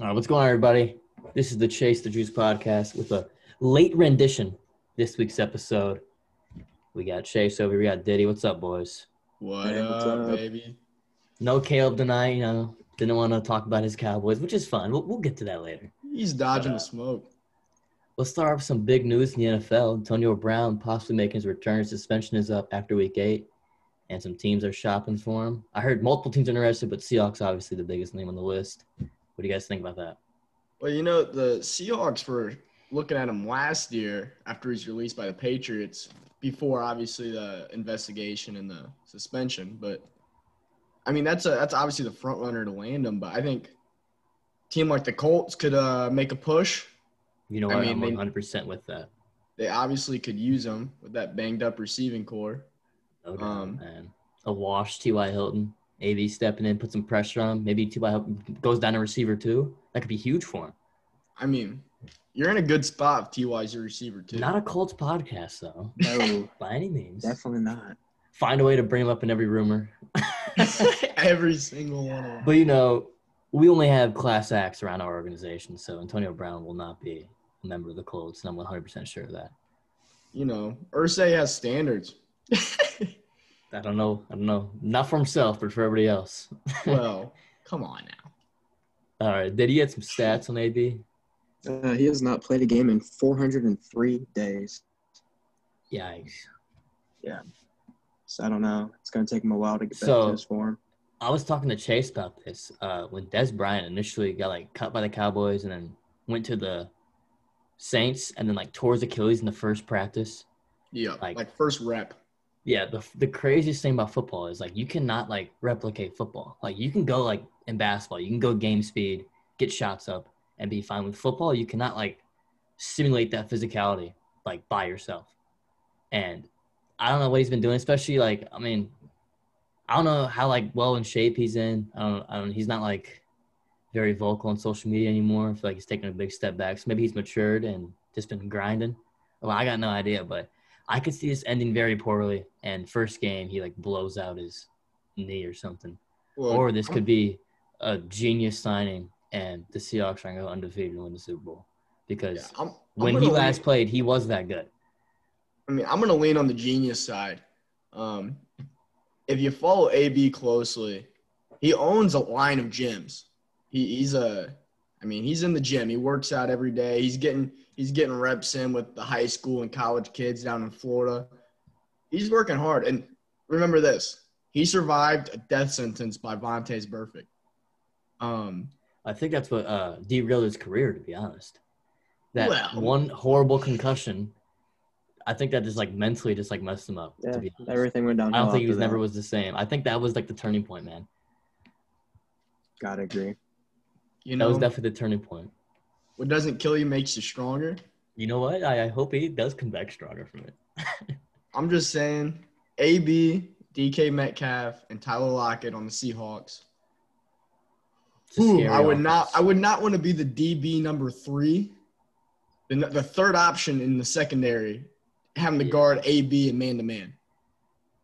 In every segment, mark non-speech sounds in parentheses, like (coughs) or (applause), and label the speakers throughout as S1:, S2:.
S1: All right, what's going on, everybody? This is the Chase the Juice podcast with a late rendition this week's episode. We got Chase over, here, we got Diddy. What's up, boys?
S2: What
S3: Hey, what's
S2: up,
S3: up?
S2: baby?
S1: No Caleb tonight, you know, didn't want to talk about his Cowboys, which is fine. We'll, we'll get to that later.
S2: He's dodging the smoke.
S1: Let's start off with some big news in the NFL. Antonio Brown possibly making his return. Suspension is up after week eight, and some teams are shopping for him. I heard multiple teams are interested, but Seahawks obviously the biggest name on the list. What do you guys think about that?
S2: Well, you know, the Seahawks were looking at him last year after he's released by the Patriots, before obviously the investigation and the suspension. But I mean, that's a that's obviously the front runner to land him. But I think a team like the Colts could uh, make a push.
S1: You know
S2: I
S1: what? I
S2: mean, they-
S1: am 100% with that.
S2: They obviously could use him with that banged up receiving core.
S1: Oh, No doubt,
S2: Um,
S1: man. A wash, T.Y. Hilton. AV stepping in, put some pressure on him. Maybe T.Y. Hilton goes down to receiver too. That could be huge for him.
S2: I mean, you're in a good spot if T.Y.'s your receiver too.
S1: Not a Colts podcast, though,
S3: (laughs) No,
S1: by any means.
S3: definitely not.
S1: Find a way to bring him up in every rumor.
S2: (laughs) Every single one of them.
S1: But, you know, we only have class acts around our organization, so Antonio Brown will not be a member of the Colts, and I'm 100% sure of that.
S2: you know, Ursay has standards.
S1: I don't know. I don't know. Not for himself, but for everybody else.
S2: well, come on now.
S1: All right. Did he get some stats on AB?
S3: Uh, he has not played a game in 403 days.
S1: Yikes.
S3: So I don't know. It's going to take him a while to get back
S1: So-
S3: to his form.
S1: I was talking to Chase about this uh, when Des Bryant initially got like cut by the Cowboys and then went to the Saints and then like tore his Achilles in the first practice.
S2: Yeah,
S1: Like-
S2: like, first rep.
S1: Yeah, the the craziest thing about football is like you cannot like replicate football. Like you can go like in basketball, you can go game speed, get shots up, and be fine. With football, you cannot like simulate that physicality like by yourself. And I don't know what he's been doing, especially like I mean, I don't know how like well in shape he's in. I don't. I don't. He's not like very vocal on social media anymore. I feel like he's taking a big step back. So maybe he's matured and just been grinding. Well, I got no idea, but I could see this ending very poorly. And first game, he like blows out his knee or something.
S2: Well,
S1: Or this could be a genius signing, and the Seahawks are going to go undefeated and win the Super Bowl because
S2: yeah, I'm, I'm
S1: when
S2: gonna
S1: he last
S2: lean-
S1: played, he was that good.
S2: I mean, I'm gonna lean on the genius side. Um, if you follow AB closely, he owns a line of gyms. He, he's a, I mean, he's in the gym. He works out every day. He's getting he's getting reps in with the high school and college kids down in Florida. He's working hard. And remember this: he survived a death sentence by Vontae's perfect. Um,
S1: I think that's what uh, derailed his career, to be honest. That
S2: Well-
S1: one horrible concussion, I think that just like mentally just like messed him up.
S3: Yeah,
S1: to be honest.
S3: everything went down.
S1: I don't think he was never was the same. I think that was like the turning point, man.
S3: Gotta agree.
S2: you
S1: That
S2: know,
S1: was definitely the turning point.
S2: what doesn't kill you makes you stronger.
S1: You know what? I, I hope he does come back stronger from it.
S2: I'm just saying, AB, DK Metcalf, and Tyler Lockett on the Seahawks.
S1: It's a
S2: Ooh,
S1: scary
S2: I would
S1: offense.
S2: not. I would not want to be the DB number three, the, n- the third option in the secondary, having to
S1: Yeah.
S2: guard AB and man to man,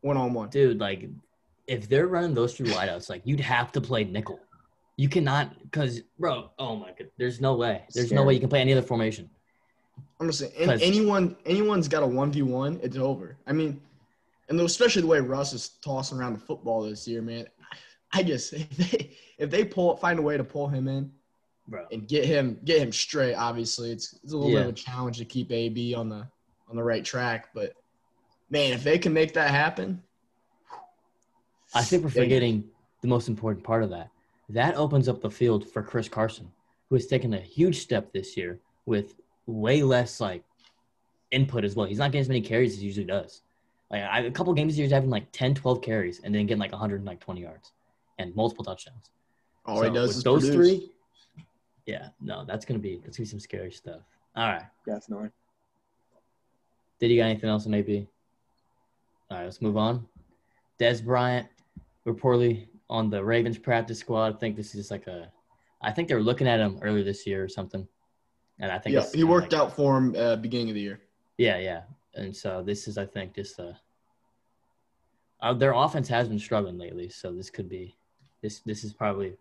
S2: one on one.
S1: dude. Like, if they're running those two wideouts, like you'd have to play nickel. You cannot, because bro, oh my god, there's no way. There's no way
S3: Scary.
S1: you can play any other formation.
S2: I'm just saying, an-
S1: Cause-
S2: anyone, anyone's got a one v one, it's over. I mean, and especially the way Russ is tossing around the football this year, man. I just (laughs) if they if they pull find a way to pull him in,
S1: Bro,
S2: and get him get him straight. Obviously, it's it's a little bit of
S1: Yeah.
S2: a challenge to keep AB on the on the right track, but man, if they can make that happen,
S1: I think we're
S2: They-
S1: forgetting the most important part of that. That opens up the field for Chris Carson, who has taken a huge step this year with way less like input as well. He's not getting as many carries as he usually does. Like I, a couple games this year, he's having like 10, 12 carries and then getting like 120 yards and multiple touchdowns.
S2: all
S1: So
S2: he does
S1: with
S2: is
S1: those
S2: produce.
S1: three. Yeah, no, that's gonna be that's gonna be some scary stuff. All right,
S3: Definitely.
S1: did you got anything else on AB? All right, let's move on. Des Bryant reportedly on the Ravens practice squad. I think this is like a, I think they were looking at him earlier this year or something, and I think
S2: Yeah,
S1: this is
S2: he
S1: kinda
S2: worked
S1: like-
S2: out for him uh, beginning of the year.
S1: Yeah, yeah, and so this is I think just a. Uh, their offense has been struggling lately, so this could be, this this is probably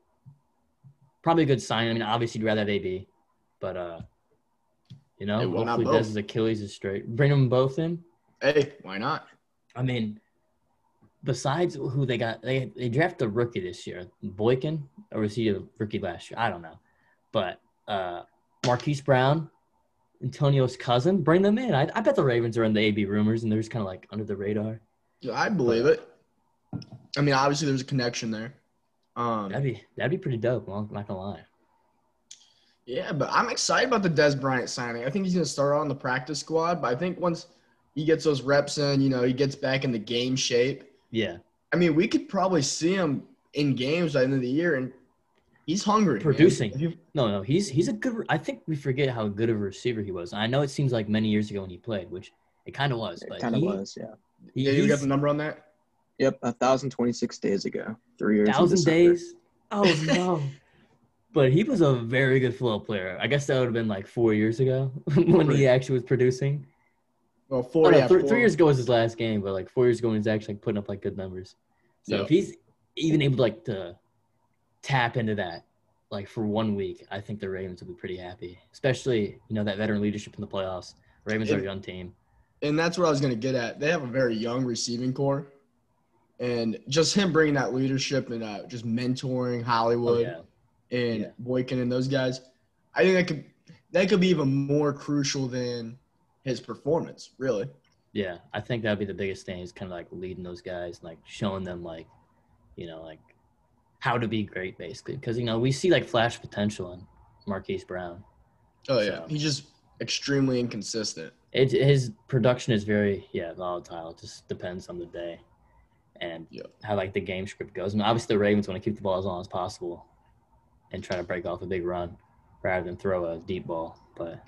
S1: probably a good sign. I mean, obviously, you'd rather have AB, but uh, you know,
S2: Hey, why not
S1: hopefully,
S2: both?
S1: Dez's Achilles is straight. Bring them both in.
S2: Hey, why not?
S1: I mean, besides who they got, they they draft a rookie this year, Boykin, or was he a rookie last year? I don't know, but uh, Marquise Brown, Antonio's cousin, bring them in. I, I bet the Ravens are in the AB rumors, and they're just kind of like under the radar.
S2: Yeah, I believe it. I mean, obviously, there's a connection there. Um,
S1: That'd be that'd be pretty dope. I'm not gonna lie.
S2: Yeah, but I'm excited about the Des Bryant signing. I think he's going to start on the practice squad, but I think once he gets those reps in, you know, he gets back into game shape.
S1: Yeah,
S2: I mean, we could probably see him in games by the end of the year, and he's hungry. man.
S1: Producing.
S2: If you-
S1: no, no, he's he's a good. re- I think we forget how good of a receiver he was. I know it seems like many years ago when he played, which it kind of was,
S3: It
S1: but
S3: kind of
S1: he,
S3: was, yeah.
S1: he-
S2: yeah, you got
S1: he's-
S2: the number on that?
S3: Yep, a thousand twenty-six days ago, three years. in
S1: thousand
S3: December.
S1: days. Oh (laughs) no! but he was a very good football player. I guess that would have been like four years ago (laughs) when he actually was producing.
S2: Well,
S1: Oh,
S2: four,
S1: no,
S2: yeah,
S1: three,
S2: four.
S1: three years ago was his last game, but like four years ago when he's actually putting up like good numbers. So
S2: Yeah.
S1: if he's even able to like to tap into that, like for one week, I think the Ravens will be pretty happy. Especially you know that veteran leadership in the playoffs. Ravens are a
S2: It-
S1: young team.
S2: And that's what I was going to get at. They have a very young receiving core, and just him bringing that leadership and uh, just mentoring
S1: Oh,
S2: Hollywood.
S1: yeah.
S2: and
S1: Yeah.
S2: Boykin and those guys, I think that could that could be even more crucial than his performance, really.
S1: Yeah, I think that'd be the biggest thing is kind of like leading those guys, like showing them like, you know, like how to be great basically. Because you know we see like flash potential in Marquise Brown.
S2: Oh yeah,
S1: So-
S2: he's just extremely inconsistent.
S1: It his production is very yeah volatile. It just depends on the day, and
S2: Yeah.
S1: how like the game script goes. And obviously the Ravens want to keep the ball as long as possible, and try to break off a big run rather than throw a deep ball. But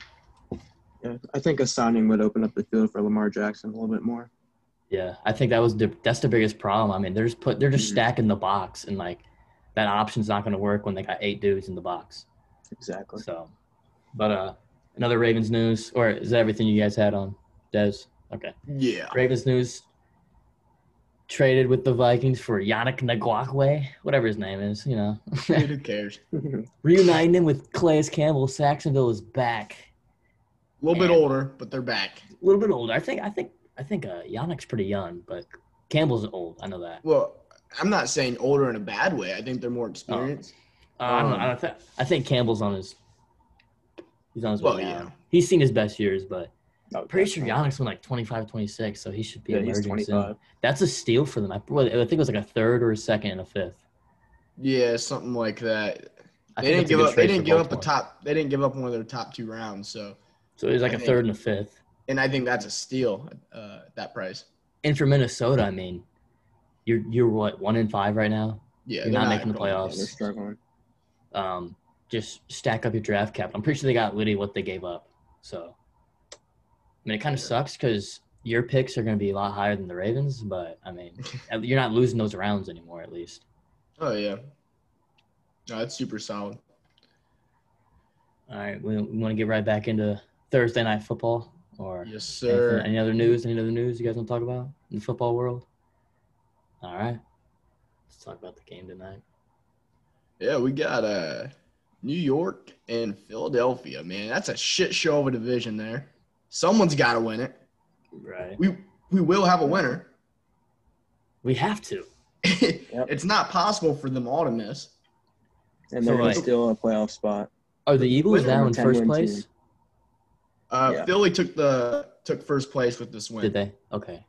S3: Yeah, I think a signing would open up the field for Lamar Jackson a little bit more.
S1: Yeah, I think that was the, that's the biggest problem. I mean, they're just put they're just
S3: Mhm.
S1: stacking the box, and like that option's not going to work when they got eight dudes in the box. (laughs)
S3: Exactly. (laughs)
S1: So, but uh, another Ravens news, or is that everything you guys had on Des? Okay, (laughs)
S2: Yeah,
S1: Ravens news. Traded with the Vikings for Yannick Ngakwe, whatever his name is, you know.
S2: dude, who cares?
S3: Oh,
S1: Reuniting him with Clayus Campbell. Saxonville is back.
S2: A little bit
S1: And-
S2: older, but they're back.
S1: A little bit older. I think. I think. I think uh, Yannick's pretty young, but Campbell's old. I know that.
S2: Well, I'm not saying older in a bad way. I think they're
S1: Oh.
S2: more experienced.
S1: Uh, I don't know.
S2: Um,
S1: I, don't thi- I think Campbell's on his. He's on his
S2: Well,
S1: way
S2: yeah.
S1: now. He's seen his best years, but
S3: No,
S1: pretty sure Yannick's went like 25, 26, so he should be
S3: Yeah, he's
S1: emerging soon.
S3: twenty-five.
S1: That's a steal for them. I, well, I think it was like a third or a second and a fifth.
S2: Yeah, something like that.
S1: I
S2: They
S1: think that's a
S2: didn't give
S1: good
S2: up. They
S1: trade for
S2: didn't give up a
S1: Baltimore.
S2: top. They didn't give up one of their top two rounds. So,
S1: So it was like
S2: I
S1: a
S2: think.
S1: third and a fifth.
S2: and I think that's a steal uh, at that price.
S1: And for Minnesota, I mean, you're you're what one in five right now.
S2: Yeah,
S1: You're
S2: they're
S1: not making the
S2: going-
S3: Yeah,
S1: playoffs.
S3: they're struggling.
S1: Um, just stack up your draft cap. I'm pretty sure they got literally what they gave up. So, I mean, it kind of sucks because your picks are going to be a lot higher than the Ravens, but I
S2: (laughs)
S1: mean, at- you're not losing those rounds anymore, at least.
S2: Oh yeah, no, that's super solid.
S1: All right, we, we want to get right back into Thursday night football, or
S2: Yes,
S1: anything-
S2: sir.
S1: any other news? Any other news you guys want to talk about in the football world? All right, let's talk about the game tonight.
S2: Yeah, we got uh New York and Philadelphia, man. That's a shit show of a division there. Someone's gotta win it.
S1: Right,
S2: We we will have a winner. (laughs)
S1: we have to.
S2: It's not possible for them all to miss.
S3: And
S1: So,
S3: they're gonna
S1: like-
S3: steal a playoff spot.
S1: Are Oh, the Eagles
S2: Winner
S1: now
S3: of
S1: in
S3: the
S1: first
S3: 10-win
S1: place?
S2: Uh
S3: Yeah.
S2: Philly took the took first place with this win.
S1: Did they? Okay,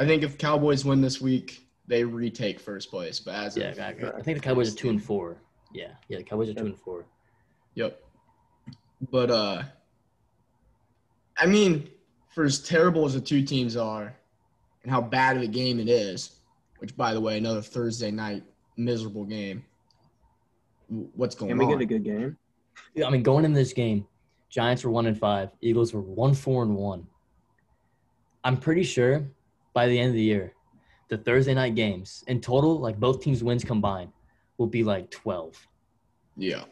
S2: I think if Cowboys win this week, they retake first place. But as
S1: yeah,
S2: of,
S1: I, I think the Cowboys are two and four. Yeah, yeah, the Cowboys are two and four.
S2: Yep. But uh I mean, for as terrible as the two teams are and how bad of a game it is, which by the way, another Thursday night miserable game. w- What's going
S3: Can we
S2: on?
S3: get a good game?
S1: Yeah, I mean, going into this game, Giants were one and five, Eagles were one four and one. I'm pretty sure by the end of the year, the Thursday night games in total, like both teams' wins combined, will be like twelve,
S2: yeah.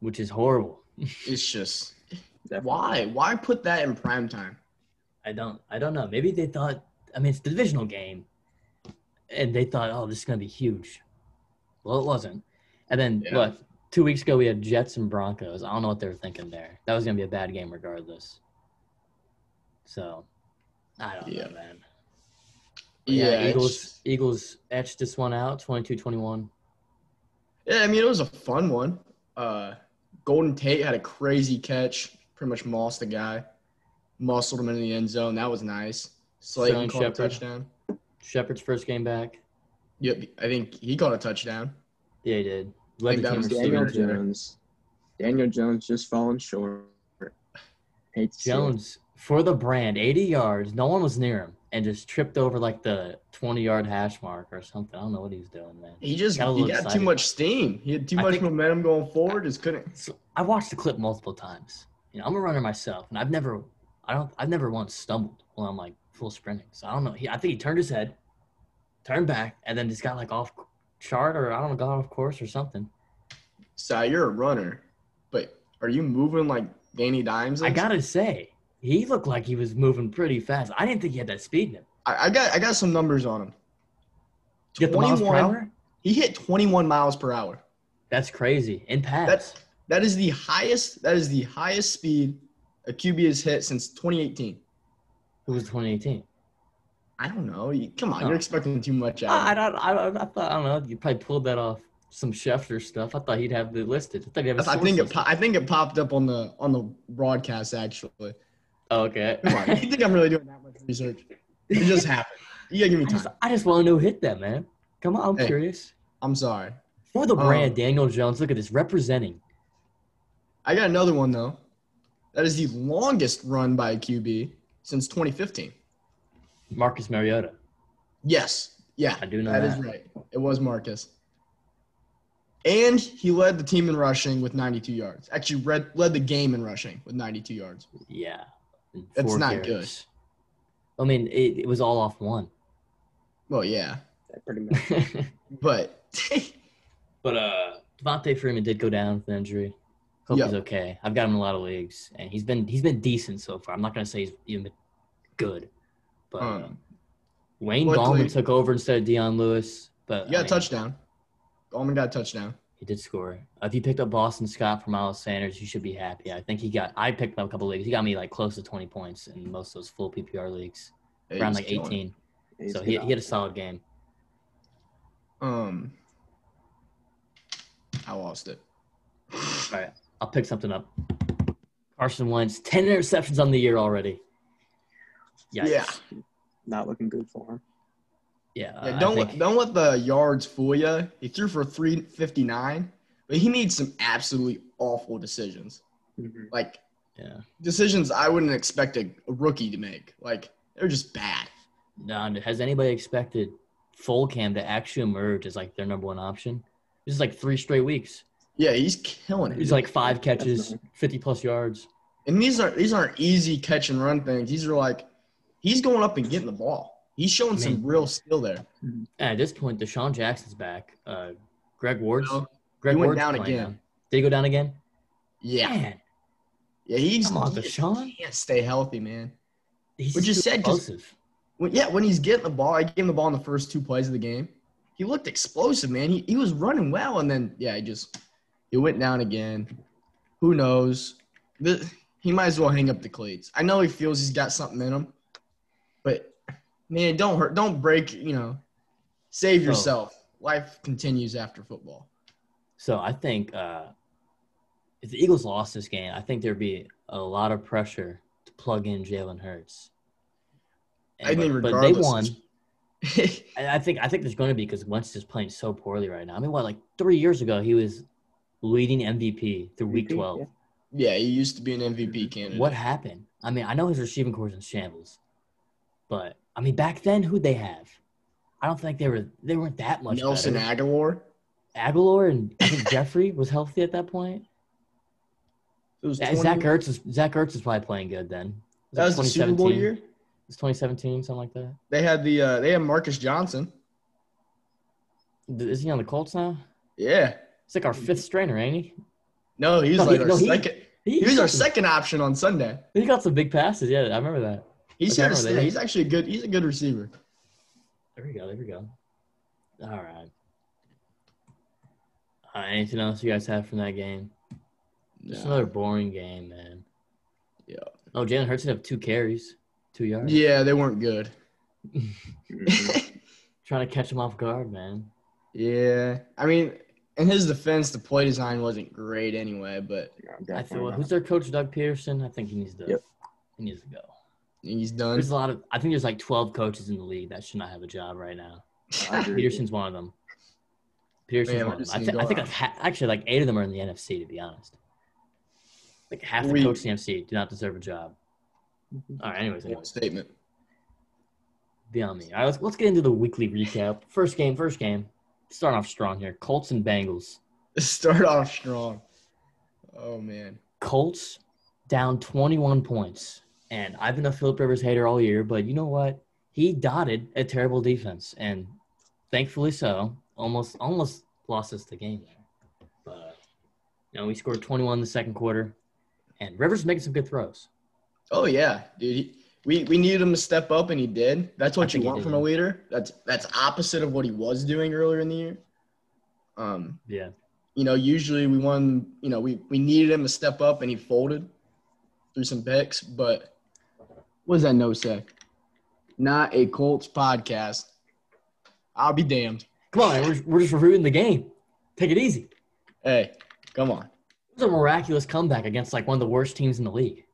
S1: which is horrible.
S2: It's just
S3: Definitely.
S2: why? Why put that in prime time?
S1: I don't, I don't know. Maybe they thought, I mean, it's a divisional game, and they thought, oh, this is gonna be huge. Well, it wasn't. And then
S2: Yeah.
S1: look, Two weeks ago, we had Jets and Broncos. I don't know what they were thinking there. That was going to be a bad game regardless. So, I don't
S2: Yeah.
S1: know, man. But yeah,
S2: it's-
S1: Eagles Eagles etched this one out 22-21.
S2: Yeah, I mean it was a fun one. Uh, Golden Tate had a crazy catch, pretty much mossed the guy, muscled him into the end zone. That was nice.
S1: Sterling
S2: Slayton caught a
S1: Shepard.
S2: touchdown.
S1: Shepard's first game back.
S2: Yep, I think he caught a touchdown.
S1: Yeah, he did.
S2: Think
S1: Led the
S2: that
S1: team
S2: was
S1: in
S2: Daniel
S3: Daniel
S1: receiving.
S2: Jones.
S3: Jones. Daniel Jones just falling short. Hates
S1: Jones for the brand, 80 yards. No one was near him, and just tripped over like the 20 yard hash mark or something. I don't know what he's doing, man.
S2: He just
S1: Got a
S2: he
S1: little
S2: got
S1: excited.
S2: too much steam. He had too
S1: I
S2: much
S1: think-
S2: momentum going forward. Just couldn't.
S1: So I watched the clip multiple times. You know, I'm a runner myself, and I've never, I don't, I've never once stumbled when I'm like full sprinting. So I don't know. He, I think he turned his head, turned back, and then just got like off chart or I don't know, got off course or something.
S2: Si, you're a runner, but are you moving like Danny Dimes?
S1: I
S2: is?
S1: gotta say, he looked like he was moving pretty fast. I didn't think he had that speed in him.
S2: I, I got. I got some numbers on him.
S1: You got the miles per
S2: 21
S1: hour?
S2: He hit 21 miles per hour.
S1: That's crazy. In pass.
S2: That's- That is the highest. That is the highest speed a QB has hit since 2018.
S1: Who was 2018?
S2: I don't know. You, come on,
S1: No.
S2: you're expecting too much
S1: Uh, I, I
S2: out. of him.
S1: don't. I, don't- I thought. I don't know. You probably pulled that off some Schefter stuff. I thought he'd have it listed. I thought he'd have a
S2: I, I
S1: source
S2: think it.
S1: listed.
S2: Po- I think it popped up on the on the broadcast. Actually,
S1: Oh,
S2: (laughs)
S1: okay.
S2: come on. you think I'm really doing that much research? It just happened. You gotta give me
S1: I just,
S2: time.
S1: I just want to know who hit that man. Come on, I'm
S2: Hey.
S1: curious.
S2: I'm sorry.
S1: For the brand,
S2: Um,
S1: Daniel Jones. Look at this representing.
S2: I got another one though. That is the longest run by a QB since 2015.
S1: Marcus Mariota.
S2: Yes. Yeah.
S1: I do know
S2: That is right. It was Marcus. And he led the team in rushing with 92 yards. Actually, read, led the game in rushing with 92 yards.
S1: Yeah. And
S2: That's
S1: four
S2: not
S1: carries. I mean, it, it was all off one. (laughs)
S2: Well, yeah,
S3: it pretty much.
S2: but (laughs)
S1: but uh, Devontae Freeman did go down with an injury. Hope
S2: Yeah.
S1: he's okay. I've got him in a lot of leagues, and he's been he's been decent so far. I'm not gonna say he's even been good, but uh,
S2: um,
S1: Wayne
S2: luckily-
S1: Gallman took over instead of Deion Lewis. But
S2: you got
S1: I
S2: a
S1: mean,
S2: touchdown. Gallman got a touchdown.
S1: He did score. If you picked up Boston Scott for Miles Sanders, you should be happy. I think he got. I picked him up a couple leagues. He got me like close to 20 points in most of those full PPR leagues,
S2: Yeah, he
S1: around
S2: was
S1: like
S2: killing.
S1: 18.
S3: He's
S1: so he,
S3: good.
S1: he had a solid game.
S2: Um, I lost it.
S1: All right, I'll pick something up. Carson Wentz, 10 interceptions on the year already. Yikes.
S2: Yeah.
S3: not looking good for him.
S1: Yeah.
S2: Yeah,
S1: I
S2: don't
S1: think-
S2: let, don't let the yards fool you. He threw for 359, but he needs some absolutely awful decisions.
S1: Mm-hmm.
S2: Like
S1: Yeah.
S2: decisions I wouldn't expect a, a rookie to make. Like they're just bad.
S1: Now, has anybody expected full cam to actually emerge as like their number one option? This is like three straight weeks.
S2: Yeah, he's killing it.
S1: It's like five catches,
S3: Definitely.
S1: 50 plus yards.
S2: and these aren't these aren't easy catch and run things. These are like he's going up and getting the ball. He's showing some
S1: Man.
S2: real skill there.
S1: And at this point, Deshaun Jackson's back. Uh, Greg Ward's.
S2: No,
S1: Greg
S2: he went
S1: Ward's
S2: down
S1: playing
S2: again.
S1: now. Did he go down again?
S2: Yeah,
S1: Man,
S2: yeah, he's
S1: Come on,
S2: he
S1: Deshaun.
S2: can't stay healthy, man.
S1: he's
S2: Which is
S1: too
S2: sad 'cause-
S1: explosive.
S2: When, yeah, when he's getting the ball, I gave him the ball in the first two plays of the game. He looked explosive, man. He he was running well, and then yeah, he just he went down again. Who knows? The, he might as well hang up the cleats. I know he feels he's got something in him, but man, don't hurt, don't break. You know, save
S1: No.
S2: yourself. Life continues after football.
S1: So I think uh, if the Eagles lost this game, I think there'd be a lot of pressure to plug in Jalen Hurts.
S2: I think
S1: but, but they
S2: regardless-
S1: won. And I think I think there's going to be because Wentz is playing so poorly right now. I mean, what like three years ago he was leading MVP through Week
S3: MVP,
S1: 12.
S2: (laughs) yeah, he used to be an MVP candidate.
S1: What happened? I mean, I know his receiving core is in shambles, but I mean, back then who'd they have? I don't think they were they weren't that much.
S2: Nelson
S1: better.
S2: Aguilar?
S1: Aguilar and I think Jeffrey was healthy at that
S2: (laughs)
S1: point.
S2: It was
S1: Yeah,
S2: 20
S1: Zach Ertz was Zach Ertz was probably playing good then. It
S2: That was the Super Bowl
S1: 2017.
S2: year.
S1: It was 2017, something like that.
S2: They had the uh, they had Marcus Johnson.
S1: Th- Is he on the Colts now?
S2: Yeah.
S1: It's like our fifth strainer, ain't he?
S2: No, he's
S1: No,
S2: like
S1: he-
S2: our
S1: no, he-
S2: second.
S1: He,
S2: He was our
S1: got some-
S2: second option on Sunday.
S1: He got some big passes. Yeah, I remember that.
S2: He's
S1: Okay, I remember
S2: here to stay.
S1: that.
S2: He's actually a good. He's a good receiver.
S1: There we go. There we go. All right. Uh, anything else you guys have from that game? Just
S2: Yeah.
S1: another boring game, man.
S2: Yeah.
S1: Oh, Jalen Hurts did have two carries, two yards.
S2: Yeah, they
S1: (laughs)
S2: weren't good.
S3: Mhm.
S1: Trying to catch him off guard, man.
S2: yeah, I mean, in his defense, the play design wasn't great anyway, but
S3: Yeah,
S1: I
S3: definitely
S1: feel
S3: not.
S1: who's their coach, Doug Peterson. I think he needs to.
S3: Yep.
S1: He needs to go.
S2: he's done.
S1: There's a lot of. I think there's like 12 coaches in the league that should not have a job right now.
S3: I agree.
S1: Peterson's one of them. Peterson's
S2: Yeah, we're
S1: one of
S2: just
S1: them. I,
S2: gonna
S1: thi-
S2: go
S1: I think
S2: out.
S1: like ha- actually like eight of them are in the NFC. To be honest, like half the
S2: We- Mm-hmm.
S1: coaches in the NFC do not deserve a job. All right. Anyways, anyways.
S2: statement. (laughs)
S1: beyond me. All right, let's, let's get into the weekly recap. First game, first game. Start off strong here. Colts and Bengals.
S2: Start off strong. Oh man.
S1: Colts down 21 points. And I've been a Philip Rivers hater all year, but you know what? He dotted a terrible defense, and thankfully so. Almost, almost lost us the game there. But you know, we scored 21 in the second quarter, and Rivers making some good throws.
S2: Oh yeah, dude. He, we we needed him to step up, and he did. That's
S1: I
S2: what you
S1: think he
S2: want
S1: did,
S2: from a
S1: yeah.
S2: leader. That's that's opposite of what he was doing earlier in the year. Um,
S1: Yeah,
S2: you know, usually we won. You know, we we needed him to step up, and he folded through some picks. But what is that no sec? Not a Colts podcast. I'll be damned.
S1: come on, we're, we're just reviewing the game. Take it easy.
S2: Hey, come on.
S1: It was a miraculous comeback against like one of the worst teams in the league.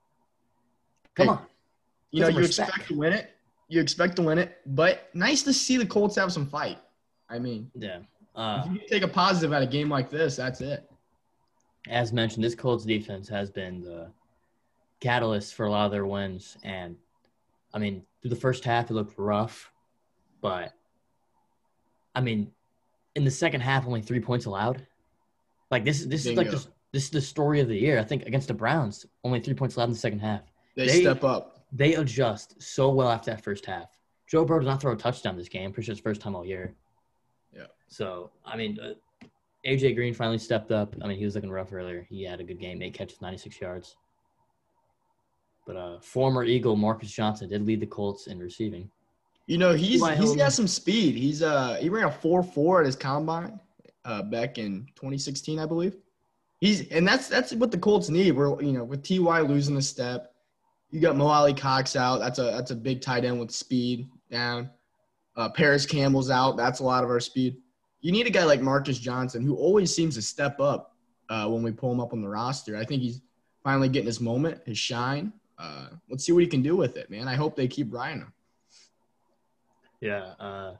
S1: Come
S2: Hey.
S1: on. Put
S2: You know,
S1: some
S2: you
S1: respect.
S2: expect to win it. You expect to win it, but nice to see the Colts have some fight. I mean,
S1: Yeah.
S2: if
S1: Uh,
S2: you take a positive out of a game like this, that's it.
S1: as mentioned, this Colts defense has been the catalyst for a lot of their wins. And I mean, through the first half, it looked rough, but I mean, in the second half, only three points allowed. Like this, this is like
S2: Bingo.
S1: this, this is the story of the year. I think against the Browns, only three points allowed in the second half.
S2: They,
S1: They-
S2: step up.
S1: They adjust so well after that first half. Joe Burrow did not throw a touchdown this game. Pretty sure it's first time all year.
S2: Yeah.
S1: So I mean, uh, AJ Green finally stepped up. I mean, he was looking rough earlier. He had a good game, eight catches, ninety-six yards. But uh, former Eagle Marcus Johnson did lead the Colts in receiving.
S2: You know, he's
S1: Why,
S2: he's
S1: hold on.
S2: got some speed. He's uh he ran a four four at his combine uh, back in 2016, I believe. He's and that's that's what the Colts need. We're you know with Ty losing a step, you got Moali Cox out. That's a that's a big tight end with speed down. Uh, Paris Campbell's out. That's a lot of our speed. You need a guy like Marcus Johnson who always seems to step up uh, when we pull him up on the roster. I think he's finally getting his moment, his shine. Uh, let's see what he can do with it, man. I hope they keep riding him.
S1: Yeah. Uh,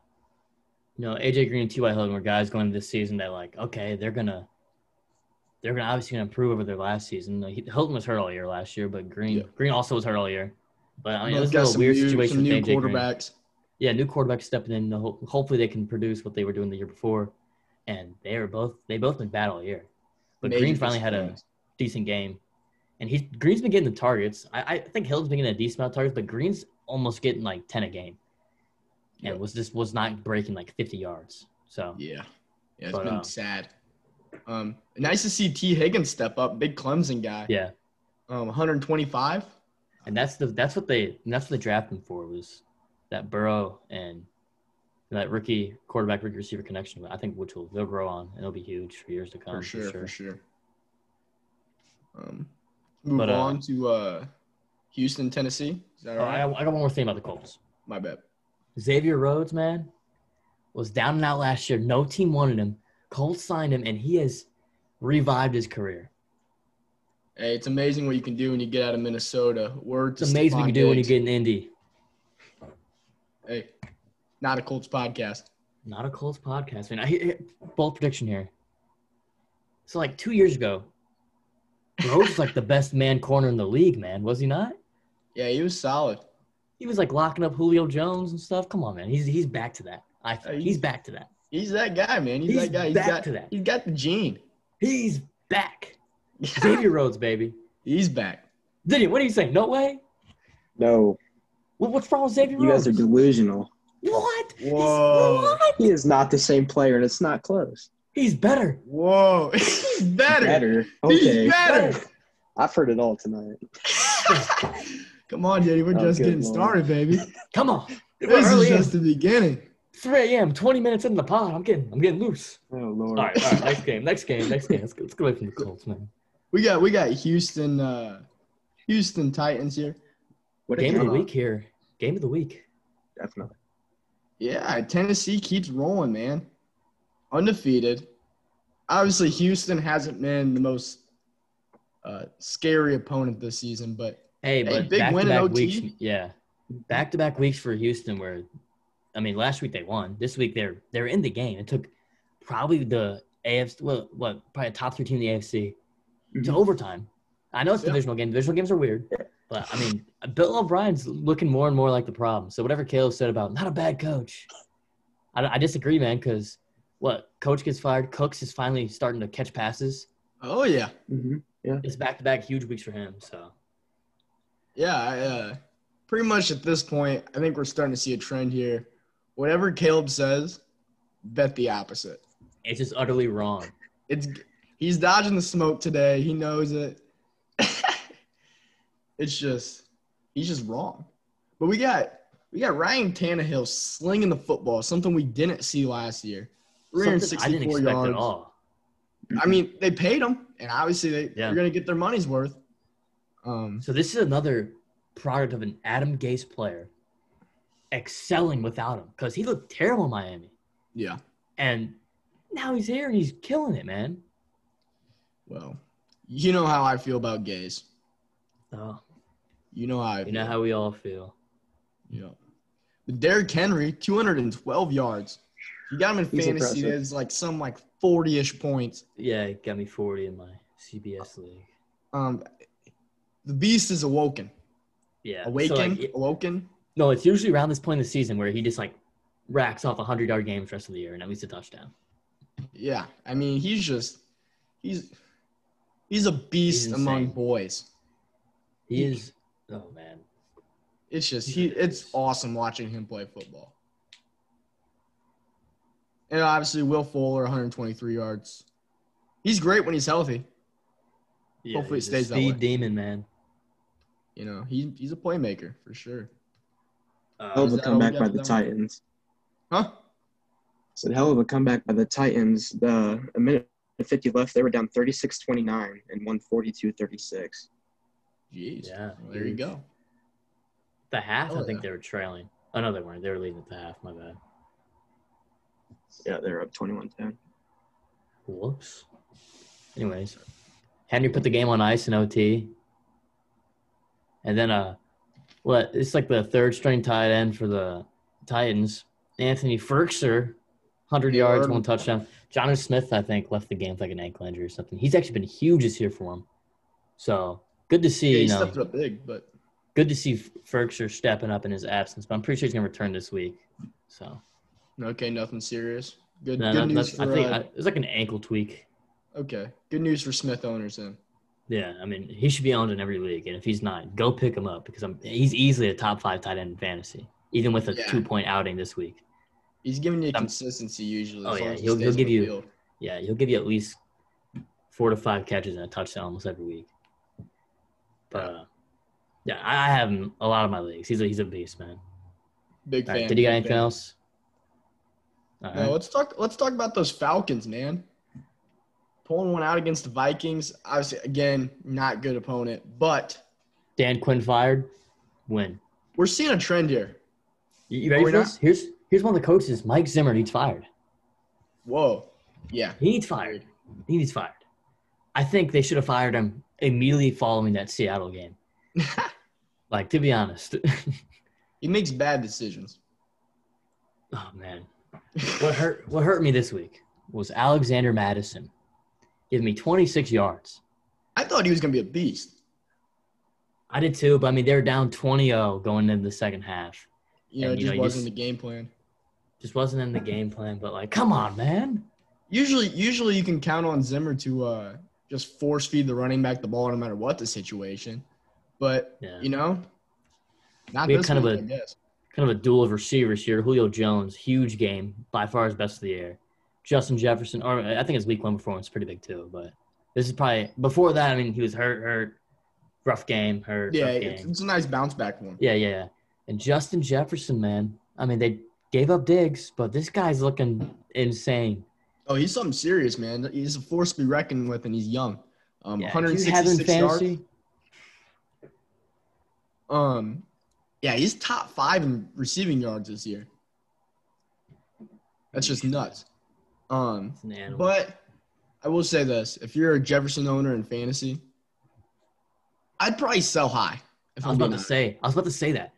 S1: you know, AJ Green and T.Y. Hilton were guys going into this season that like, okay, they're gonna, they're gonna obviously gonna improve over their last season. Like, he- Hilton was hurt all year last year, but Green,
S2: Yeah.
S1: Green also was hurt all year. But I mean, it
S2: Both
S1: was a
S2: got
S1: little
S2: some
S1: weird
S2: new-
S1: situation
S2: Some
S1: with
S2: new
S1: AJ Green.
S2: quarterbacks.
S1: yeah, new quarterback stepping in. Ho- Hopefully, they can produce what they were doing the year before. And they were both they both been bad all year, but
S2: Major
S1: Green finally had a
S2: disappointments.
S1: decent game, and he's Green's been getting the targets. I, I think Hill's been getting a decent amount of targets, but Green's almost getting like ten a game, and
S2: Yeah.
S1: was just was not breaking like fifty yards. So
S2: Yeah, yeah, it's
S1: But,
S2: been
S1: um,
S2: sad. Um, nice to see T. Higgins step up, big Clemson guy.
S1: yeah, Oh,
S2: Um, 125.
S1: and that's the that's what they and that's what they drafted him for was that Burrow and that rookie quarterback rookie receiver connection. I think which will they'll grow on and it'll be huge for years to come.
S2: for sure, for sure. Um, move
S1: But, uh,
S2: on to uh, Houston, Tennessee. Is that
S1: Oh,
S2: all
S1: I,
S2: right?
S1: got, I got one more thing about the Colts.
S2: My bad.
S1: Xavier Rhodes, man, was down and out last year. No team wanted him. Colts signed him, and he has revived his career.
S2: Hey, it's amazing what you can do when you get out of Minnesota. Word to
S1: It's amazing what you
S2: Stephon
S1: do when you
S2: Diggs.
S1: get an Indy.
S2: Hey, not a Colts podcast.
S1: Not a Colts podcast, man. I, I, bold prediction here. So, like two years ago, Rhodes was like the best man corner in the league, man. Was he not?
S2: Yeah, he was solid.
S1: He was like locking up Julio Jones and stuff. Come on, man. He's he's back to that. I think he's back to that.
S2: He's that guy, man. He's,
S1: He's
S2: that guy. He's
S1: back
S2: got,
S1: to that.
S2: He's got the gene.
S1: He's back. Xavier Rhodes, baby.
S2: he's back.
S1: Did he? What do you say? No way.
S3: No,
S1: What, what's wrong with Xavier
S3: you
S1: Rhodes?
S3: guys are delusional.
S1: What? He's-
S2: Whoa.
S1: what?
S3: He is not the same player, and it's not close.
S1: He's better.
S2: Whoa, (laughs) he's better.
S3: Better. Okay.
S2: He's better.
S3: I've heard it all tonight.
S2: Come on, Jenny. We're
S3: Oh,
S2: just
S3: good
S2: getting
S3: lord.
S2: started, baby.
S1: Come on.
S2: This
S1: Early
S2: is
S1: in-
S2: just the beginning.
S1: 3 a.m. 20 minutes in the pod. I'm getting I'm getting loose.
S3: Oh lord.
S1: All right, all right. Next game. Next game. Next game. Let's, go- let's get away from the Colts, man.
S2: We got we got Houston uh Houston Titans here.
S3: What a
S1: Game of the
S3: drama.
S1: week here. Game of the week.
S3: Definitely.
S2: Yeah, Tennessee keeps rolling, man. Undefeated. Obviously, Houston hasn't been the most uh, scary opponent this season, but
S1: Hey, but
S2: big
S1: back
S2: win in
S1: to back
S2: OT?
S1: weeks. Yeah, back to back weeks for Houston. Where, I mean, last week they won. This week they're they're in the game. It took probably the AFC, well, what probably a top three team in the AFC to
S3: Mhm.
S1: overtime. I know it's a
S2: Mm-hmm. Yeah.
S1: divisional game. Divisional games are weird, but I mean, Bill O'Brien's looking more and more like the problem. So whatever Caleb said about not a bad coach, I, I disagree, man. Because what coach gets fired, Cooks is finally starting to catch passes.
S2: oh yeah,
S1: Mm-hmm.
S3: Mhm.
S1: It's back to back huge weeks for him. So
S2: yeah. I, uh, pretty much at this point, I think we're starting to see a trend here. Whatever Caleb says, bet the opposite.
S1: it's just utterly wrong.
S2: It's he's dodging the smoke today. He knows it. (laughs) it's just he's just wrong. But we got we got Ryan Tannehill slinging the football, something we didn't see last year.
S1: Something I didn't
S2: 364
S1: expect
S2: yards.
S1: at all.
S2: I mean, they paid him, and obviously they,
S1: Yeah.
S2: they're gonna get their money's worth. Um,
S1: So this is another product of an Adam Gase player excelling without him because he looked terrible in Miami,
S2: yeah.
S1: and now he's here and he's killing it, man.
S2: Well, you know how I feel about gays.
S1: Oh,
S2: You know how I
S1: you
S2: feel.
S1: know how we all feel.
S2: Yeah. But Derrick Henry, 212 yards. You got him in
S3: He's
S2: fantasy.
S3: impressive.
S2: That's like some like 40-ish points.
S1: Yeah, it got me forty in my CBS league.
S2: Um, the beast is awoken.
S1: Yeah, so, like,
S2: Awaken.
S1: it-
S2: awoken.
S1: no, it's usually around this point in the season where he just like racks off hundred yard games rest of the year and at least a touchdown.
S2: Yeah. I mean, he's just he's he's a beast
S1: He's
S2: among
S1: insane.
S2: boys.
S1: He is. Oh man,
S2: It's just he it's awesome watching him play football. And obviously Will Fuller, 123 yards. He's great when he's healthy.
S1: yeah,
S2: Hopefully it
S1: he's a
S2: stays that
S1: speed
S2: way.
S1: demon, man.
S2: You know, he, he's a playmaker for sure.
S3: Hell
S1: Uh,
S3: of
S2: Is
S3: a
S2: that all we
S3: comeback
S2: got
S3: by
S2: for
S3: the
S2: that one?
S3: Titans.
S2: Huh?
S3: said hell of a comeback by the Titans. The a minute and 50 left, they were down 36-29 and won 42-36.
S2: Jeez.
S1: Yeah,
S2: Well, there you
S1: huge.
S2: go.
S1: the half,
S2: Oh,
S1: I think
S2: yeah.
S1: they were trailing. Oh no, they weren't. They were leading at the half. My bad.
S3: Yeah, they're up 21-10.
S1: Whoops. Anyways, Henry put the game on ice in OT, and then uh, what? It's like the third string tight end for the Titans, Anthony Ferkser, hundred yards,
S2: Lord.
S1: one touchdown. Johnny Smith, I think, left the game with like an ankle injury or something. He's actually been huge this year for him, so good to see.
S2: Yeah, he
S1: you know,
S2: stepped it up big, but
S1: good to see Ferkser stepping up in his absence. But I'm pretty sure he's gonna return this week. So
S2: okay, nothing serious. Good,
S1: no,
S2: good
S1: no,
S2: news
S1: that's,
S2: for
S1: I think
S2: uh,
S1: I, it's like an ankle tweak.
S2: okay. Good news for Smith owners then.
S1: Yeah, I mean, he should be owned in every league, and if he's not, go pick him up because I'm, he's easily a top five tight end in fantasy, even with a
S2: Yeah.
S1: two point outing this week.
S2: He's giving you
S1: Um,
S2: consistency usually.
S1: oh,
S2: as long
S1: yeah,
S2: as
S1: he'll-
S2: stays
S1: he'll
S2: on
S1: give
S2: the
S1: you-
S2: field.
S1: Yeah, he'll give you at least four to five catches and a touchdown almost every week. But uh, yeah, I I have him a lot of my leagues. He's a, he's a beast, man.
S2: big
S1: All
S2: fan.
S1: right, did you got
S2: big
S1: anything
S2: fan.
S1: else? All
S2: No,
S1: right.
S2: let's talk. Let's talk about those Falcons, man. Pulling one out against the Vikings. Obviously, again, not good opponent, but
S1: Dan Quinn fired. Win.
S2: we're seeing a trend here.
S1: You, you ready
S2: Are we
S1: for
S2: not?
S1: this? Here's here's one of the coaches. Mike Zimmer needs fired.
S2: Whoa, yeah,
S1: He needs fired. He needs fired. I think they should have fired him immediately following that Seattle game. like to be honest. (laughs)
S2: he makes bad decisions.
S1: oh man. What hurt what hurt me this week was Alexander Madison giving me 26 yards.
S2: I thought he was gonna be a beast.
S1: I did too, but I mean they were down 20-0 going into the second half.
S2: You know,
S1: And,
S2: it
S1: you
S2: just
S1: know, you
S2: wasn't
S1: just-
S2: the game plan.
S1: Just wasn't in the game plan, but like, come on, man.
S2: Usually, usually you can count on Zimmer to uh, just force feed the running back the ball no matter what the situation. But
S1: Yeah.
S2: you know, not
S1: We had
S2: this
S1: kind of
S2: week,
S1: a-
S2: I guess.
S1: kind of a duel of receivers here. Julio Jones, huge game, by far his best of the year. Justin Jefferson, or I think his week one performance pretty big too, but this is probably before that. I mean, he was hurt, hurt, rough game, hurt,
S2: Yeah,
S1: rough
S2: it's,
S1: game.
S2: it's a nice bounce back for him.
S1: Yeah, yeah, yeah. And Justin Jefferson, man, I mean, they Gave up digs, but this guy's looking insane.
S2: Oh, he's something serious, man. He's a force to be reckoned with, and he's young. Um,
S1: Yeah, if you have him
S2: 166 yards.
S1: fantasy,
S2: Um, yeah, he's top five in receiving yards this year. That's just nuts. Um,
S1: it's an animal.
S2: but I will say this: if you're a Jefferson owner in fantasy, I'd probably sell high. If
S1: I was
S2: I'm
S1: about
S2: being
S1: to say, I was about to say that.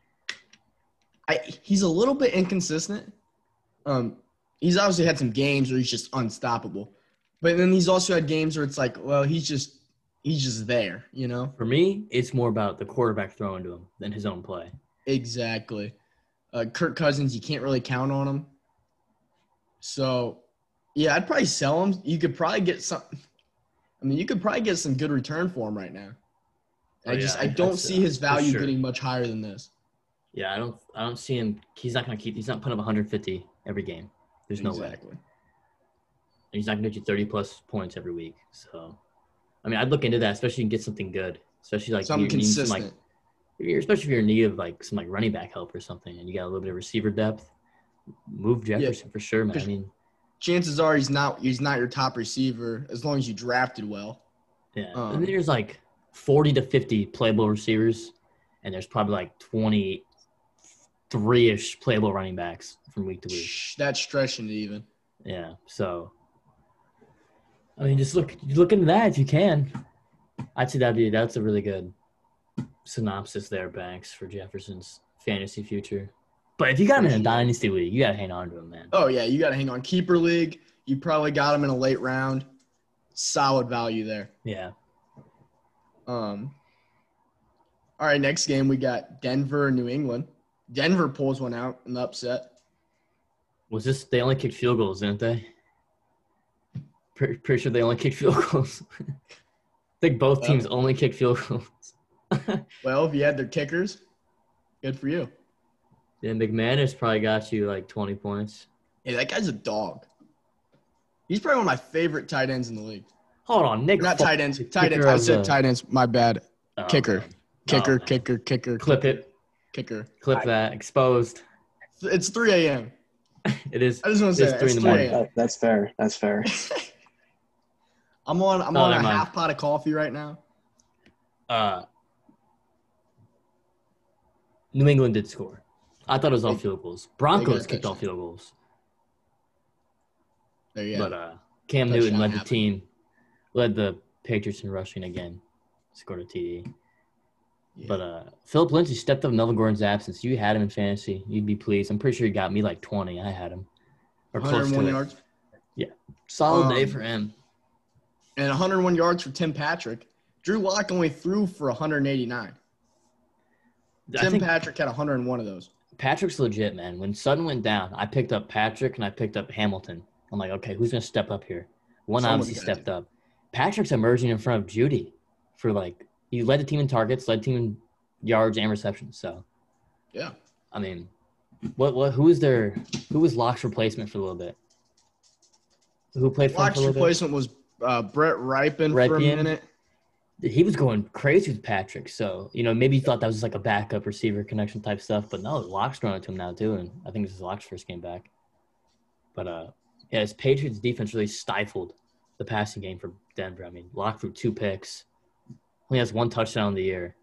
S2: I, he's a little bit inconsistent. Um, he's obviously had some games where he's just unstoppable, but then he's also had games where it's like, well, he's just he's just there, you know.
S1: For me, it's more about the quarterback throwing to him than his own play.
S2: Exactly. Uh, Kirk Cousins, you can't really count on him. So, yeah, I'd probably sell him. You could probably get some. I mean, you could probably get some good return for him right now.
S1: Oh,
S2: I just
S1: yeah,
S2: I don't
S1: that's,
S2: see
S1: uh,
S2: his
S1: for
S2: value
S1: sure.
S2: getting much higher than this.
S1: Yeah, I don't, I don't see him. He's not gonna keep. He's not putting up 150 every game. There's no way.
S2: exactly.
S1: and he's not going to get you 30 plus points every week. So, I mean, I'd look into that, especially you can get something good, especially like,
S2: Something
S1: you need some,
S2: consistent.
S1: like if you're- especially if you're in need of like some like running back help or something, and you got a little bit of receiver depth. Move Jefferson for sure, man. I
S2: Because-
S1: mean,
S2: Chances are he's not he's not your top receiver as long as you drafted well.
S1: yeah.
S2: Um,
S1: and then there's like 40 to 50 playable receivers, and there's probably like 23 ish playable running backs from week to week.
S2: Shh, That's stretching it even.
S1: Yeah. So, I mean, just look look into that if you can. I'd say that'd be that's a really good synopsis there, Banks, for Jefferson's fantasy future. But if you got him in a
S2: Appreciate it.
S1: dynasty league, you gotta hang on to him, man.
S2: Oh yeah, you got to hang on keeper league. You probably got him in a late round. Solid value there.
S1: Yeah.
S2: Um, all right, next game we got Denver, New England. Denver pulls one out in the upset.
S1: Was this they only kicked field goals, didn't they? Pretty, pretty sure they only kicked field goals. (laughs) I think both
S2: Well.
S1: teams only kicked field goals. (laughs)
S2: Well, if you had their kickers, good for you.
S1: Then McManus probably got you like twenty points.
S2: Hey, that guy's a dog. He's probably one of my favorite tight ends in the league.
S1: Hold on, Nick.
S2: Not
S1: Fo-
S2: tight ends. Tight
S1: kicker
S2: ends. I
S1: of
S2: said
S1: the-
S2: tight ends. My bad.
S1: Oh,
S2: Kicker.
S1: man.
S2: Kicker,
S1: man.
S2: kicker, kicker,
S1: Clip it.
S2: kicker.
S1: Clip that. Exposed. (laughs)
S2: It's 3 a.m.
S1: It is.
S2: I just want to say
S1: It's
S2: that.
S1: three
S2: it's
S1: in
S2: 3
S1: the morning.
S2: a.m.
S3: That, that's fair. That's fair.
S2: I'm on. I'm
S1: Oh,
S2: on a
S1: never mind.
S2: half pot of coffee right now.
S1: Uh, New England did score. I thought it was all field goals. Broncos
S2: a
S1: kicked all
S2: touchdown.
S1: field goals,
S2: There you go.
S1: but uh, Cam
S2: Touchdown
S1: Newton led the
S2: happened.
S1: team, led the Patriots in rushing again, scored a TD.
S2: Yeah.
S1: But uh, Philip Lindsay stepped up Melvin Gordon's absence. You had him in fantasy. You'd be pleased. I'm pretty sure he got me like 20. I had him. Or close
S2: 101
S1: to it.
S2: yards
S1: Solid day
S2: Um,
S1: for him.
S2: and 101 yards for Tim Patrick. Drew Lock only threw for 189.
S1: I
S2: Tim
S1: think
S2: Patrick had 101 of those.
S1: Patrick's legit, man. When Sutton went down, I picked up Patrick and I picked up Hamilton. I'm like, okay, who's gonna step up here? One
S2: Someone's
S1: obviously
S2: gotta
S1: stepped up. Patrick's emerging in front of Judy for like he led the team in targets, led the team in yards and receptions. So
S2: Yeah.
S1: I mean, what what who is their who was Locke's replacement for a little bit? Who played for him for
S2: Lock's
S1: a little bit?
S2: replacement was uh, Brett Ripon for a
S1: Rypien.
S2: minute.
S1: He was going crazy with Patrick. So you know maybe you thought that was just like a backup receiver connection type stuff, but no, Locke's throwing it to him now too, and I think this is Locke's first game back. But uh, yeah, his Patriots defense really stifled the passing game for Denver. I mean, Locke threw two picks. Only has one touchdown in the year.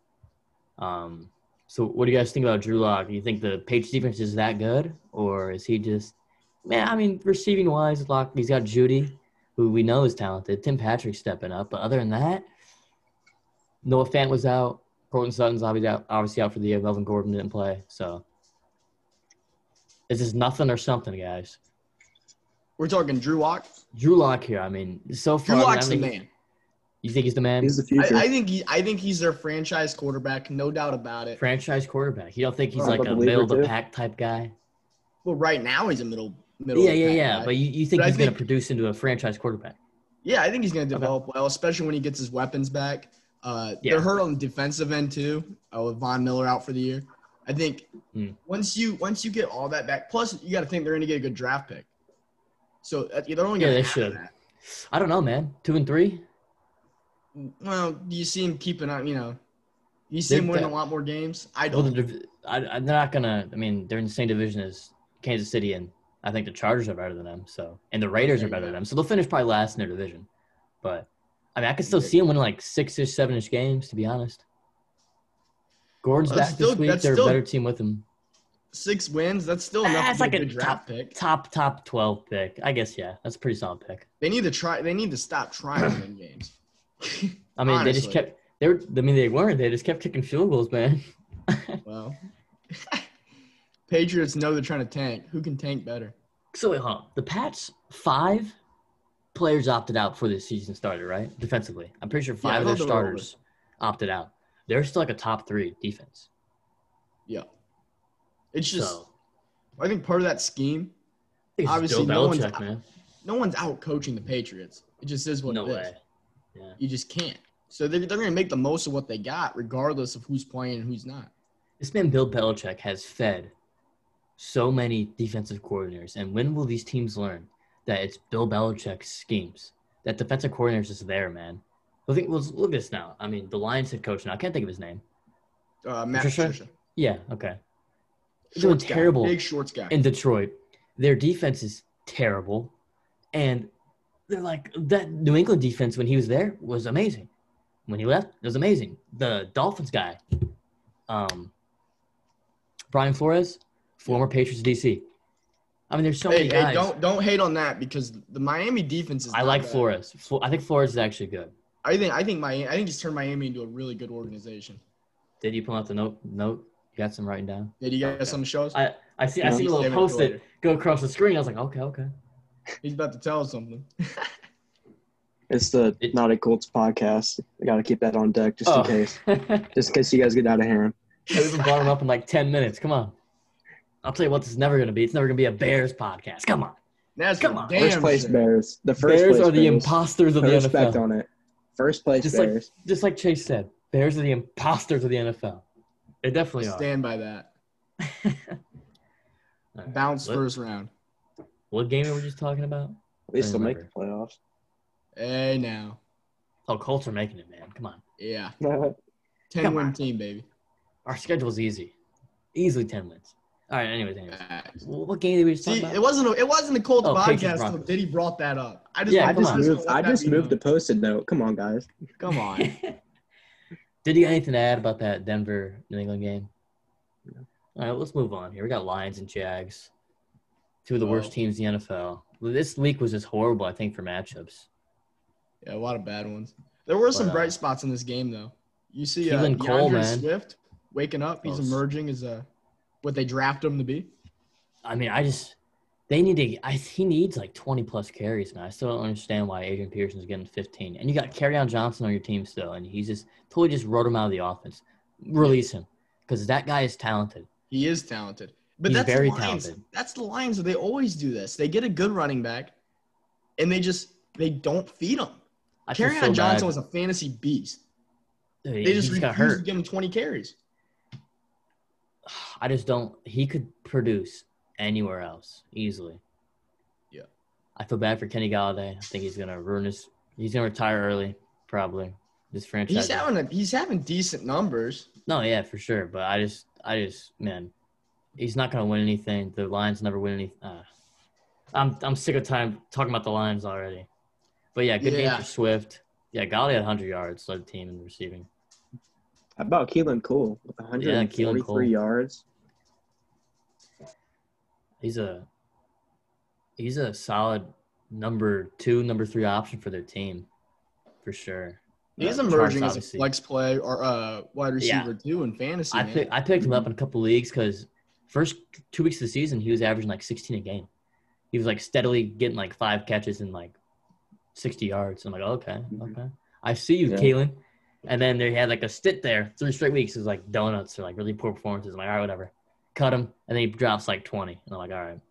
S1: Um, so what do you guys think about Drew Lock? Do you think the Patriots defense is that good, or is he just man? I mean, receiving wise, Locke he's got Judy, who we know is talented. Tim Patrick stepping up, but other than that, Noah Fant was out. Cortland Sutton's obviously out, obviously out for the year. Melvin Gordon didn't play, so it's just nothing or something, guys.
S2: We're talking Drew Lock.
S1: Drew Lock here. I mean, so far,
S2: Drew
S1: I mean, I
S2: Lock's the
S1: think-
S2: man.
S1: You think he's the man?
S3: He's the
S2: I,
S3: future.
S2: I think he, I think he's their franchise quarterback, no doubt about it.
S1: franchise quarterback. You don't think he's
S3: I'm
S1: like
S3: a
S1: a
S3: believer,
S1: middle of the
S3: too.
S1: pack type guy?
S2: Well, right now he's a middle middle.
S1: yeah,
S2: of the
S1: yeah,
S2: pack
S1: yeah.
S2: guy.
S1: But you, you think
S2: But I
S1: he's going to
S2: think-
S1: produce into a franchise quarterback?
S2: yeah, I think he's going to develop well, especially when he gets his weapons back. Uh,
S1: Yeah.
S2: They're hurt on the defensive end too. Uh, with Von Miller out for the year, I think
S1: Hmm.
S2: once you once you get all that back, plus you got to think they're going to get a good draft pick. So uh, they're only
S1: Yeah,
S2: going
S1: they
S2: to have
S1: should.
S2: that.
S1: I don't know, man. Two and three.
S2: Well, do you see him keeping on? You know, you see
S1: They're
S2: him winning a
S1: de-
S2: lot more games. I
S1: Well,
S2: don't.
S1: the, div- I, I- they're not going to. I mean, they're in the same division as Kansas City and I think the Chargers are better than them. So and the Raiders are better than them. So they'll finish probably last in their division. But I mean, I could still see them winning like six-ish, seven-ish games. To be honest, Gordon's
S2: Well, that's
S1: back
S2: still-
S1: this week.
S2: that's
S1: They're
S2: still-
S1: a better team with him.
S2: Six wins. That's still enough.
S1: That's
S2: to
S1: like
S2: be
S1: a
S2: a good draft pick.
S1: Top top twelve pick, I guess. Yeah, that's a pretty solid pick.
S2: They need to try. They need to stop trying to win
S1: (coughs)
S2: games. (laughs)
S1: I mean, they just
S2: Honestly.
S1: kept. They were. I mean, they weren't. They just kept kicking field goals, man.
S2: Well, (laughs) Patriots know they're trying to tank. Who can tank better?
S1: So wait, hold on. The Pats five players opted out before the season started, right? Defensively, I'm pretty sure
S2: I
S1: five
S2: thought
S1: of
S2: they
S1: their
S2: were over.
S1: starters opted out. They're still like a top three defense.
S2: Yeah. It's just.
S1: so
S2: I think part of that scheme,
S1: I think it's
S2: obviously
S1: obviously
S2: no
S1: Bill
S2: one's
S1: Belichick,
S2: out-
S1: man.
S2: no one's out coaching the Patriots. It just is what
S1: No
S2: it is.
S1: way. Yeah.
S2: You just can't. So they're, they're going to make the most of what they got, regardless of who's playing and who's not.
S1: This man Bill Belichick has fed so many defensive coordinators, and when will these teams learn that it's Bill Belichick's schemes that defensive coordinators is there, man? Look at let's look at this now. I mean, the Lions head coach now. I can't think of his name.
S2: Uh, Matt
S1: Patricia?
S2: Patricia.
S1: Yeah. Okay. He's doing
S2: Shorts guy.
S1: terrible.
S2: Big shorts guy.
S1: in Detroit. Their defense is terrible, and they're like that New England defense when he was there was amazing. When he left, it was amazing. The Dolphins guy, um, Brian Flores, former Patriots DC. I mean, there's so
S2: hey,
S1: many
S2: hey,
S1: guys.
S2: don't don't hate on that because the Miami defense is.
S1: I
S2: not
S1: like
S2: bad.
S1: Flores. Flo- I think Flores is actually good.
S2: I think I think Miami. I think he's turned Miami into a really good organization.
S1: Did you pull out the note? Note you got some writing down.
S2: Did you guys
S1: Okay.
S2: some shows?
S1: I I see. I
S3: No.
S1: see a little post it go across the screen. I was like, okay, okay.
S2: He's about to tell us something.
S3: It's the
S1: It- Oh.
S3: Not a Colts podcast. I got to keep that on deck just in case.
S1: (laughs) case.
S3: Just in case you guys get out of hand.
S1: Yeah, We've been brought him up in like 10 minutes. Come on. I'll tell you what, this is never going to be. It's never going to be a Bears podcast. Come on.
S2: That's
S1: Come
S2: for
S1: on.
S2: damn
S3: First place
S2: sure.
S3: Bears. The first
S1: Bears
S3: place
S1: are the
S3: Bears.
S1: imposters of
S3: Put
S1: the
S3: respect
S1: NFL.
S3: on it. First place
S1: Just like-
S3: Bears.
S1: Just like Chase said, Bears are the imposters of the NFL. They definitely are.
S2: Stand by that.
S1: All right.
S2: Bounce
S1: What-
S2: first round.
S1: What game are we just talking about?
S3: At least they'll make the
S1: remember.
S3: playoffs. (laughs)
S2: Hey now,
S1: Oh, Colts are making it, man. Come on.
S2: yeah,
S3: All
S2: ten
S1: Come
S2: win
S1: on.
S2: team, baby.
S1: Our schedule's easy. Easily 10 wins. All right, anyways, anyways.
S2: Facts.
S1: Wh- What game did we just talk
S2: See,
S1: about?
S2: it wasn't a, it wasn't a Colts
S1: Oh, Patriots
S2: podcast until
S1: Broncos.
S2: Diddy brought that up. I just
S1: Yeah,
S3: I
S1: come
S3: just
S1: on.
S3: moved. I just moved the
S2: the.
S3: posted note. Come on, guys.
S1: (laughs)
S2: Come on.
S1: Did you got anything to add about that Denver New England game? All right, let's move on here. We got Lions and Jags, two of the worst
S2: Well-
S1: teams in the NFL. This week was just horrible, I think, for matchups.
S2: Yeah, a lot of bad ones. There were some
S1: But, uh,
S2: bright spots in this game, though. You see, uh,
S1: Keelan Cole,
S2: DeAndre
S1: man.
S2: Swift waking up. He's
S1: Close.
S2: emerging as a what they draft him to be.
S1: I mean, I just they need to. I, he needs like twenty plus carries, man. I still don't understand why Adrian Peterson's getting fifteen, and you got Carryon Johnson on your team still, and he's just totally just wrote him out of the offense. Release him because that guy is talented.
S2: He is talented, but
S1: He's
S2: that's
S1: very
S2: the Lions.
S1: talented.
S2: That's the Lions. They always do this. They get a good running back, and they just they don't feed him.
S1: I feel
S2: Carry
S1: so bad.
S2: Johnson was a fantasy beast.
S1: He-
S2: They
S1: he
S2: just
S1: got
S2: refused
S1: hurt.
S2: to give him 20 carries.
S1: I just don't. He could produce anywhere else easily.
S2: Yeah.
S1: I feel bad for Kenny Galladay. I think he's gonna ruin his. He's gonna retire early, probably. This franchise.
S2: He's having a, he's having decent numbers.
S1: no, yeah, for sure. But I just, I just, man, he's not gonna win anything. The Lions never win any. Uh, I'm, I'm sick of time talking about the Lions already. But yeah, good
S2: Yeah.
S1: game for Swift. Yeah, Galladay had 100 yards, led the team in receiving.
S3: How about Keelan Cole with
S1: Yeah, Keelan
S3: 143
S1: Cole.
S3: yards?
S1: He's a he's a solid number two, number three option for their team, for sure.
S2: He's
S1: Uh, Chargers,
S2: emerging as a
S1: obviously.
S2: flex play or uh, wide receiver too in fantasy.
S1: I
S2: man.
S1: pick, I picked him up in a couple leagues because first two weeks of the season he was averaging like 16 a game. He was like steadily getting like five catches and like 60 yards. I'm like, okay,
S3: Mhm.
S1: okay, I see you,
S3: Yeah.
S1: Kalen. And then they had like a stint there, three straight weeks. It was like donuts or like really poor performances. I'm like, all right, whatever. Cut him, and then he drops like 20. And I'm like, all right.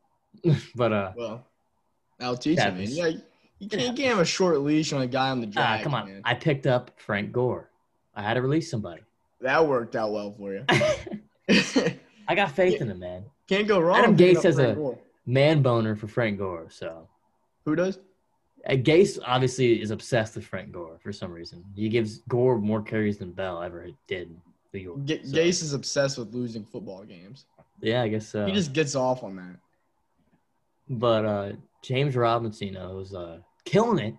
S1: (laughs) but uh,
S2: Well, I'll teach him. Man.
S1: Happens.
S2: Yeah, you
S1: It
S2: can't give him a short leash on a guy on the
S1: Ah,
S2: Jags.
S1: come on.
S2: man.
S1: I picked up Frank Gore. I had to release somebody.
S2: That worked out well for you.
S1: I (laughs) got faith in him, man.
S2: (laughs) can't go wrong.
S1: Adam
S2: with picking
S1: Gase
S2: up
S1: has
S2: Frank
S1: a-
S2: Gore.
S1: Man boner for Frank Gore. So,
S2: who does?
S1: and Gase obviously is obsessed with Frank Gore for some reason. He gives Gore more carries than Bell ever did. in New York.
S2: G-
S1: So,
S2: Gase is obsessed with losing football games.
S1: Yeah, I guess uh, so.
S2: He just gets off on that.
S1: But uh, James Robinson you know, was uh, killing it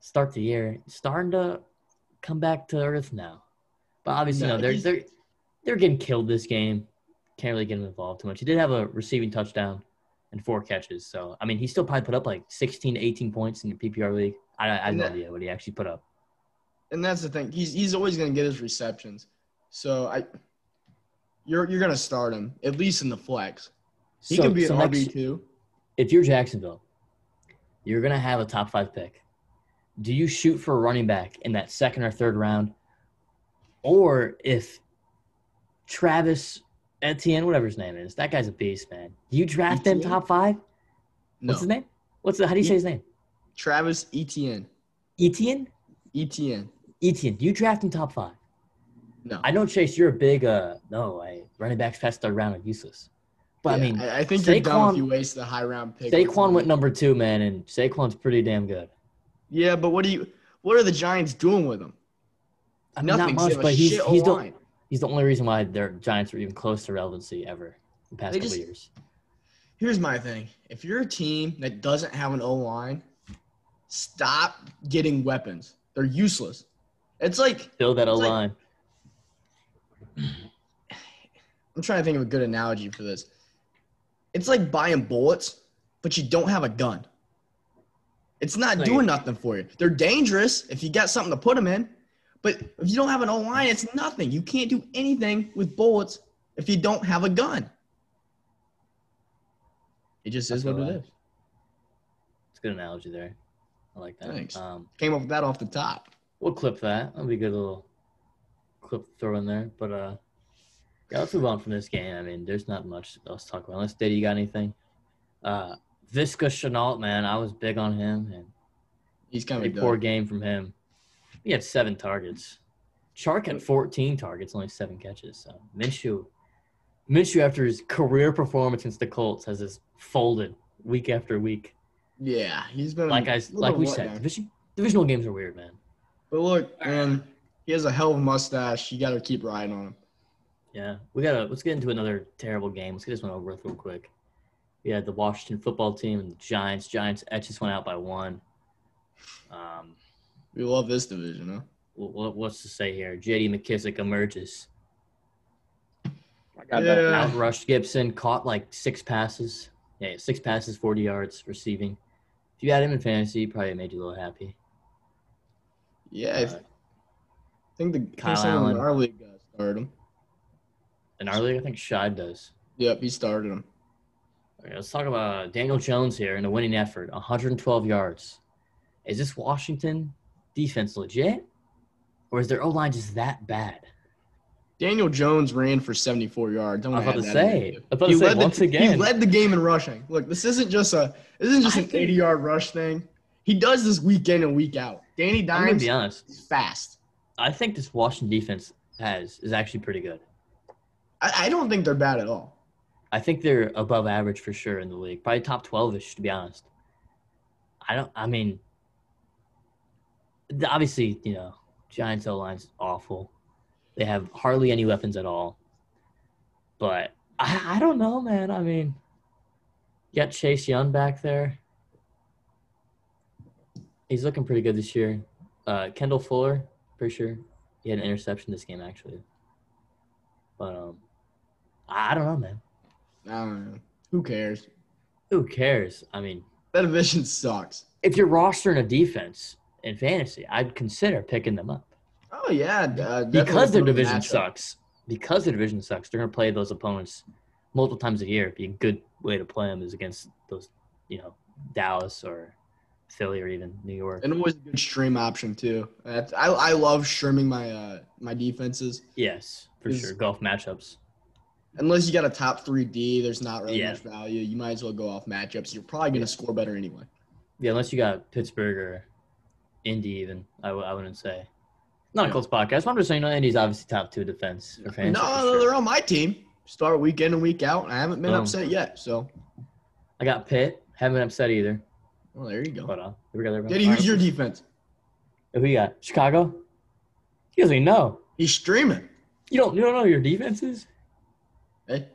S1: start the year, starting to come back to earth now. But obviously,
S2: No,
S1: no, they're
S2: he's-
S1: they're they're getting killed this game. Can't really get him involved too much. He did have a receiving touchdown and four catches. So I mean, he still probably put up like 16 to 18 points in the PPR league. I, I have no
S2: No.
S1: idea what he actually put up.
S2: and that's the thing. He's he's always gonna get his receptions. So I, you're you're gonna start him at least in the flex. He
S1: so,
S2: could be
S1: so
S2: an
S1: next-
S2: RB two.
S1: if you're Jacksonville, you're gonna have a top five pick. Do you shoot for a running back in that second or third round, or if Travis Etienne, whatever his name is, that guy's a beast, man. You draft him
S2: Etienne?
S1: top five.
S2: No, E-
S1: What's his name? What's the, how do you say his name?
S2: Travis Etienne.
S1: Etienne.
S2: Etienne.
S1: Etienne. You draft him top five.
S2: No,
S1: I know Chase. You're a big uh no. I running backs past third round are useless. But I
S2: Yeah,
S1: mean,
S2: I, I think you're dumb
S1: Saquon-
S2: if you waste the high round pick. on
S1: Saquon
S2: someone.
S1: went number two, man, and Saquon's pretty damn good.
S2: Yeah, but what do you? What are the Giants doing with him?
S1: I mean, not
S2: Nothing. 'cause
S1: much,
S2: they have a
S1: but he's
S2: shit
S1: he's the
S2: O-line.
S1: he's the only reason why their Giants were even close to relevancy ever the past
S2: They
S1: couple
S2: just-
S1: years.
S2: Here's my thing: if you're a team that doesn't have an O line, stop getting weapons. They're useless. It's like
S1: Build that O
S2: it's like-
S1: line.
S2: I'm trying to think of a good analogy for this. It's like buying bullets, but you don't have a gun. It's not
S1: Like-
S2: doing nothing for you. They're dangerous if you got something to put them in, but if you don't have an O line, it's nothing. You can't do anything with bullets if you don't have a gun. It just is what
S1: feel
S2: it
S1: that.
S2: is.
S1: It's a good analogy there. I like that.
S2: Thanks.
S1: Um,
S2: Came up with that off the top.
S1: we'll clip that. That'll be a good little clip to throw in there. But uh, yeah, let's move on from this game. I mean, there's not much else to talk about. Unless Diddy, you got anything? Uh, Visca Chenault, man, I was big on him, and
S2: He's kind of
S1: pretty poor
S2: done.
S1: game from him. He had seven targets. Chark had 14 targets, only seven catches. So Minshew, Minshew after his career performance against the Colts has just folded week after week.
S2: Yeah, he's been a
S1: Like I,
S2: Hmm, little
S1: like we
S2: let
S1: said,
S2: down.
S1: division, divisional games are weird, man.
S2: But look, man, he has a hell of a mustache. You got to keep riding on him.
S1: Yeah, we gotta let's get into another terrible game. Let's get this one over with real quick. We had the Washington football team and the Giants. Giants etches one out by one. Um,
S2: We love this division, huh?
S1: what, what's to say here? J.D. McKissick emerges.
S3: I got
S2: Yeah.
S3: that.
S1: outrushed Gibson, caught like six passes. Yeah, six passes, 40 yards receiving. If you had him in fantasy, he probably made you a little happy.
S2: Yeah, I
S1: Uh,
S2: think the
S1: Kyle
S2: Kyle Allen.
S1: Allen.
S2: In our league guy started him.
S1: in our league, I think Shad does.
S2: Yep, he started him.
S1: All right, let's talk about Daniel Jones here in a winning effort, 112 yards. Is this Washington defense legit? Or is their O line just that bad?
S2: Daniel Jones ran for 74 yards. Don't
S1: I was about
S2: add
S1: to
S2: that in
S1: say,
S2: there, too.
S1: I was about to say,
S2: led the-
S1: once again.
S2: he led the game in rushing. Look, this isn't just a this isn't just
S1: I
S2: an
S1: think-
S2: 80 yard rush thing. He does this week in and week out. Danny
S1: I'm going to
S2: Dimes
S1: be honest.
S2: is fast.
S1: I think this Washington defense has is actually pretty good.
S2: I, I don't think they're bad at all.
S1: I think they're above average for sure in the league. Probably top twelve ish to be honest. I don't. I mean, the- obviously, you know, Giants O line's awful. They have hardly any weapons at all. But I, I don't know, man. I mean, you got Chase Young back there. He's looking pretty good this year. Uh, Kendall Fuller, pretty sure he had an interception this game actually. But um, I I don't know, man.
S2: I don't know. Who cares?
S1: Who cares? I mean,
S2: That division sucks.
S1: if you're rostering a defense in fantasy, I'd consider picking them up
S2: Oh yeah, uh, definitely
S1: because their
S2: from the
S1: division
S2: matchup.
S1: sucks. Because their division sucks, they're gonna play those opponents multiple times a year. Be a good way to play them is against those, you know, Dallas or Philly or even New York.
S2: And it was a good stream option too. That's, I I love streaming my uh my defenses.
S1: Yes, for
S2: Is-
S1: sure. Golf matchups.
S2: unless you got a top three D, there's not really
S1: Yeah.
S2: much value. You might as well go off matchups. You're probably going to score better anyway.
S1: Yeah, unless you got Pittsburgh or Indy, even I, w- I wouldn't say. Not a
S2: Yeah.
S1: close podcast. but I'm just saying, you know, Indy's obviously top two defense. For fantasy,
S2: no,
S1: for sure. Oh.
S2: they're on my team. Start week in and week out, and I haven't been
S1: Boom.
S2: upset yet. So,
S1: I got Pitt. Haven't been upset either.
S2: well, there you go.
S1: But uh, here we go. there we go.
S2: Diddy, who's your defense?
S1: Who we got? Chicago? You doesn't even know.
S2: He's streaming.
S1: You don't you don't know your defenses?
S2: Hey,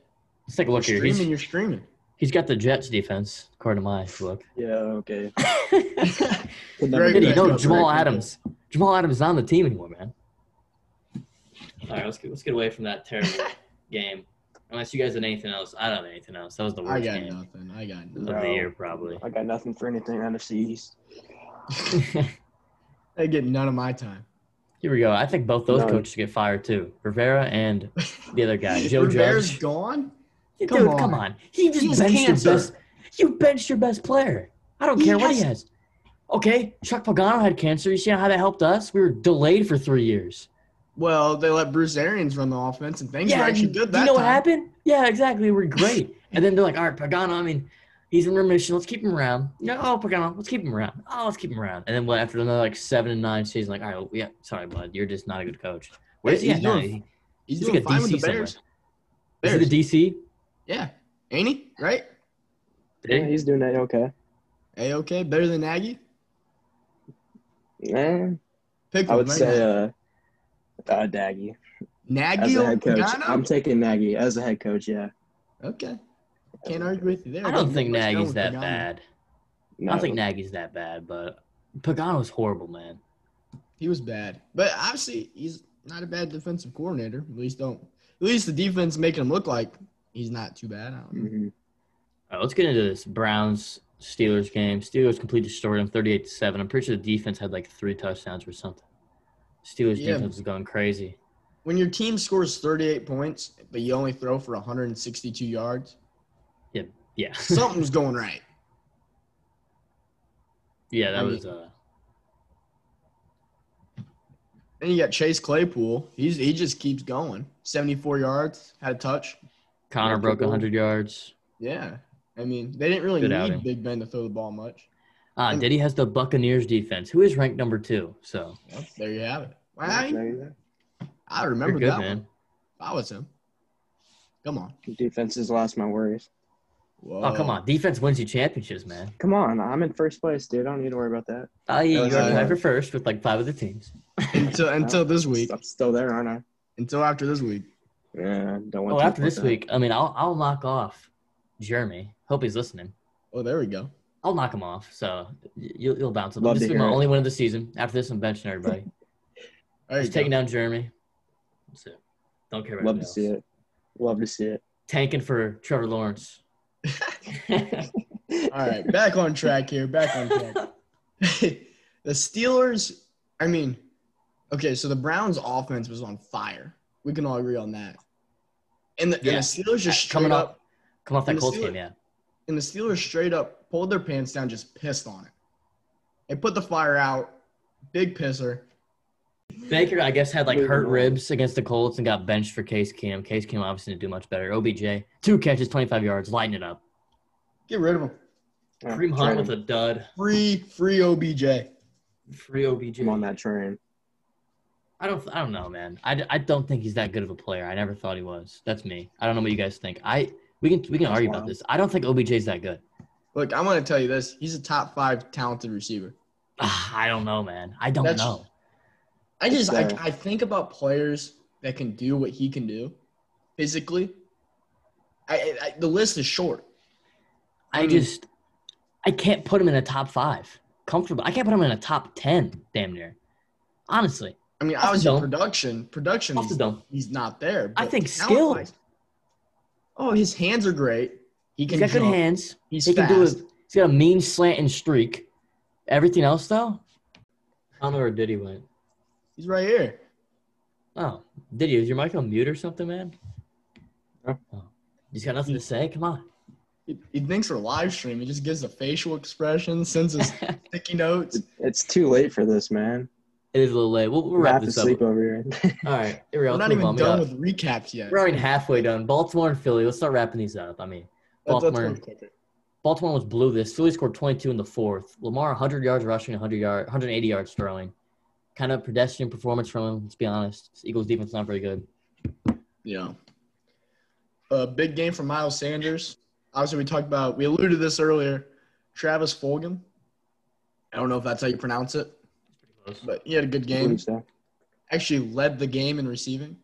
S1: Let's take a
S2: you're
S1: look here.
S2: streaming.
S1: He's, (laughs)
S2: You're streaming.
S1: He's got the Jets defense, according to my book.
S3: Yeah, okay. Could
S2: Very
S3: never
S2: good.
S1: Diddy,
S3: get
S2: No,
S1: no,
S3: that
S1: Jamal
S3: correct.
S1: Adams. Jamal Adams is not on the team anymore, man. All right, let's get, let's get away from that terrible (laughs) game. Unless you guys had anything else. I don't have anything else. That was the
S2: I
S1: worst
S2: got
S1: game
S2: nothing. I got
S1: of
S2: nothing.
S1: the
S3: No.
S1: year, probably.
S3: I got nothing for anything NFC East.
S2: I get none of my time.
S1: (laughs) Here we go. I think both those
S3: No.
S1: coaches get fired, too. Rivera and the other
S2: (laughs)
S1: guy, Joe
S2: Rivera's
S1: Judge.
S2: gone.
S1: Dude,
S2: Come
S1: come
S2: on.
S1: on. He just
S2: He's
S1: benched
S2: cancer.
S1: your best. You benched your best player. I don't
S2: He
S1: care what he
S2: has-
S1: has. Okay, Chuck Pagano had cancer. You see how that helped us? We were delayed for three years.
S2: Well, they let Bruce Arians run the offense, and things were actually
S1: and
S2: good
S1: do
S2: that
S1: you know
S2: time.
S1: what happened? Yeah, exactly. We're great. and then they're like, all right, Pagano. I mean, he's in remission. Let's keep him around. No, oh, Pagano. Let's keep him around. Oh, let's keep him around. And then what? After another like seven and nine season, like, all right, well, yeah, sorry, bud, you're just not a good coach. Where's he
S2: He's
S1: at now?
S2: doing-
S1: He- He's
S2: He's, doing
S1: like a
S2: fine with
S1: DC
S2: the Bears.
S1: Is he
S2: Bears.
S1: the DC?
S2: yeah, ain't he? Right?
S3: Yeah, he's doing that okay.
S2: A okay, better than Nagy.
S3: Eh,
S2: Pick
S3: I
S2: one
S3: would
S2: right
S3: say
S2: now.
S3: uh, uh, Nagy as
S2: Nagy
S3: a
S2: or
S3: head coach.
S2: Pagano?
S3: I'm taking Nagy as a head coach. Yeah.
S2: okay, can't argue with you there.
S1: I don't
S2: There's
S1: think
S2: not much going
S1: Nagy's
S2: with
S1: that
S2: Pagano.
S1: bad. I
S3: No.
S1: don't think Nagy's that bad, but Pagano's horrible, man.
S2: He was bad, but obviously he's not a bad defensive coordinator. At least don't. At least the defense making him look like he's not too bad. I don't know.
S3: Mhm.
S1: All right, let's get into this Browns Steelers game. Steelers completely destroyed them, thirty-eight to seven. I'm pretty sure the defense had like three touchdowns or something. Steelers
S2: Yeah.
S1: defense was going crazy.
S2: When your team scores 38 points, but you only throw for 162 yards, (laughs)
S1: Yeah,
S2: something's going right.
S1: (laughs) yeah, that
S2: I mean-
S1: was. Uh,
S2: Then you got Chase Claypool. He's he just keeps going. 74 yards, had a touch.
S1: Connor
S3: After
S1: broke
S3: goal.
S1: hundred yards.
S2: Yeah, I mean they didn't really
S1: Good
S2: need
S1: outing.
S2: Big Ben to throw the ball much.
S1: Ah,
S2: And-
S1: Diddy has the Buccaneers defense, who is ranked number two. So
S2: Yep, there you have it.
S3: Yeah,
S2: I,
S3: Nagy,
S2: I
S1: they're
S2: remember
S1: good,
S2: that
S1: man.
S2: one. If I was him. Come on.
S3: yeah. Defense has lost my worries.
S2: Whoa.
S1: Oh come on, defense wins you championships, man.
S3: Come on, I'm in first place, dude. I don't need to worry about that.
S1: Oh yeah,
S2: was
S1: you
S2: uh,
S1: already
S2: good.
S1: tied for first with like five other teams.
S2: Until until this week.
S3: I'm still there, aren't I?
S2: Until after this week.
S3: Yeah, don't want
S1: Oh,
S3: to
S1: after
S3: fuck
S1: this
S3: that.
S1: week, I mean, I'll I'll knock off Jeremy. Hope he's listening.
S2: Oh, there we go.
S1: I'll knock him off. So y- you'll, you'll bounce him.
S3: Love
S1: this
S3: to
S1: will be my
S3: hear it.
S1: only win of the season. After this, I'm
S3: (laughs)
S1: benching everybody.
S2: There you
S1: Just
S2: go.
S1: taking down Jeremy. That's it. Don't care
S3: Love
S1: about
S3: to
S1: anybody
S3: see
S1: else.
S3: it. Love to see it.
S1: Tanking for Trevor Lawrence.
S2: All right, back on track here. Back on track.
S1: (laughs)
S2: (laughs) the Steelers, I mean, okay, so the Browns offense was on fire. We can all agree on that. And the,
S1: Yeah.
S2: and the Steelers just
S1: Coming
S2: coming
S1: off-
S2: up,
S1: Come off that
S2: And the
S1: Colts
S2: Steelers-
S1: game, yeah.
S2: and the Steelers straight up pulled their pants down, just pissed on it. They put the fire out, big pisser.
S1: Baker, I guess, had like
S3: Moving
S1: hurt
S3: on.
S1: ribs against the Colts and got benched for Case Cam. Case Cam obviously didn't do much better. OBJ, two catches, 25 yards, lighting it up.
S2: Get rid of him.
S3: (laughs) Yeah,
S1: Kareem
S3: train.
S1: Hunt with a dud.
S2: Free, free OBJ.
S1: Free OBJ.
S3: I'm on that train.
S1: I don't. I don't know, man. I, d- I don't think he's that good of a player. I never thought he was. That's me. I don't know what you guys think. I we can we can
S3: That's
S1: argue about
S3: wild.
S1: this. I don't think OBJ's that good.
S2: Look, I'm going to tell you this. He's a top five talented receiver.
S1: Ah, I don't know, man. I don't
S2: That's-
S1: know.
S2: I just I,
S3: Fair.
S2: I think about players that can do what he can do physically. I, I, I the list is short.
S1: I
S2: mean-
S1: just I can't put him in a top five comfortable. I can't put him in a top ten, damn near. Honestly,
S2: I mean,
S1: Off the
S2: obviously
S1: dome.
S2: production, production,
S1: off the dome,
S2: he's not there.
S1: I
S2: but
S1: think
S2: talent-wise- Oh, his hands are great. He
S1: he's
S2: can
S1: got good
S2: jump.
S1: hands.
S2: He's
S1: He
S2: fast.
S1: can do it. He's got a mean slant and streak. Everything else though, I don't know where Diddy went.
S2: He's right here.
S1: Oh, Diddy, is your mic on mute or something, man?
S3: No.
S1: Oh. He's got nothing to say. Come on.
S2: He, he thinks we're live stream. He just gives a facial expression, sends
S1: (laughs)
S2: us sticky notes.
S3: It's too late for this, man.
S1: It is a little late. We'll, we'll
S3: I'm gonna
S1: wrap
S3: have to
S1: this up.
S3: sleep over here. (laughs)
S1: All right, here we go.
S2: We're
S1: Let's
S2: not
S1: move
S2: even
S1: on. We
S2: done
S1: got-
S2: with recaps yet.
S1: We're already halfway done. Baltimore and Philly. Let's start wrapping these up. I mean,
S2: Let's- let's
S1: Baltimore.
S2: go quicker.
S1: Baltimore was blew this. Philly scored 22 in the fourth. Lamar 100 yards rushing, 100 yard, 180 yards throwing. Kind of pedestrian performance from him. Let's be honest. Eagles defense not very good.
S2: Yeah. A big game for Miles Sanders. Obviously, we talked about, we alluded to this earlier. Travis Fulgham. I don't know if that's how you pronounce it, but he had a good game.
S3: Believe so.
S2: Actually, led the game in receiving.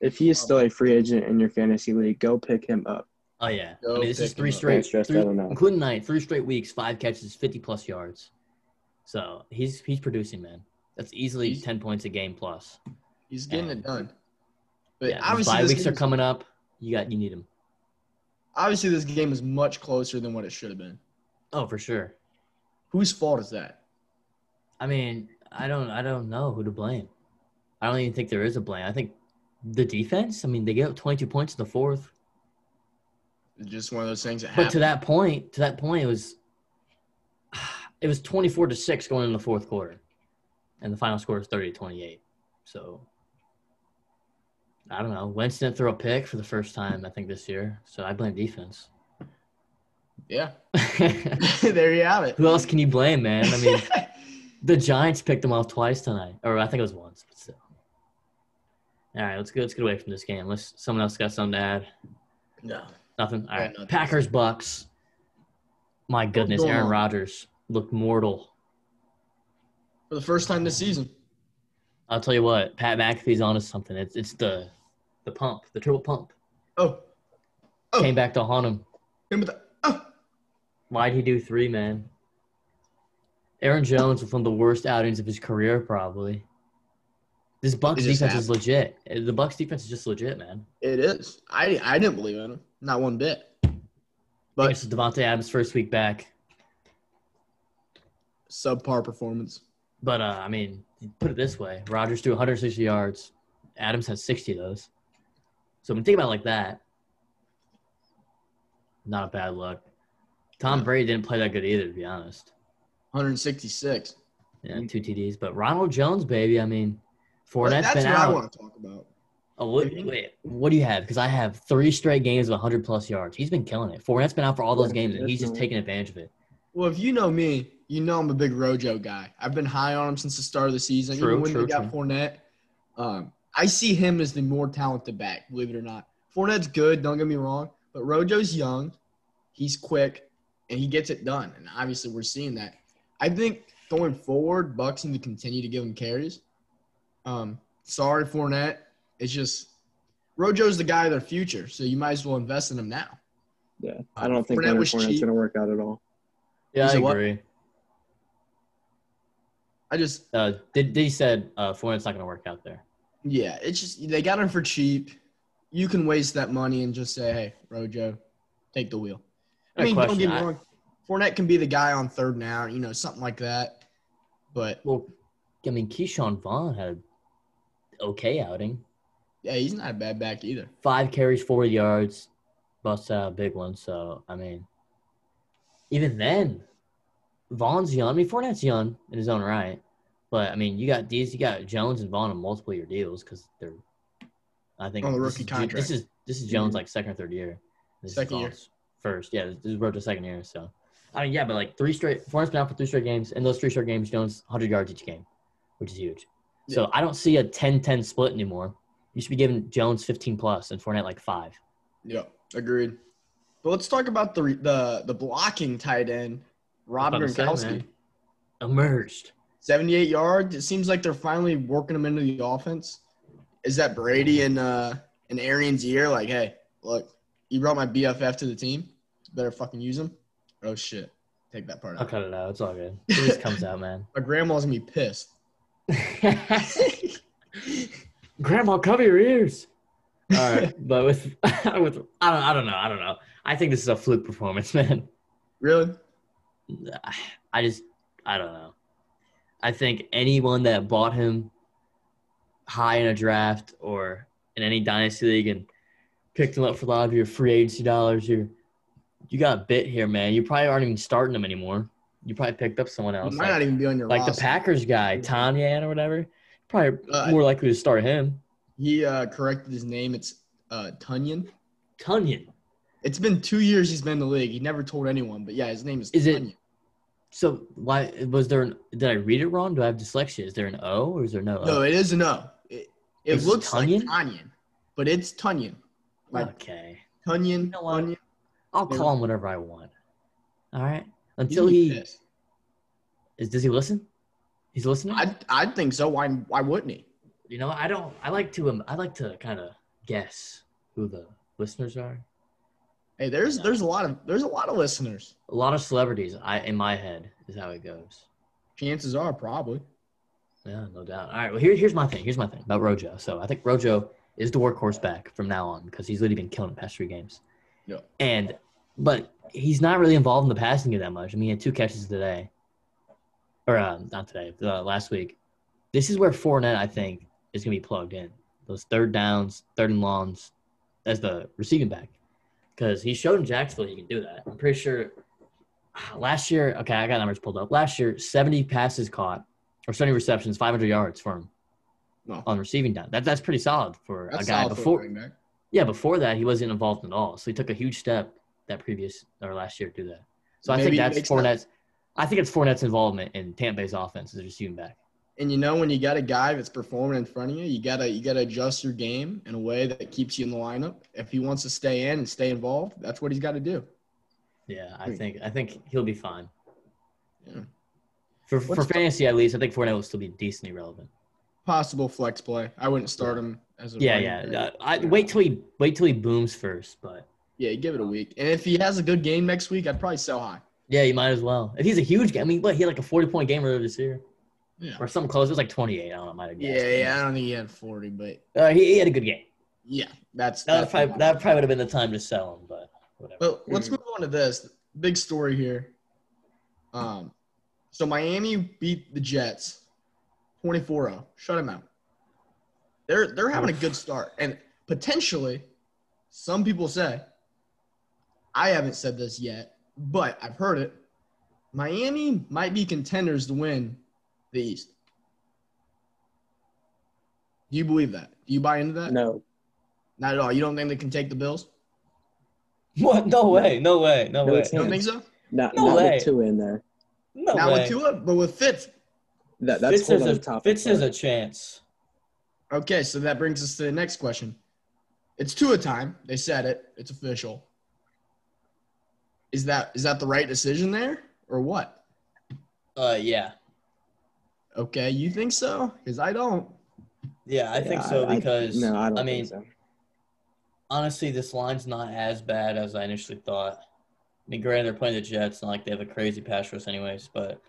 S3: If he is still a free agent in your fantasy league, go pick him up.
S1: Oh yeah.
S2: Go
S1: I mean, this
S2: pick
S1: is
S2: him
S1: three
S2: up.
S1: straight,
S4: Thanks, Jess,
S1: three-
S4: I don't know.
S1: including nine, three straight weeks, five catches, fifty plus yards. So he's he's producing, man. That's easily
S2: He's-
S1: ten points a game plus.
S2: He's getting
S1: And-
S2: it done. But
S1: yeah, these
S2: obviously,
S1: bye
S2: this
S1: weeks are
S2: game, is-
S1: coming up. You got you need him.
S2: obviously, this game is much closer than what it should have been.
S1: Oh, for sure.
S2: Whose fault is that?
S1: I mean, I don't I don't know who to blame. I don't even think there is a blame. I think the defense. I mean, they gave up twenty two points in the fourth.
S2: It's just one of those things that
S1: But to
S2: happen.
S1: that point, to that point, it was (sighs) it was twenty four to six going in the fourth quarter, and the final score was 30 to 28. So I don't know. Winston didn't throw a pick for the first time I think this year, so I blame defense. (laughs)
S2: Yeah,
S1: Who
S2: (laughs) there you have it.
S1: else can you blame, man? I mean, the Giants picked them off twice tonight, or I think it was once, but still. All right, let's go. Let's get away from this game. Unless someone else got something to add.
S2: no.
S1: Nothing. All
S2: (laughs) Yeah,
S1: right.
S2: nothing.
S1: Packers Bucks. My goodness,
S2: going
S1: Aaron
S2: on?
S1: Rodgers looked mortal.
S2: For the first time this season.
S1: I'll tell you what, Pat McAfee's onto something. It's it's the the pump, the triple pump.
S2: Oh, Oh.
S1: Came back to haunt him.
S2: him with the, oh,
S1: Why'd he do three, man? Aaron Jones was one of the worst outings of his career, probably. This Bucks
S2: It just
S1: defense is legit. The Bucks defense is just legit, man.
S2: it is. I I didn't believe in him, not one bit.
S1: I
S2: But
S1: think This is Devontae Adams' first week back.
S2: subpar performance.
S1: But uh, I mean, put it this way: Rodgers threw 160 yards. Adams had 60 of those. So when you think about it like that, not a bad look. Tom Brady didn't play that good either, to be honest.
S2: 166.
S1: Yeah,
S2: Mm-hmm.
S1: two TDs. But Ronald Jones, baby, I mean,
S2: But
S1: Fournette's
S2: that's
S1: been
S2: what I
S1: out.
S2: want to talk about.
S1: Oh, what,
S2: Mhm.
S1: wait, what do you have? Because I have three straight games of 100 plus yards. He's been killing it. Fournette's been out for all those
S3: Yeah,
S1: games, and he's just
S3: definitely.
S1: taking advantage of it.
S2: Well, if you know me, you know I'm a big Rojo guy. I've been high on him since the start of the season.
S1: True,
S2: Even when
S1: true,
S2: they got
S1: true.
S2: Fournette, um, I see him as the more talented back. Believe it or not, Fournette's good. Don't get me wrong, but Rojo's young, he's quick, and he gets it done. And obviously, we're seeing that. I think going forward, Bucks need to continue to give him carries. Um, sorry, Fournette. It's just Rojo's the guy of their future, so you might as well invest in him now.
S3: Yeah, I
S1: Um,
S3: don't think
S2: Fournette
S3: Leonard
S2: was
S3: Fournette's
S2: cheap.
S3: going to work out at all.
S1: Yeah,
S2: He's
S1: I
S2: a what?
S1: agree.
S2: I just
S1: Uh, they, they said uh, Fournette's not going to work out there.
S2: Yeah, it's just they got him for cheap. You can waste that money and just say, "Hey, Rojo, take the wheel." I
S1: Good
S2: mean, don't
S1: question.
S2: get me
S1: I-
S2: wrong. Fournette can be the guy on third down, you know, something like that. But
S1: Well, I mean, Keyshawn Vaughn had an okay outing.
S2: yeah, he's not a bad back either.
S1: Five carries, four yards, busts out a big one. So, I mean, even then, Vaughn's young. I mean, Fournette's young in his own right. But, I mean, you got these, you got Jones and Vaughn on multiple year deals because they're, I think,
S2: On the
S1: this
S2: rookie
S1: is-
S2: contract. Mm-hmm.
S1: This is, this is Jones' like second or third year. This is
S2: Second year.
S1: Vaughn's First. Yeah, this is road to second year. So, I mean, yeah, but like three straight, Fournette's been out for three straight games. And those three straight games, Jones, 100 yards each game, which is huge. So I don't see a 10-10 split anymore. You should be giving Jones 15 plus and Fournette like five.
S2: Yeah, agreed. But let's talk about the the the blocking tight end, Rob
S1: That's what I'm saying,
S2: Gronkowski.
S1: man. Emerged.
S2: 78 yards. It seems like they're finally working him into the offense. Is that Brady and uh and Arians' year? Like, hey, look, you brought my BFF to the team. Better fucking use him. Oh shit, take that part out.
S1: I'll cut it out. It's all good. It just comes out,
S2: (laughs)
S1: man.
S2: My grandma's gonna be pissed.
S1: Grandma, cover your ears. All right, but with (laughs) with I don't I don't know I don't know. I think this is a fluke performance, (laughs) man.
S2: Really?
S1: I just I don't know. I think anyone that bought him high in a draft or in any dynasty league and picked him up for a lot of your free agency dollars, you you got bit here, man. You probably aren't even starting him anymore. You probably picked up someone
S2: You
S1: else,
S2: might not
S1: like,
S2: even be on your
S1: like the
S2: roster.
S1: Packers guy, Tanyan or whatever. Probably
S2: Uh,
S1: more likely to start him.
S2: He uh, corrected his name. It's uh, Tunyon.
S1: Tunyon.
S2: It's been two years he's been in the league. He never told anyone, but yeah, his name is.
S1: Is it-
S2: Tunyon.
S1: So why was there? An, did I read it wrong? Do I have dyslexia? Is there an O or is there no? O?
S2: No, it is a no. It, it
S1: Is it
S2: looks
S1: Tunyon?
S2: like Tunyon, but it's Tunyon. Like
S1: okay.
S2: Tunyon.
S1: know what?
S2: Tunyon.
S1: I'll
S2: They-
S1: call him whatever I want. All right.
S2: He's
S1: Until
S2: gonna be
S1: he
S2: pissed.
S1: is, does he listen? He's listening.
S2: I I think so. Why why wouldn't he?
S1: you know, I don't. I like to. Um, I like to kind of guess who the listeners are.
S2: Hey, there's there's a lot of there's a lot of listeners.
S1: A lot of celebrities. I in my head is how it goes.
S2: Chances are probably.
S1: Yeah, no doubt. All right. Well, here, here's my thing. Here's my thing about Rojo. So I think Rojo is the workhorse back from now on because he's literally been killing the past three games.
S2: Yeah.
S1: And but he's not really involved in the passing game that much. I mean, he had two catches today, or uh, not today, uh, last week. This is where Fournette, I think, is going to be plugged in. Those third downs, third and longs, as the receiving back, because he showed in Jacksonville he can do that. I'm pretty sure last year. Okay, I got numbers pulled up. Last year, 70 passes caught or 70 receptions, 500 yards for him
S2: No.
S1: on receiving down. That, that's pretty solid for
S2: That's
S1: a guy
S2: solid for a
S1: before.
S2: running back.
S1: Yeah, before that he wasn't involved at all. So he took a huge step that previous or last year to do that. So I
S2: Maybe
S1: think that's
S2: makes that-
S1: Fournette's. I think it's Fournette's involvement in Tampa Bay's offense as a receiving back.
S2: And you know when you got a guy that's performing in front of you, you gotta you gotta adjust your game in a way that keeps you in the lineup. If he wants to stay in and stay involved, that's what he's got to do.
S1: Yeah, I
S2: Hmm.
S1: think I think he'll be fine.
S2: Yeah.
S1: For
S2: What's-
S1: for fantasy at least, I think Fournette will still be decently relevant.
S2: Possible flex play. I wouldn't start him as a
S1: Yeah, yeah.
S2: running
S1: Uh,
S2: back.
S1: I wait till he wait till he booms first, but
S2: yeah. Give it a week, and if he has a good game next week, I'd probably sell high.
S1: yeah, you might as well. If he's a huge guy, I mean, what he had like a forty point game earlier this year
S2: Yeah,
S1: or something close. It was like twenty eight. I don't know. I might have guessed.
S2: yeah, yeah. I don't think he had forty, but
S1: Uh, he, he had a good game.
S2: yeah, that's
S1: That
S2: that's
S1: would probably
S2: the-
S1: that probably would have been the time to sell him, but whatever.
S2: But let's
S1: Mm-hmm.
S3: Mhm.
S2: move on to this big story here. Um, so Miami beat the Jets 24-0. Shut them out. They're they're having a good start, and potentially, some people say. I haven't said this yet, but I've heard it. Miami might be contenders to win the East. Do you believe that? Do you buy into
S1: Uh,
S2: that?
S3: No,
S2: Not at all. You don't think they can take the Bills?
S1: (laughs) What? No way! No way! No,
S3: No,
S1: way!
S3: it's
S2: You
S1: No,
S2: don't think so?
S3: not,
S1: No
S3: not
S1: way.
S3: with two in there.
S2: Not
S1: way!
S2: with Tua, but with Fitz.
S3: That, that's
S1: Fitz has
S3: whole other
S1: a-
S3: topic.
S1: Fitz has
S3: but-
S1: a chance.
S2: Okay, so that brings us to the next question. It's Tua time. They said it. It's official. Is that is that the right decision there or what?
S1: Uh, yeah,
S2: Okay, you think so? Because I don't.
S1: yeah, I think
S3: Yeah,
S1: so
S3: I- I-
S1: because
S3: no, I don't.
S1: I mean,
S3: think
S1: (laughs)
S3: so.
S1: honestly, this line's not as bad as I initially thought. I mean, granted, they're playing the Jets, not like they have a crazy pass rush, anyways. But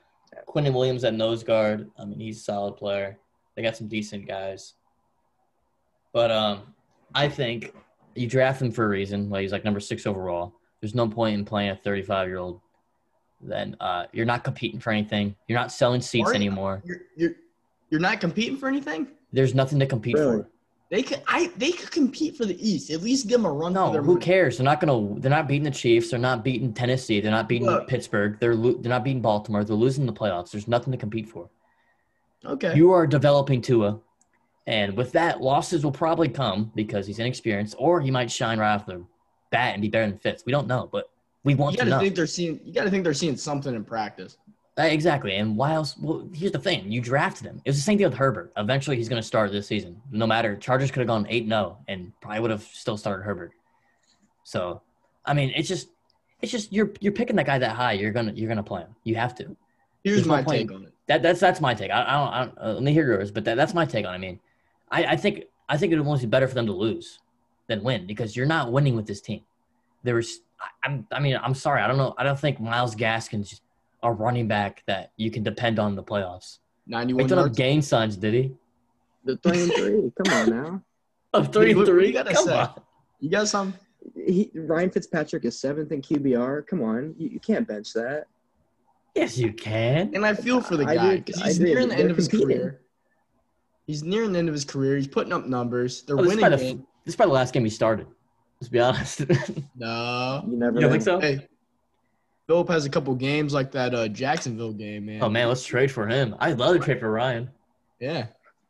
S1: Quinton Williams at nose guard, I mean, he's a solid player. They got some decent guys. But um, I think you draft him for a reason. Like he's like number six overall. There's no point in playing a 35 year old. Then uh, you're not competing for anything. You're not selling seats
S2: Are you?
S1: anymore.
S2: You're you're, you're not competing for anything.
S1: There's nothing to compete
S3: Really?
S1: for.
S2: They could I they could compete for the East. At least give them a run. for
S1: No,
S2: their
S1: who
S2: money.
S1: cares? They're not gonna. They're not beating the Chiefs. They're not beating Tennessee. They're not beating
S2: Look.
S1: Pittsburgh. They're lo- they're not beating Baltimore. They're losing the playoffs. There's nothing to compete for.
S2: Okay.
S1: You are developing Tua, and with that, losses will probably come because he's inexperienced, or he might shine right off the bat and be better than Fitz. We don't know, but we
S2: you
S1: want to
S2: gotta
S1: know.
S2: think they're seeing. You gotta think they're seeing something in practice.
S1: Uh, exactly. And why else? Well, here's the thing: you drafted him. It was the same thing with Herbert. Eventually, he's going to start this season. No matter Chargers could have gone eight 0 and probably would have still started Herbert. So, I mean, it's just, it's just you're you're picking that guy that high. You're gonna you're gonna play him. You have to.
S2: Here's
S1: There's no
S2: my
S1: point.
S2: take on it.
S1: That that's that's my take. I, I don't. I don't uh, let me hear yours, but that, that's my take on. it. I mean, I, I think I think it would almost be better for them to lose than win because you're not winning with this team. There was. I, I'm. I mean, I'm sorry. I don't know. I don't think Miles Gaskins a running back that you can depend on in the playoffs.
S2: Ninety-one.
S1: Picked up
S2: yards.
S1: gain signs, did he?
S3: The three and three. Come on now.
S1: Of three
S2: What-
S1: and
S2: what
S1: three.
S2: you gotta
S1: Come
S2: say?
S1: on.
S2: You got some.
S3: He, Ryan Fitzpatrick is seventh in QBR. Come on, you, you can't bench that.
S1: Yes, you can.
S2: And I feel for the
S3: I
S2: guy
S3: did-
S2: because
S3: I
S2: he's
S3: did.
S2: nearing the
S3: They're
S2: end of his
S3: competing.
S2: career. He's nearing the end of his career. He's putting up numbers. They're
S1: Oh, this, is
S2: winning.
S1: probably the,
S2: games.
S1: this is probably the last game he started. Let's be honest. (laughs)
S2: No.
S3: You never.
S1: you don't
S3: know.
S1: think so?
S2: Hey, Philip has a couple games like that uh, Jacksonville game, man.
S1: Oh man, let's trade for him. I'd love to trade for Ryan.
S2: Yeah.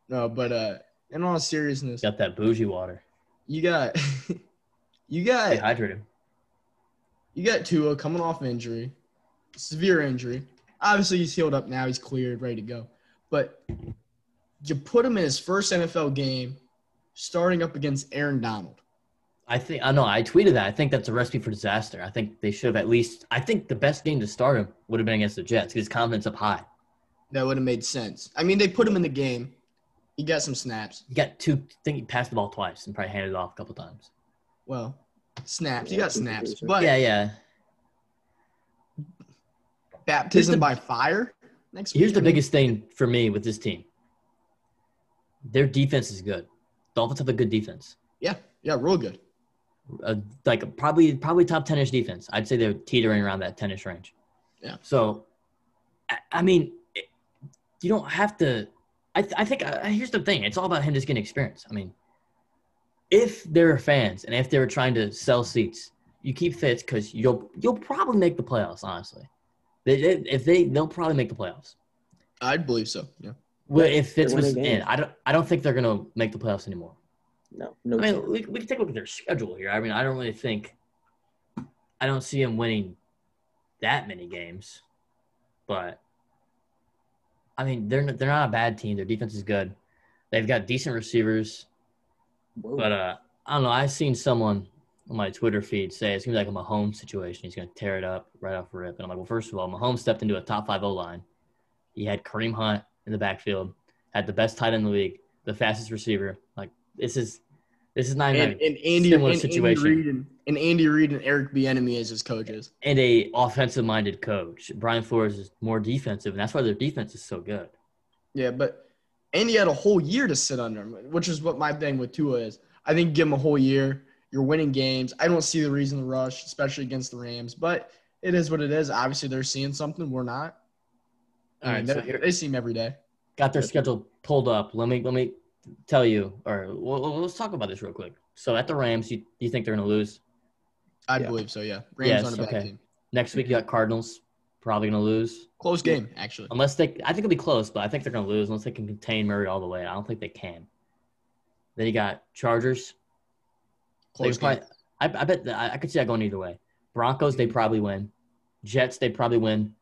S2: No, but uh, in all seriousness,
S1: Got that bougie water.
S2: you got, (laughs) you got,
S1: Dehydrate him.
S2: you got Tua coming off injury, severe injury. Obviously, he's healed up now. He's cleared, ready to go. But you put him in his first NFL game, starting up against Aaron Donald.
S1: I think I know. I tweeted that. I think that's a recipe for disaster. I think they should have at least. I think the best game to start him would have been against the Jets. 'cause His confidence up high.
S2: That would have made sense. I mean, they put him in the game. He got some snaps.
S1: He got two. I think he passed the ball twice and probably handed it off a couple times.
S2: Well, snaps. You got snaps, but
S1: yeah, yeah.
S2: baptism
S1: Here's the-
S2: by fire next.
S1: Here's
S2: week?
S1: the
S2: I mean,
S1: biggest thing for me with this team. Their defense is good. Dolphins have a good defense.
S2: Yeah, yeah, real good.
S1: uh, like probably probably top 10ish defense. I'd say they're teetering around that 10ish range.
S2: Yeah.
S1: So, I, I mean, it, you don't have to. I, th- I think uh, here's the thing. It's all about him just getting experience. I mean, if there are fans and if they were trying to sell seats, you keep Fitz because you'll you'll probably make the playoffs. Honestly, they, they, if they they'll probably make the playoffs.
S2: I believe so. Yeah,
S1: Well, if Fitz
S4: They're
S1: was
S4: winning
S1: in,
S4: games.
S1: I don't I don't think they're gonna make the playoffs anymore.
S4: No, no.
S1: I
S4: chance.
S1: mean, we, we can take a look at their schedule here. I mean, I don't really think, I don't see them winning that many games, but I mean, they're they're not a bad team. Their defense is good. They've got decent receivers,
S4: Whoa.
S1: but uh, I don't know. I've seen someone on my Twitter feed say it's gonna be like a Mahomes situation. He's gonna tear it up right off the rip. And I'm like, well, first of all, Mahomes stepped into a top five O line. He had Kareem Hunt in the backfield, had the best tight end in the league, the fastest receiver. Like this is this is not even
S2: and, and Andy
S1: Similar
S2: and
S1: situation.
S2: Andy Reid and, and Andy Reid and Eric Bieniemy as his coaches.
S1: and a offensive minded coach. Brian Flores is more defensive, and that's why their defense is so good.
S2: Yeah, but Andy had a whole year to sit under him, which is what my thing with Tua is. I think give him a whole year. You're winning games. I don't see the reason to rush, especially against the Rams. But it is what it is. Obviously, they're seeing something we're not.
S1: All
S2: I
S1: right,
S2: mean,
S1: so
S2: they-
S1: here,
S2: they see him every day.
S1: got their schedule pulled up. Let me let me tell you, or well, well, let's talk about this real quick. So at the Rams, you you think they're gonna lose
S2: I
S4: Yeah.
S2: believe so. Yeah, Rams
S1: Yes,
S2: on a bad
S1: okay.
S2: team.
S1: next week? You got Cardinals, probably gonna lose
S2: Close game, actually.
S1: unless they. I think it'll be close, but I think they're gonna lose unless they can contain Murray all the way. I don't think they can. Then you got Chargers. They
S2: Close game.
S1: probably- I, I bet that, I, I could see that going either way. Broncos, they probably win. Jets, they probably win.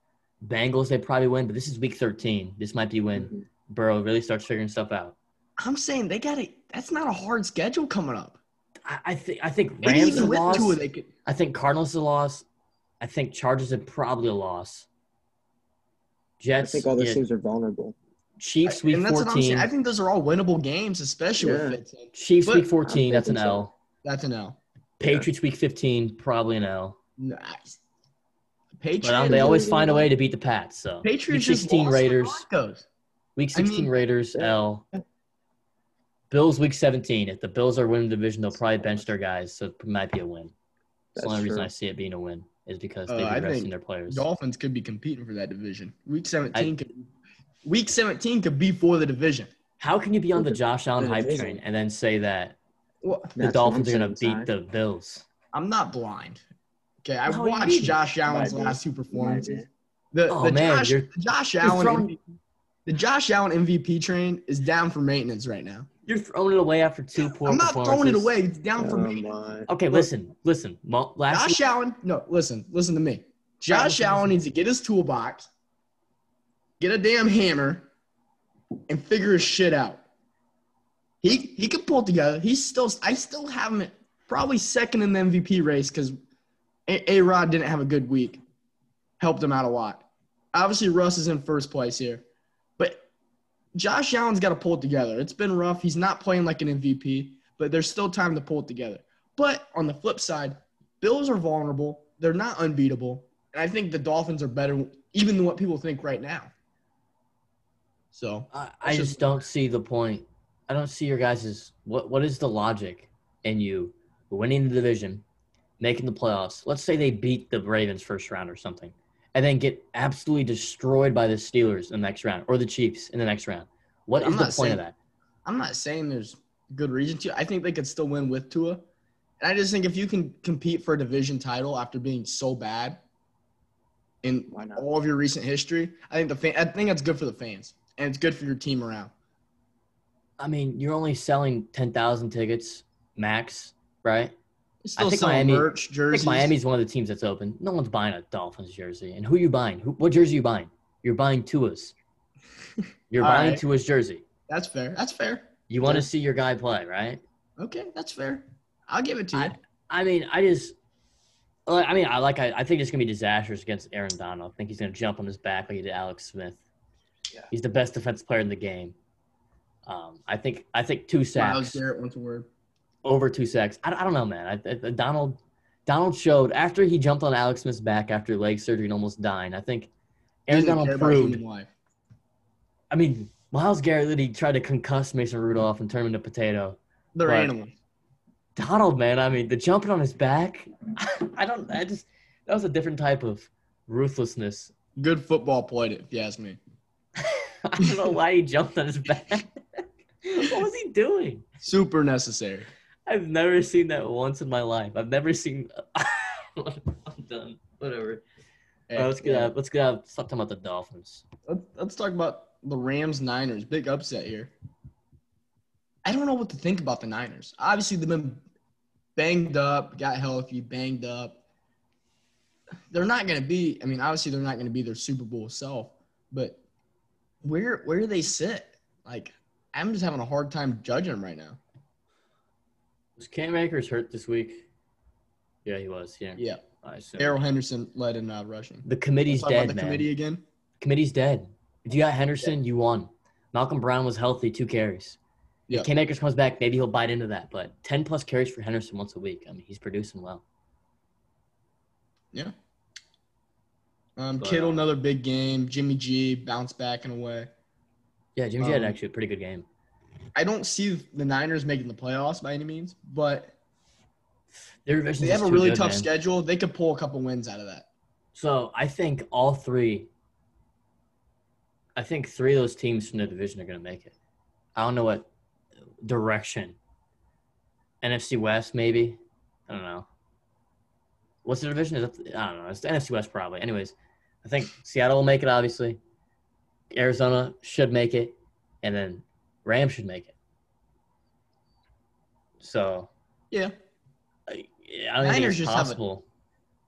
S1: Bengals, they probably win. But this is week 13. This might be
S3: Mm-hmm.
S1: when
S4: Mhm.
S1: Burrow really starts figuring stuff out.
S2: I'm saying they got a. That's not a hard schedule coming up.
S1: I, I think I think
S2: Maybe
S1: Rams is a
S2: even with
S1: loss.
S2: Tua, they could.
S1: I think Cardinals is a loss. I think Chargers are probably a loss.
S4: I
S1: Jets,
S4: think all those
S1: yeah,
S4: teams are vulnerable.
S1: Chiefs week
S2: and that's what I'm saying. I
S1: 14.
S2: think those are all winnable games, especially
S4: Yeah.
S2: with Fitz. in.
S1: Chiefs
S2: but
S1: week
S2: I'm
S1: 14. That's an
S4: thinking so.
S1: L.
S2: That's an L.
S1: Patriots week 15, probably an L.
S2: Nice.
S1: But
S2: Patriots.
S1: um, they always
S4: Patriots.
S1: find a way to beat the Pats. So
S2: Patriots
S1: week
S2: just
S1: 16
S2: lost to the
S1: Raiders.
S2: Broncos.
S1: Week
S2: I mean-
S1: 16 Raiders
S4: Yeah.
S1: L. Bills week 17. If the Bills are winning the division, they'll probably bench their guys, so it might be a win. That's
S4: That's
S1: the only reason
S4: true.
S1: I see it being a win is because
S2: Uh,
S1: they've
S2: I
S1: been resting
S2: think
S1: their players.
S2: Dolphins could be competing for that division. Week 17 could. Week 17 could be for the division.
S1: How can you be on the
S4: The-
S1: Josh Allen
S4: the
S1: hype
S4: division.
S1: train and then say that the
S2: Well,
S4: That's what I'm
S1: Dolphins are going to
S4: saying,
S1: beat
S4: Ty.
S1: the Bills?
S2: I'm not blind. Okay, I
S1: No, you
S2: watched
S1: didn't.
S2: Josh Allen's
S4: Might be.
S2: last two performances.
S4: Might
S2: The,
S1: Oh,
S2: the
S1: man,
S2: Josh,
S1: you're-
S2: the Josh
S1: you're
S2: Allen,
S1: throwing-
S2: MVP the Josh Allen MVP train is down for maintenance right now.
S1: You're throwing it away after two poor
S2: I'm not throwing it
S1: performances.
S2: away. It's down for
S3: Um,
S4: Oh
S2: me.
S4: my.
S1: Okay, listen, listen. Mo- Last
S2: Josh Allen, no, listen, listen to me. Josh
S1: listen,
S2: Allen
S1: listen.
S2: needs to get his toolbox, get a damn hammer, and figure his shit out. He he can pull it together. He's still I still have him at probably second in the MVP race because A Rod didn't have a good week. Helped him out a lot. Obviously, Russ is in first place here. But Josh Allen's got to pull it together. It's been rough. He's not playing like an MVP, but there's still time to pull it together. But on the flip side, Bills are vulnerable. They're not unbeatable. And I think the Dolphins are better even than what people think right now. So
S1: I, I just don't see the point. I don't see your guys' what what is the logic in you winning the division, making the playoffs. Let's say they beat the Ravens first round or something, and then get absolutely destroyed by the Steelers in the next round or the Chiefs in the next round. What is
S2: I'm
S1: the
S2: not
S1: point
S2: saying-
S1: of that?
S2: I'm not saying there's good reason to. I think they could still win with Tua. And I just think if you can compete for a division title after being so bad in
S4: Why not?
S2: all of your recent history, I think the fan, I think that's good for the fans and it's good for your team around.
S1: I mean, you're only selling ten thousand tickets max, right?
S2: It's still
S1: I think
S2: selling
S1: Miami-
S2: merch,
S1: I think
S2: jerseys.
S1: Miami's one of the teams that's open. No one's buying a Dolphins jersey. And who you buying? Who, what jersey you buying? You're buying
S2: (laughs)
S1: Tua's. You're
S2: All
S1: buying
S2: right.
S1: Tua's jersey.
S2: That's fair. That's fair.
S1: You want to see your guy play, right?
S2: Okay, that's fair. I'll give it to you.
S1: I, I mean, I just, like, I mean, I like, I, I think it's gonna be disastrous against Aaron Donald. I think he's gonna jump on his back like he did Alex Smith.
S4: Yeah.
S1: He's the best defensive player in the game. Um, I think, I think two
S2: Miles
S1: sacks
S2: Garrett wants a word.
S1: over two sacks. I, I don't know, man. I, I, Donald, Donald showed after he jumped on Alex Smith's back after leg surgery and almost dying. I think Aaron
S2: Doesn't care
S1: Donald
S2: about
S1: proved.
S2: human life.
S1: I mean, Miles Garrett literally tried to concuss Mason Rudolph and turn him into potato.
S2: They're
S1: But-
S2: animals.
S1: Donald, man, I mean, the jumping on his back. (laughs) I don't. I just that was a different type of ruthlessness. (laughs)
S2: Good football played it, if you ask me.
S1: I don't know why he jumped on his back. (laughs) what was he doing?
S2: Super necessary.
S1: I've never seen that once in my life. I've never seen. (laughs) I'm done. Whatever.
S2: Hey,
S1: All right, let's get
S2: yeah.
S1: out. Let's get out. Stop talking about the Dolphins.
S2: Let's, let's talk about the Rams Niners. Big upset here. I don't know what to think about the Niners. Obviously, they've been banged up, got healthy, banged up. They're not going to be, I mean, obviously, they're not going to be their Super Bowl self, but where where do they sit? Like, I'm just having a hard time judging them right now.
S1: Was Cam Akers hurt this week? Yeah, he was. Yeah,
S2: Yeah.
S1: I assume.
S2: Errol Henderson led in uh, rushing.
S1: The committee's
S2: Let's talk
S1: dead,
S2: about the
S1: man.
S2: committee again.
S1: Committee's dead. If you got Henderson, you won. Malcolm Brown was healthy, two carries.
S2: Yeah.
S1: If Cam Akers comes back, maybe he'll bite into that. But ten plus carries for Henderson once a week. I mean, he's producing well.
S2: Yeah. Um,
S1: But,
S2: Kittle,
S1: uh,
S2: another big game. Jimmy G bounced back in a way.
S1: Yeah, Jimmy G had
S2: Um,
S1: actually a pretty good game.
S2: I don't see the Niners making the playoffs by any means, but
S1: Their
S2: they
S1: division's
S2: have a
S1: just too
S2: really
S1: good,
S2: tough
S1: man.
S2: schedule. They could pull a couple wins out of that.
S1: So I think all three. I think three of those teams from the division are going to make it. I don't know what direction. NFC West, maybe. I don't know. What's the division? Is that, I don't know. It's the NFC West, probably. Anyways, I think Seattle will make it. Obviously, Arizona should make it, and then Rams should make it. So
S2: Yeah,
S1: I, I don't think
S2: Niners
S1: it's
S2: just have a-
S1: possible.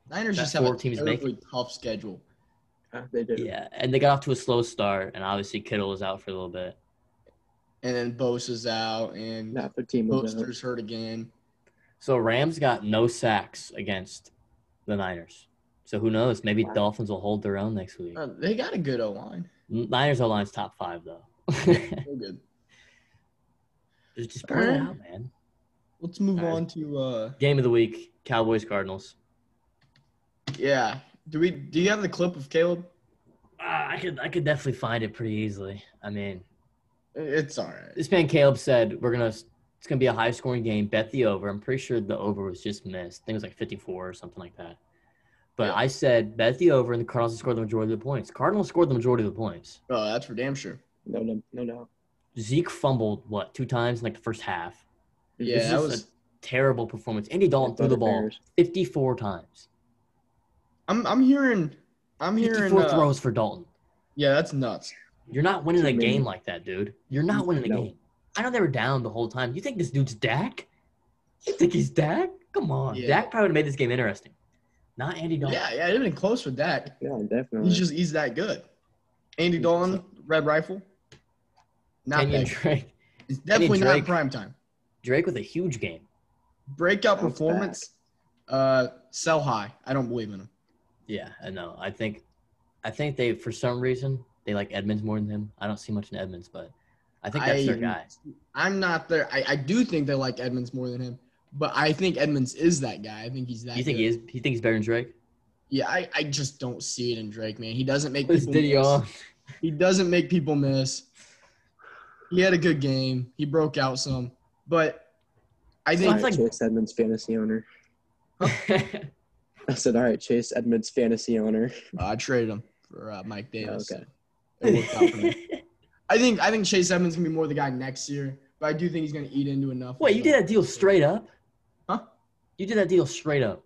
S2: Niners
S1: That
S2: just have
S1: four
S2: a
S1: teams
S2: teams
S1: make
S2: terribly tough schedule.
S4: Uh, they do.
S1: Yeah, and they got off to a slow start, and obviously Kittle was out for a little bit.
S2: And then Bosa's out, and
S4: Not the team. was out.
S2: Boster's hurt again.
S1: So Rams got no sacks against the Niners. So who knows? Maybe
S4: Wow.
S1: Dolphins will hold their own next week.
S2: Uh, they got a good O
S1: (laughs)
S2: line.
S1: Niners O line's top five though. (laughs)
S2: They're good.
S1: It's just point it out, man.
S2: Let's move
S1: All right.
S2: on to uh,
S1: Game of the week: Cowboys Cardinals.
S2: yeah. Do we? Do you have the clip of Caleb?
S1: Uh, I could I could definitely find it pretty easily. I mean,
S2: It's all right.
S1: this man Caleb said we're gonna it's gonna be a high scoring game. Bet the over. I'm pretty sure the over was just missed. I think it was like 54 or something like that. But
S2: Yeah.
S1: I said bet the over, and the Cardinals scored the majority of the points. Cardinals scored the majority of the points.
S2: Oh, that's for damn sure.
S4: No, no, no, no.
S1: Zeke fumbled what two times in like the first half.
S2: Yeah, that
S1: just
S2: was.
S1: a terrible performance. Andy Dalton threw the ball
S4: Bears.
S1: 54 times.
S2: I'm I'm hearing. I'm hearing.
S1: 54
S2: uh,
S1: throws for Dalton.
S2: Yeah, that's nuts.
S1: You're not winning a
S4: Amazing.
S1: game like that, dude. You're not winning a
S4: No.
S1: game. I know they were down the whole time. You think this dude's Dak? You think he's Dak? Come on.
S2: Yeah.
S1: Dak probably would have made this game interesting. Not Andy Dalton.
S2: Yeah, yeah, it'd been close with that.
S4: Yeah, definitely.
S2: He's just he's that good. Andy Dolan, Red Rifle. Not
S1: Kenyon
S2: bad.
S1: Drake.
S2: It's definitely not
S1: Drake.
S2: prime time.
S1: Drake with a huge game.
S2: Breakout
S4: Bounce
S2: performance. Uh, sell high. I don't believe in him.
S1: Yeah, I know. I think, I think they for some reason they like Edmonds more than him. I don't see much in Edmonds, but I think that's their
S2: I-
S1: guy.
S2: I'm not there. I, I do think they like Edmonds more than him, but I think Edmonds is that guy. I think he's that.
S1: You think
S2: good.
S1: he is? You think he's better than (laughs) Drake?
S2: Yeah, I, I just don't see it in Drake, man. He doesn't make
S1: This
S2: people
S1: Diddy
S2: miss.
S1: off.
S2: He doesn't make people miss. He had a good game. He broke out some, but I
S1: So
S4: All
S2: think
S4: right,
S1: It's like-
S4: Chase Edmonds
S3: (laughs)
S4: fantasy owner.
S1: (laughs)
S4: I said, all right, Chase Edmonds fantasy owner.
S2: Uh, I traded him for uh, Mike Davis.
S4: Okay.
S2: It worked out for me. I think I think Chase Edmonds can be more the guy next year, but I do think he's going to eat into enough.
S1: (laughs) Wait, you did that deal straight up?
S2: Huh?
S1: You did that deal straight up.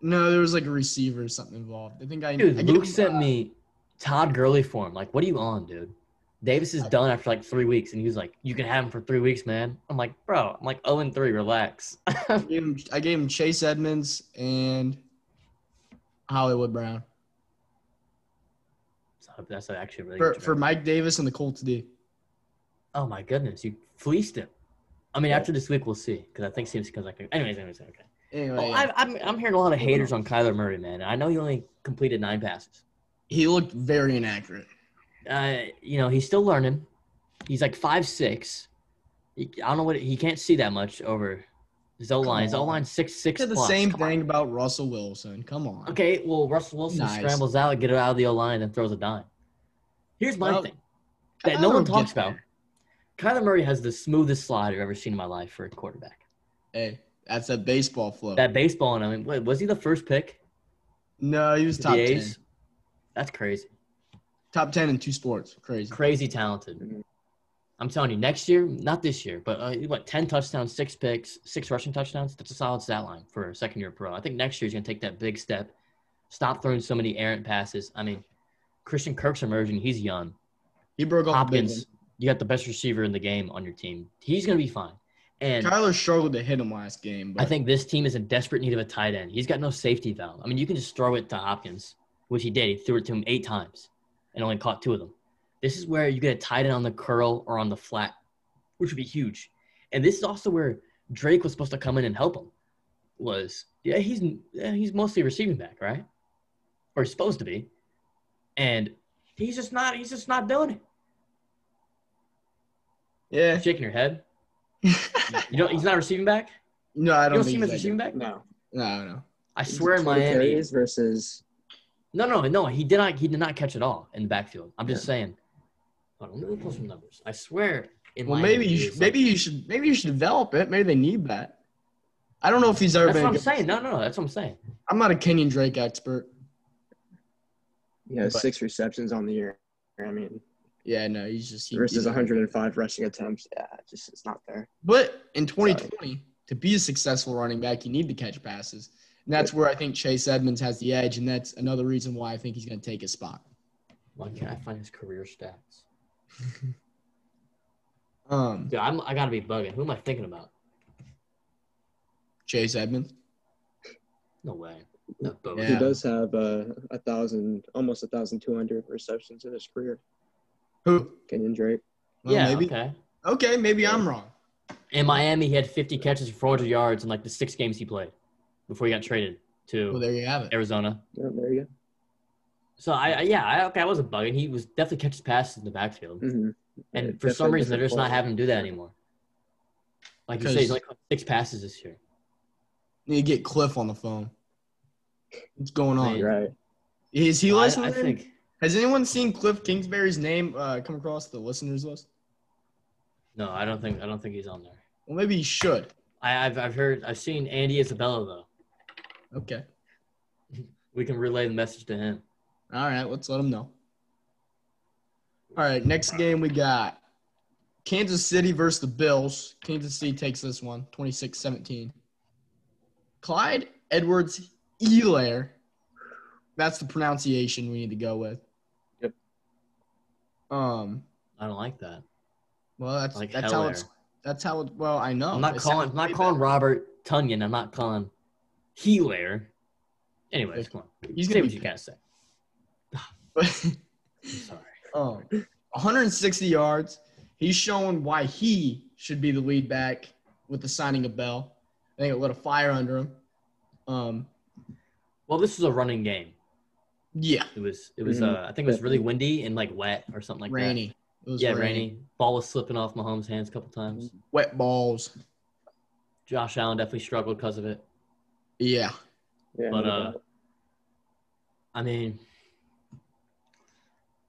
S2: No, there was like a receiver or something involved. I think I.
S1: Dude,
S2: I get
S1: Luke
S2: him,
S1: sent
S2: uh,
S1: me Todd Gurley for him. Like, what are you on, dude? Davis is
S2: I-
S1: done after like three weeks, and he was like, "You can have him for three weeks, man." I'm like, "Bro, I'm like 0 and three. Relax." (laughs)
S2: I gave, him, I gave him Chase Edmonds and Hollywood Brown
S1: So that's actually a really
S2: for,
S1: good
S2: for
S1: trade.
S2: Mike Davis and the Colts D.
S1: Oh my goodness, you fleeced him. I mean,
S4: Yeah.
S1: after this week, we'll see because I think seems because like, anyways, anyways, okay.
S2: Anyway,
S1: Well,
S2: Oh, yeah.
S1: I, I'm I'm hearing a lot of haters on Kyler Murray, man. I know he only completed nine passes.
S2: he looked very inaccurate.
S1: uh, you know, he's still learning. He's like five six. He, I don't know what he can't see that much over Zoline.
S2: Come on.
S1: Zoline six six.
S2: Said the
S1: plus.
S2: same
S1: Come on.
S2: thing about Russell Wilson. Come on.
S1: Okay, well Russell Wilson
S2: Nice.
S1: scrambles out, get it out of the O line, and throws a dime. Here's my
S2: Well,
S1: thing that
S2: Kyler
S1: no
S2: will
S1: one
S2: get
S1: talks about.
S2: there.
S1: Kyler Murray has the smoothest slide I've ever seen in my life for a quarterback.
S2: Hey, that's a baseball flow.
S1: That baseball, and I mean, wait, was he the first pick?
S2: no, he was
S1: to
S2: top
S1: the
S2: ten.
S1: A's? That's crazy.
S2: Top ten in two sports. Crazy.
S1: Crazy talented.
S4: Mhm.
S1: I'm telling you, next year, not this year, but uh, what, 10 touchdowns, six picks, six rushing touchdowns? That's a solid stat line for a second year pro. I think next year he's going to take that big step, stop throwing so many errant passes. I mean, Christian Kirk's emerging. He's young.
S2: He broke off
S1: Hopkins, you got the best receiver in the game on your team. He's going to be fine.
S2: A big
S1: And
S2: one. Kyler struggled to hit him last game,
S1: I
S2: but
S1: think this team is in desperate need of a tight end. He's got no safety valve. I mean, you can just throw it to Hopkins, which he did. He threw it to him eight times and only caught two of them. This is where you get a tight end on the curl or on the flat, which would be huge. And this is also where Drake was supposed to come in and help him. Was yeah, he's yeah, he's mostly receiving back, right? Or he's supposed to be. And he's just not he's just not doing it.
S2: yeah. (laughs)
S1: Shaking your head. You know he's not receiving back?
S2: No, I
S1: You
S2: don't
S1: don't
S2: think
S1: see him as
S2: he's that
S1: receiving
S2: good.
S1: back?
S4: No.
S2: No, no.
S1: I swear in
S4: 20
S1: Miami.
S4: carries versus
S1: No, no, no. He did not. He did not catch it all in the backfield. I'm just saying. Hold on, let me pull some numbers. I swear. In
S2: Well,
S1: Miami,
S2: maybe
S1: he
S2: you should,
S1: was
S2: maybe
S1: like-
S2: you should maybe you should develop it. Maybe they need that. I don't know if he's ever
S1: that's
S2: been.
S1: what
S2: a
S1: I'm
S2: good-
S1: saying. No, no, no. That's what I'm saying.
S2: I'm not a Kenyon Drake expert.
S4: yeah
S2: But-
S4: six receptions on the year. I mean,
S2: Yeah, no, he's just he-
S4: versus
S2: he's-
S4: 105 rushing attempts. Yeah, it's just it's not there.
S2: But in 2020, to be a successful running back, you need to catch passes, and that's where I think Chase Edmonds has the edge, and that's another reason why I think he's going to take his spot.
S1: Why can't I find his career stats?
S2: Um,
S1: Dude, I'm. I gotta be bugging. Who am I thinking about?
S2: Chase Edmonds.
S1: No way. No boat.
S2: Yeah.
S4: He does have uh, a thousand, almost a thousand two hundred receptions in his career.
S2: Who?
S4: Kenyon Drake.
S2: Well,
S1: Yeah,
S2: maybe.
S1: Okay.
S2: Okay, maybe I'm wrong.
S1: In Miami, he had 50 catches for 400 yards in like the six games he played before he got traded to
S2: Well, there you have it.
S1: Arizona.
S4: Yeah, there you
S1: So I, I yeah, I, okay, I wasn't bugging. He was definitely catches passes in the backfield.
S4: go. hmm
S1: And
S4: Yeah,
S1: for some
S4: definitely
S1: reason, they're
S4: different
S1: just not
S4: quality.
S1: having him do that anymore. Like you say, he's
S2: Because-
S1: only caught six passes this year.
S2: Need to get Cliff on the phone. What's going on?
S1: Man.
S4: Right.
S2: Is he
S1: I-
S2: listening?
S1: I, think
S2: Has anyone seen Cliff Kingsbury's name uh, come across the listeners list?
S1: no, I don't think I don't think he's on there.
S2: Well, maybe he should.
S1: I, I've I've heard I've seen Andy Isabella though.
S2: Okay.
S1: We can relay the message to him.
S2: All right, let's let him know. All right, next game we got Kansas City versus the Bills. Kansas City takes this one 26 17. Clyde Edwards Elair. That's the pronunciation we need to go with.
S4: Yep.
S2: Um,
S1: I don't like that.
S2: well, that's
S1: Like
S2: that's
S1: hell
S2: how it's that's how it, well, I know.
S1: I'm not
S2: It
S1: calling
S2: sounds
S1: I'm not
S2: Oh, way
S1: calling
S2: (laughs) better.
S1: Robert Tunyon. I'm not calling Healer. Anyways, come on.
S2: He's
S1: say
S2: gonna
S1: what
S2: be
S1: you gotta say.
S2: But
S1: I'm sorry.
S2: Um, 160 yards. He's showing why he should be the lead back with the signing of Bell. I think it lit a fire under him. Um,
S1: Well, this was a running game.
S2: yeah,
S1: It was it was
S4: Mhm.
S1: uh, I think it was really windy and like wet or something like that.
S2: Mm-hmm. rainy. It was
S1: yeah,
S2: rainy. Mm-hmm.
S1: rainy. Ball was slipping off Mahomes' hands a couple times.
S2: Wet balls.
S1: Josh Allen definitely struggled because of it.
S2: Yeah.
S4: Yeah.
S1: But,
S4: no
S1: uh,
S4: doubt.
S1: I mean,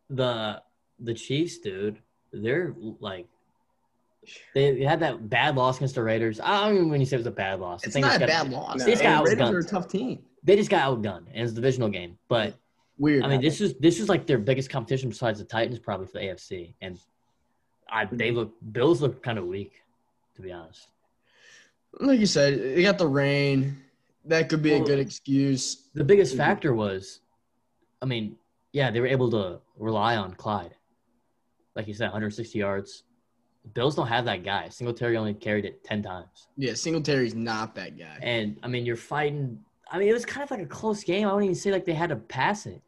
S1: the the Chiefs, dude, they're like they had that bad loss against the Raiders. I don't even when you say it was a bad loss. I
S2: It's
S1: think
S2: not a
S1: got-
S2: bad loss.
S4: No.
S2: Hey,
S4: This
S1: guy was
S2: Raiders
S1: done.
S2: are a tough team.
S1: They just got outgunned, and it's a divisional game. But
S2: Weird.
S1: I mean, this is this is like their biggest competition besides the Titans, probably for the AFC. And I
S2: Mm-hmm.
S1: they look Bills look kind of weak, to be honest.
S2: like you said, they got the rain. That could be a
S1: Well-
S2: good excuse.
S1: The biggest
S4: Mhm.
S1: factor was, I mean, yeah, they were able to rely on Clyde. Like you said, 160 yards. The Bills don't have that guy. Singletary only carried it 10 times.
S2: Yeah, Singletary's not that guy.
S1: And, I mean, you're fighting. I mean, it was kind of like a close game. I wouldn't even say like they had to pass it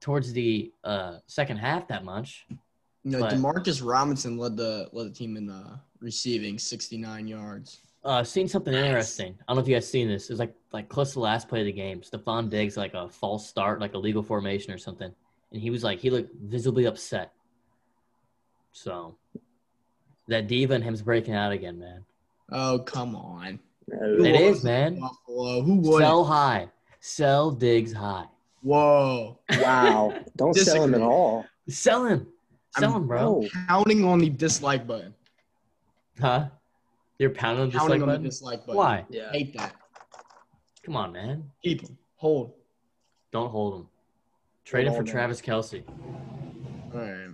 S1: towards the uh, second half that much.
S2: You know,
S1: but-
S2: Demarcus Robinson led the led the team in uh, receiving 69 yards.
S1: Uh, I've seen something interesting. I don't know if you guys seen this. It was like like close to the last play of the game. Stephon Diggs like a false start, like a legal formation or something, and he was like he looked visibly upset. So that diva and him's breaking out again, man.
S2: Oh, come on.
S4: (laughs) No.
S1: It
S2: Who
S1: is,
S2: was
S1: man.
S2: Buffalo. Who would?
S1: Sell high. Sell Diggs high.
S2: Whoa.
S4: Wow. Don't sell him at
S2: Disagree.
S4: (laughs) all.
S1: Sell him. Sell
S2: I'm-
S1: him, bro.
S4: No.
S2: Pounding on the dislike button.
S1: Huh? You're pounding the
S2: Pounding
S1: dislike
S2: on
S1: button?
S2: the dislike button.
S1: Why?
S4: Yeah.
S2: Hate that.
S1: Come on, man.
S2: Keep him. Hold.
S1: Don't hold him. Trade him
S4: Hold
S1: for
S4: on, man.
S1: Travis Kelsey.
S2: All right.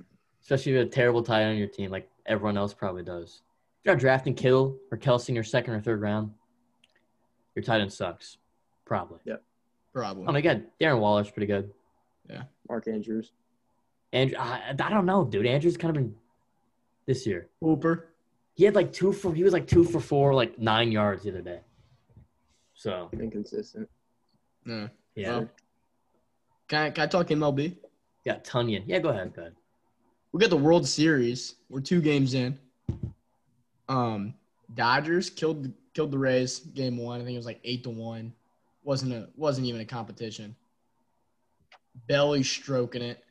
S1: Especially if you have a terrible tight end on your team, like everyone else probably does. If you're not drafting Kittle or Kelsey in your second or third round, your tight end sucks. Probably.
S2: Probably.
S1: Oh my god, Darren Waller's pretty good.
S4: Mark Andrews.
S1: Andrew, I, I don't know, dude. Andrew's kind of been this year.
S2: Hooper.
S1: He had like two for he was like two for four, like nine yards the other day. So
S4: Inconsistent.
S2: No.
S1: yeah,
S2: Well, can, I, can I talk MLB?
S1: got Tunyon. Yeah, go ahead, go ahead.
S2: We got the World Series. We're two games in. Um, Dodgers killed the- killed the Rays game one. I think it was like eight to one. wasn't a wasn't even a competition. Belly stroking it.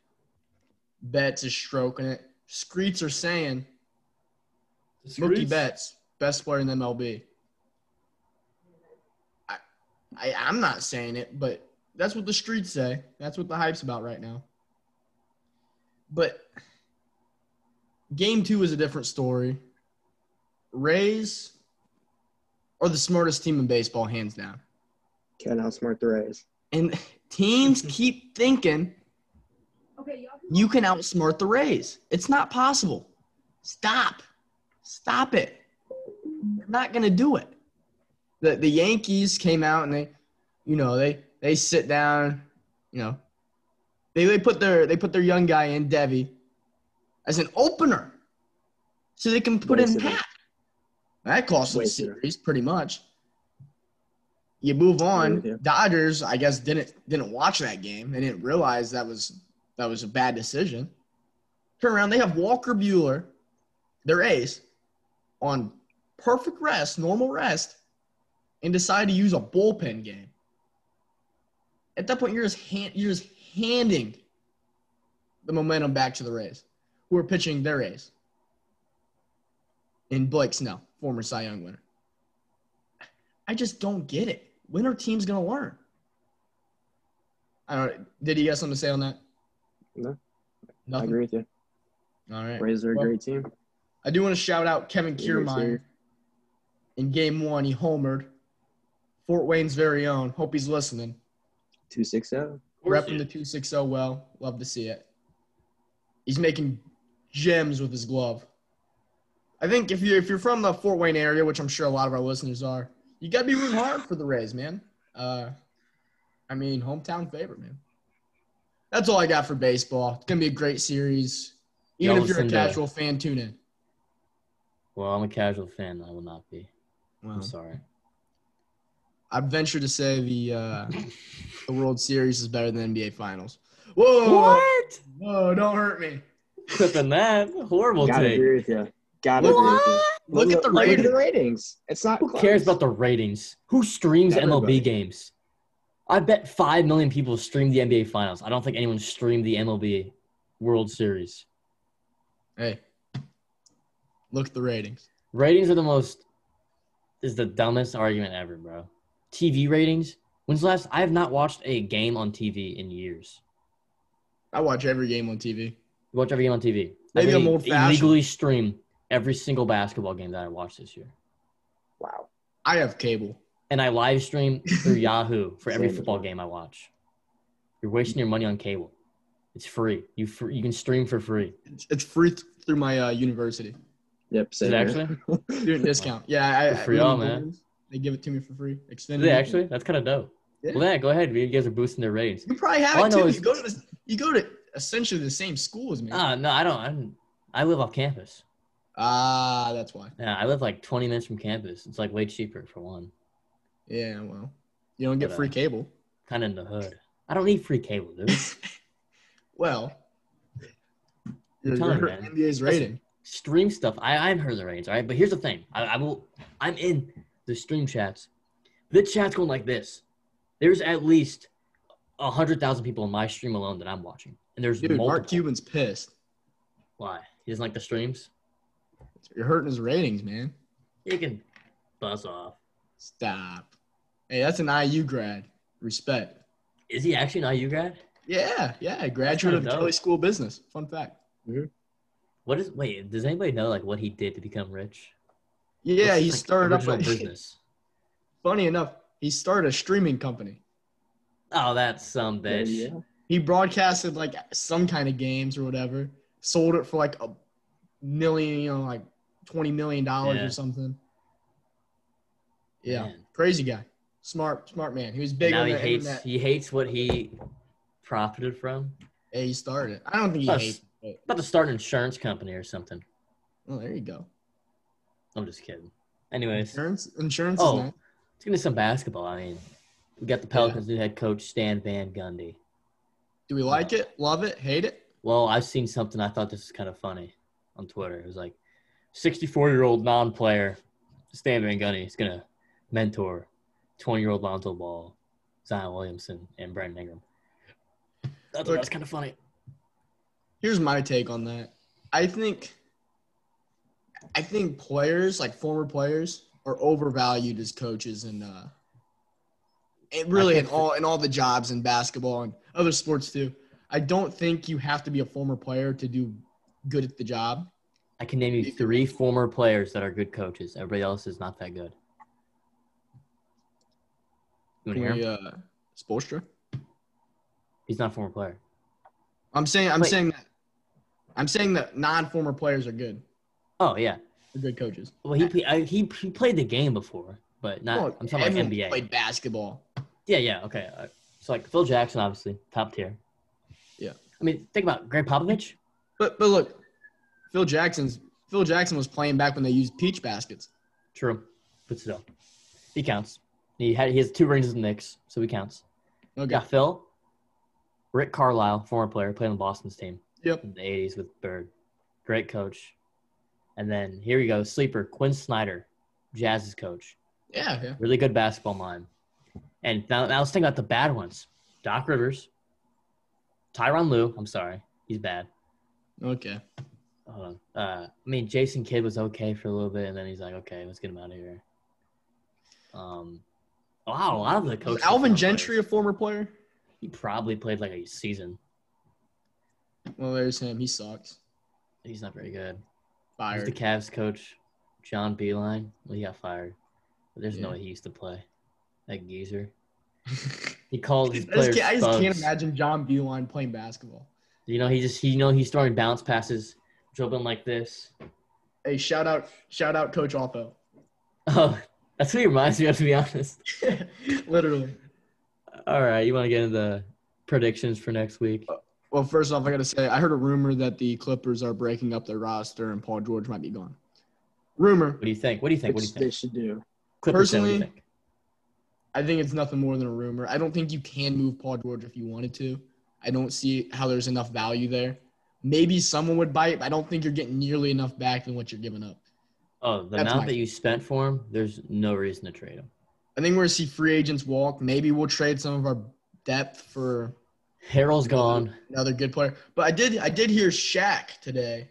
S2: Betts is stroking it. Screets are saying Mookie Betts best player in MLB. I, I I'm not saying it, but that's what the streets say. That's what the hype's about right now. But game two is a different story. Rays are the smartest team in baseball, hands down.
S4: Can't outsmart the Rays.
S2: And (laughs) teams keep thinking you can outsmart the Rays. It's not possible. Stop. Stop it. You're not going to do it. The, the Yankees came out and they, you know, they, they sit down, you know, they, they put their, they put their young guy in Devi as an opener so they can put in
S4: Wasted it.
S2: Pat. That cost them the
S4: Wasted it.
S2: series pretty much. You move
S4: Agree
S2: on.
S4: with you.
S2: Dodgers, I guess, didn't didn't watch that game. They didn't realize that was that was a bad decision. Turn around, they have Walker Bueller, their ace, on perfect rest, normal rest, and decide to use a bullpen game. At that point, you're just hand, you're just handing the momentum back to the Rays, who are pitching their ace. And Blake Snell, former Cy Young winner. I just don't get it. When are teams gonna learn? I don't. Did you guys something to say on that?
S4: No. I
S2: Nothing.
S4: agree with you.
S2: All right.
S4: Rays are a
S2: Well,
S4: great team.
S2: I do want to shout out Kevin
S4: Yeah, sure.
S2: Kiermaier. In game one, he homered. Fort Wayne's very own. Hope he's listening.
S4: 260.
S2: Repping the 260 well. Love to see it. He's making gems with his glove. I think if you're, if you're from the Fort Wayne area, which I'm sure a lot of our listeners are, you got to be rooting hard for the Rays, man. Uh, I mean, hometown favorite, man. That's all I got for baseball. It's going to be a great series. Even
S1: Y'all
S2: if you're a
S1: listen to-
S2: casual fan, tune in.
S1: Well, I'm a casual fan. I will not be.
S2: Uh-huh.
S1: I'm sorry.
S2: I'd venture to say the uh, the World Series is better than NBA Finals. Whoa, whoa, don't hurt me.
S1: Clipping that horrible
S4: Gotta
S1: take.
S4: agree with you. Gotta
S1: What?
S4: agree with you.
S2: Look at the
S4: look
S2: ratings.
S4: the ratings. It's not.
S1: Who cares about the ratings? Who streams
S2: Everybody.
S1: MLB games? I bet five million people stream the NBA Finals. I don't think anyone streamed the MLB World Series.
S2: Hey, look at the ratings.
S1: Ratings are the most is the dumbest argument ever, bro. TV ratings. When's the last I have not watched a game on TV in years.
S2: I watch every game on TV.
S1: You watch every game on TV. I
S2: Maybe I'm
S1: really
S2: old-fashioned.
S1: illegally stream every single basketball game that I watched this year.
S4: Wow.
S2: I have cable.
S1: And I live stream
S4: (laughs)
S1: through Yahoo for every
S4: Same.
S1: football game I watch. You're wasting your money on cable. It's free. You free, you can stream for free.
S2: It's, it's free th- through my uh, university
S4: Yep.
S1: Is
S4: Same
S1: it
S4: here.
S1: actually?
S2: student discount. Yeah, I,
S1: Good
S2: I
S1: for y'all, man.
S2: They give it to me for free. Extended.
S1: Is
S4: (laughs)
S1: it actually? That's kind of dope.
S2: Yeah.
S1: Well, yeah, go ahead. You guys are boosting their ratings.
S2: You probably have
S1: All I
S2: it
S1: know
S2: too.
S1: is-
S2: You go to this, you go to essentially the same school as me.
S1: Ah, no, I don't. I'm, I live off campus.
S2: Ah, that's why.
S1: Yeah, I live like 20 minutes from campus. It's like way cheaper for one.
S2: Yeah, well, you don't get
S1: But, uh,
S2: free cable.
S1: Kind of in the hood. I don't need free cable, dude.
S2: Well,
S1: I'm
S2: you're,
S1: telling you,
S2: you're
S1: man.
S2: NBA's rating.
S1: stream stuff. I, I've heard the ratings, all right? But here's the thing. I, I will I'm in the stream chats. The chat's going like this. There's at least a hundred thousand people in my stream alone that I'm watching. And there's
S2: Dude,
S1: multiple.
S2: Mark Cuban's pissed.
S1: Why? He doesn't like the streams?
S2: You're hurting his ratings, man.
S1: You can buzz off.
S2: Stop. Hey, that's an IU grad. Respect.
S1: Is he actually an IU grad?
S2: Yeah, yeah. Graduate of
S1: kinda dope.
S2: Kelly School of Business. Fun fact.
S1: What is? Wait, does anybody know like what he did to become rich?
S2: Yeah,
S1: What's
S2: he
S1: his, like,
S2: started up.
S1: original
S2: a-
S1: business.
S2: (laughs) funny enough, he started a streaming company.
S1: Oh, that's some
S4: Yeah,
S1: bitch.
S4: yeah.
S2: He broadcasted like some kind of games or whatever. Sold it for like a million, you know, like twenty million dollars
S1: Yeah.
S2: or something. Yeah,
S1: Man.
S2: crazy guy, smart, smart man. He was
S1: And
S2: big
S1: now
S2: on
S1: he
S2: the
S1: hates.
S2: internet.
S1: He hates what he profited from.
S2: Yeah, he started. it. I don't think he
S1: Us.
S2: hates. It,
S1: About to start an insurance company or something.
S2: but, oh, there you go.
S1: I'm just kidding. Anyways, let's
S2: Insurance, insurance
S1: Oh.
S2: is nice.
S1: get into some basketball. I mean, we got the Pelicans' new head coach Stan Van Gundy.
S2: Do we like it? Love it? Hate it?
S1: Well, I've seen something. I thought this is kind of funny on Twitter. It was like, 64-year-old non-player Stan Van Gundy is gonna mentor 20-year-old Lonzo Ball, Zion Williamson, and Brandon Ingram. I thought that
S2: Look-
S1: was kind of funny.
S2: here's my take on that. I think I think players, like former players, are overvalued as coaches and uh and really in
S1: think-
S2: all in all the jobs in basketball and other sports too. I don't think you have to be a former player to do good at the job.
S1: I can name you three former players that are good coaches. Everybody else is not that good. You want to hear him?
S2: We, uh, Spoelstra.
S1: He's not a former player.
S2: I'm saying I'm
S1: Wait.
S2: saying that I'm saying that non former players are good.
S1: Oh yeah.
S2: They're good coaches.
S1: Well, he play- I, he he played the game before, but not.
S2: Well,
S1: I'm talking about
S2: everyone
S1: NBA.
S2: played basketball.
S1: Yeah, yeah, okay. Uh, So like Phil Jackson, obviously top tier.
S2: Yeah.
S1: I mean, think about Greg Popovich.
S2: But but look, Phil Jackson's Phil Jackson was playing back when they used peach baskets.
S1: True, but still, he counts. He had he has two rings with the Knicks, so he counts.
S2: Okay.
S1: Yeah, Phil, Rick Carlisle, former player, played on Boston's team.
S2: Yep.
S1: in the 80s with Bird. Great coach. And then here we go, sleeper, Quinn Snyder, Jazz's coach.
S2: Yeah. Yeah.
S1: Really good basketball mind. And now, now let's think about the bad ones. Doc Rivers, Tyron Lue, I'm sorry, he's bad.
S2: Okay.
S1: Hold on. Uh, I mean, Jason Kidd was okay for a little bit, and then he's like, okay, let's get him out of here. Um, wow, a lot of the
S2: Was
S1: coaches.
S2: Alvin Gentry a former player?
S1: He probably played like a season.
S2: Well, there's him. He sucks.
S1: He's not very good. He's the
S2: Fired.
S1: Cavs coach, John Beeline. Well, he got fired. But there's no
S2: Yeah.
S1: way he used to play. That geezer.
S2: (laughs)
S1: He called
S2: I
S1: his
S2: just, can't,
S1: players
S2: I just
S1: thugs.
S2: can't imagine John Beeline playing basketball.
S1: You know, he just he you know he's throwing bounce passes, dribbling like this. (laughs)
S2: Hey, shout out, shout out, Coach Alpo.
S1: Oh, that's what he reminds me of, to be honest.
S2: (laughs) Literally.
S1: All right, you want to get into the predictions for next week?
S2: Uh, Well, first off, I gotta say, I heard a rumor that the Clippers are breaking up their roster and Paul George might be gone. Rumor.
S1: What do you think? What do you think? What do you
S4: Which they
S1: think?
S4: should do.
S1: Clippers, what do you
S2: personally-
S1: think?
S2: I think it's nothing more than a rumor. I don't think you can move Paul George if you wanted to. I don't see how there's enough value there. Maybe someone would bite, but I don't think you're getting nearly enough back than what you're giving up.
S1: Oh, the
S2: That's
S1: amount
S2: my-
S1: that you spent for him, there's no reason to trade him.
S2: I think we're gonna see free agents walk. Maybe we'll trade some of our depth for
S1: Harrell's gone.
S2: another good player. But I did I did hear Shaq today.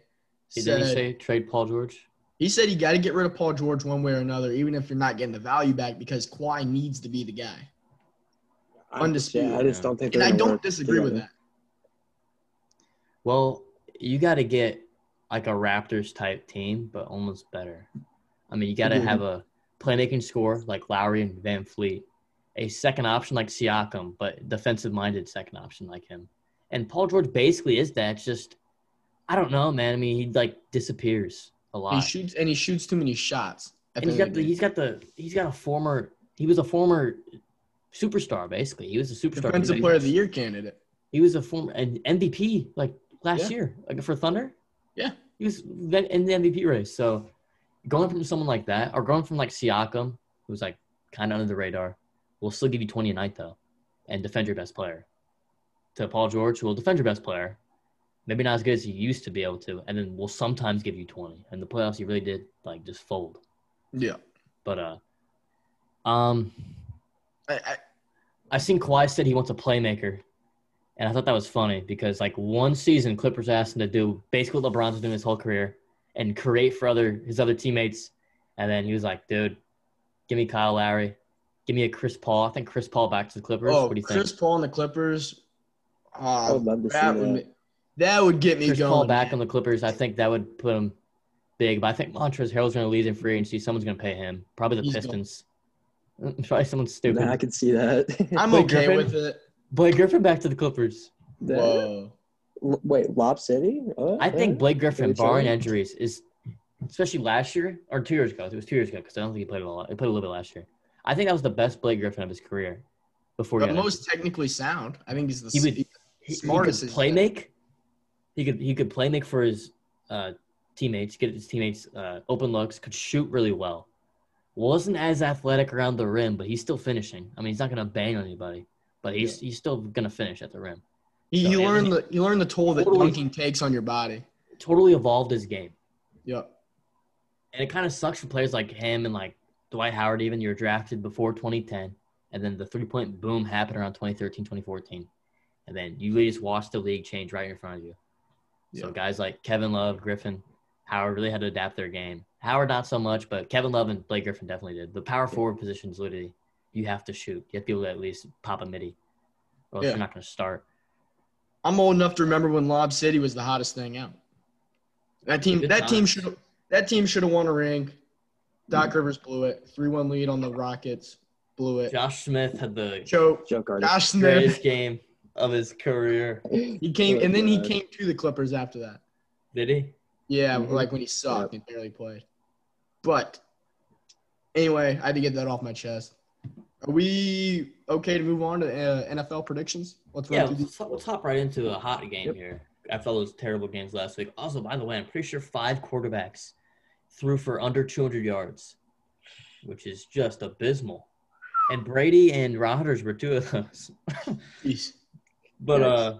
S1: Did
S2: said-
S1: he say trade Paul George?
S2: he said you got to get rid of Paul George one way or another, even if you're not getting the value back, because Kawhi needs to be the guy.
S4: I-
S2: Undisputed.
S4: Yeah, I just don't think.
S2: And
S4: they're
S2: I
S4: gonna
S2: don't
S4: work
S2: disagree with
S4: together.
S2: that.
S1: Well, you got to get like a Raptors type team, but almost better. I mean, you got to
S2: Mm-hmm.
S4: Agreed.
S1: have a playmaking score like Lowry and Van Fleet, a second option like Siakam, but defensive minded second option like him. And Paul George basically is that. It's just, I don't know, man. I mean, he like disappears a
S2: He
S1: lot.
S2: shoots and he shoots too many shots. at
S1: and he's
S2: the end
S1: got
S2: of
S1: the,
S2: the game.
S1: he's got the he's got a former he was a former superstar basically. He was a superstar.
S2: defensive player of the year candidate.
S1: He was a former an MVP like last
S2: Yeah.
S1: year, like for Thunder.
S2: Yeah.
S1: he was then in the MVP race. So going from someone like that, or going from like Siakam, who's like kind of under the radar, will still give you twenty a night though, and defend your best player. To Paul George, who will defend your best player, maybe not as good as he used to be able to, and then will sometimes give you twenty. And the playoffs, he really did like just fold.
S2: Yeah.
S1: But uh, um,
S2: I, I,
S1: I seen Kawhi said he wants a playmaker, and I thought that was funny because like one season Clippers asked him to do basically what LeBron's been doing his whole career and create for other his other teammates, and then he was like, "Dude, Give me Kyle Lowry. Give me a Chris Paul. I think Chris Paul back to the Clippers.
S2: Oh,
S1: what do you
S2: Chris
S1: think?
S2: Paul and the Clippers.
S4: I
S2: Uh,
S4: would love to see
S2: that,
S4: that.
S2: would, ma- that would get me
S1: Chris
S2: going.
S1: Paul back
S2: man.
S1: on the Clippers. I think that would put him big. But I think Montrezl Harrell's going to lead in free agency. Someone's going to pay him. Probably the
S2: He's gonna-
S1: Pistons. (laughs) Probably someone stupid.
S4: Nah, I could see that.
S2: (laughs) I'm
S1: Blake
S2: okay
S1: Griffin?
S2: with it.
S1: Blake Griffin back to the Clippers.
S4: That-
S2: Whoa.
S4: L- wait, Lob City? Uh,
S1: I think
S4: uh,
S1: Blake Griffin,
S4: Really
S1: barring
S4: true.
S1: injuries, is especially last year or two years ago. It was two years ago because I don't think he played a lot. He played a little bit last year. I think that was the best Blake Griffin of his career before he
S2: The
S1: got
S2: most technically sound. I think he's the
S1: He would-
S2: he-
S1: he, he could
S2: smartest is
S1: play
S2: that-
S1: make. He could he could play make for his uh, teammates, get his teammates uh, open looks, could shoot really well. Wasn't as athletic around the rim, but he's still finishing. I mean, he's not gonna bang on anybody, but he's he's still gonna finish at the rim.
S2: he,
S1: So,
S2: he
S1: and-
S2: learned the he learned the toll that
S1: Totally.
S2: dunking takes on your body.
S1: Totally evolved his game,
S2: Yep.
S1: and it kind of sucks for players like him and like Dwight Howard. Even you're drafted before 2010, and then the three point boom happened around 2013, 2014, and then you literally just watch the league change right in front of you. So
S2: Yeah.
S1: guys like Kevin Love, Griffin, Howard really had to adapt their game. Howard not so much, but Kevin Love and Blake Griffin definitely did. The power forward positions literally you have to shoot. You have to be able to at least pop a midi. Or else
S2: Yeah.
S1: you're not gonna start.
S2: I'm old enough to remember when Lob City was the hottest thing out. That team
S1: Good
S2: that team
S1: times.
S2: should that team should have won a ring. Doc Rivers blew it. Three one lead on the Rockets. Blew it.
S1: Josh Smith had the
S2: Choke.
S4: joke artist.
S2: Josh Smith.
S1: greatest game of his career.
S2: He came and then he
S4: God.
S2: came to the Clippers after that.
S1: Did he?
S2: Yeah,
S4: Mhm.
S2: like when he sucked and barely played. But anyway, I had to get that off my chest. Are we okay to move on to uh, NFL predictions? Let's
S1: Yeah,
S2: run through these.
S1: let's, let's hop right into a hot game
S4: Yep.
S1: here after all those terrible games last week. Also, by the way, I'm pretty sure five quarterbacks threw for under 200 yards, which is just abysmal. And Brady and Rodgers were two of those. (laughs)
S2: Jeez.
S1: But
S4: Yikes.
S1: uh,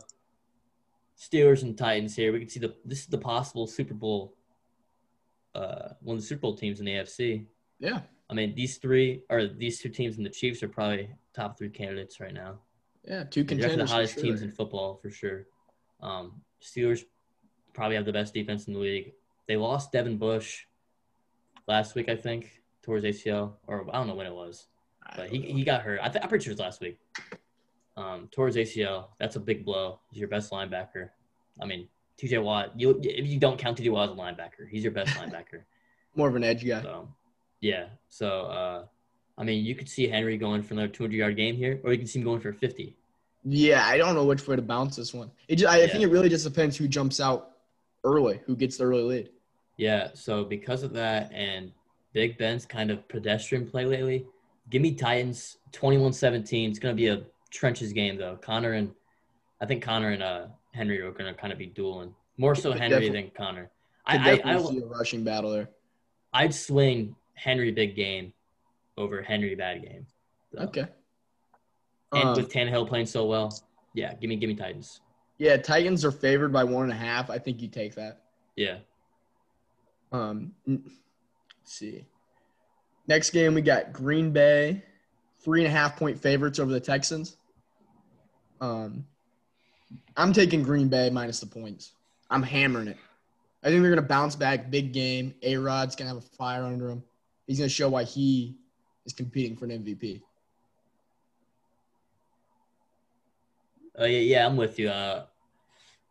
S1: Steelers and Titans here. We can see the this is the possible Super Bowl, uh, one of the Super Bowl teams in the AFC.
S2: Yeah,
S1: I mean, these three or these two teams and the Chiefs are probably top three candidates right now.
S2: yeah, two
S1: They're definitely
S2: contenders.
S1: the
S2: for
S1: hottest
S2: sure.
S1: teams in football for sure. Um, Steelers probably have the best defense in the league. They lost Devin Bush last week, I think, towards ACL, or I don't know when it was,
S2: I
S1: but
S2: don't
S1: he,
S2: know.
S1: he got hurt. I th- I'm pretty sure it was last week. Um, towards ACL, that's a big blow. He's your best linebacker. I mean, TJ Watt. You if you don't count TJ Watt as a linebacker, he's your best
S2: (laughs)
S1: linebacker.
S2: More of an edge guy.
S1: So, yeah. So, uh, I mean, you could see Henry going for another 200 yard game here, or you can see him going for 50.
S2: Yeah, I don't know which way to bounce this one. It just, I, I think it really just depends who jumps out early, who gets the early lead.
S1: Yeah, so because of that and Big Ben's kind of pedestrian play lately, give me Titans 21-17. It's going to be a trenches game though. Connor and I think Connor and uh, Henry are going to kind of be dueling. More so
S2: Could
S1: Henry
S2: defi-
S1: than Connor.
S2: Could
S1: I, I,
S2: definitely
S1: I
S2: see a rushing battle there.
S1: I'd swing Henry big game over Henry bad game. though.
S2: Okay.
S1: And
S2: Um,
S1: with Tannehill playing so well, yeah, give me give me Titans.
S2: yeah, Titans are favored by one and a half. I think you take that.
S1: Yeah,
S2: Um, n- let's see. Next game, we got Green Bay, three and a half point favorites over the Texans. Um, I'm taking Green Bay minus the points. I'm hammering it. I think they're going to bounce back big game. A Rod's going to have a fire under him. He's going to show why he is competing for an MVP.
S1: Uh, yeah, yeah, I'm with you. Uh,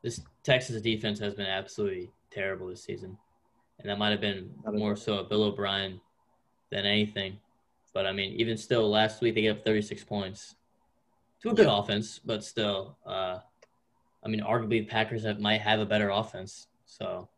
S1: this Texas defense has been absolutely terrible this season, and that might have been
S4: Not at
S1: more
S4: all.
S1: so a Bill O'Brien than anything. But I mean, even still, last week they gave up 36 points to a good offense, but still, uh, I mean, arguably the Packers have, might have a better offense. So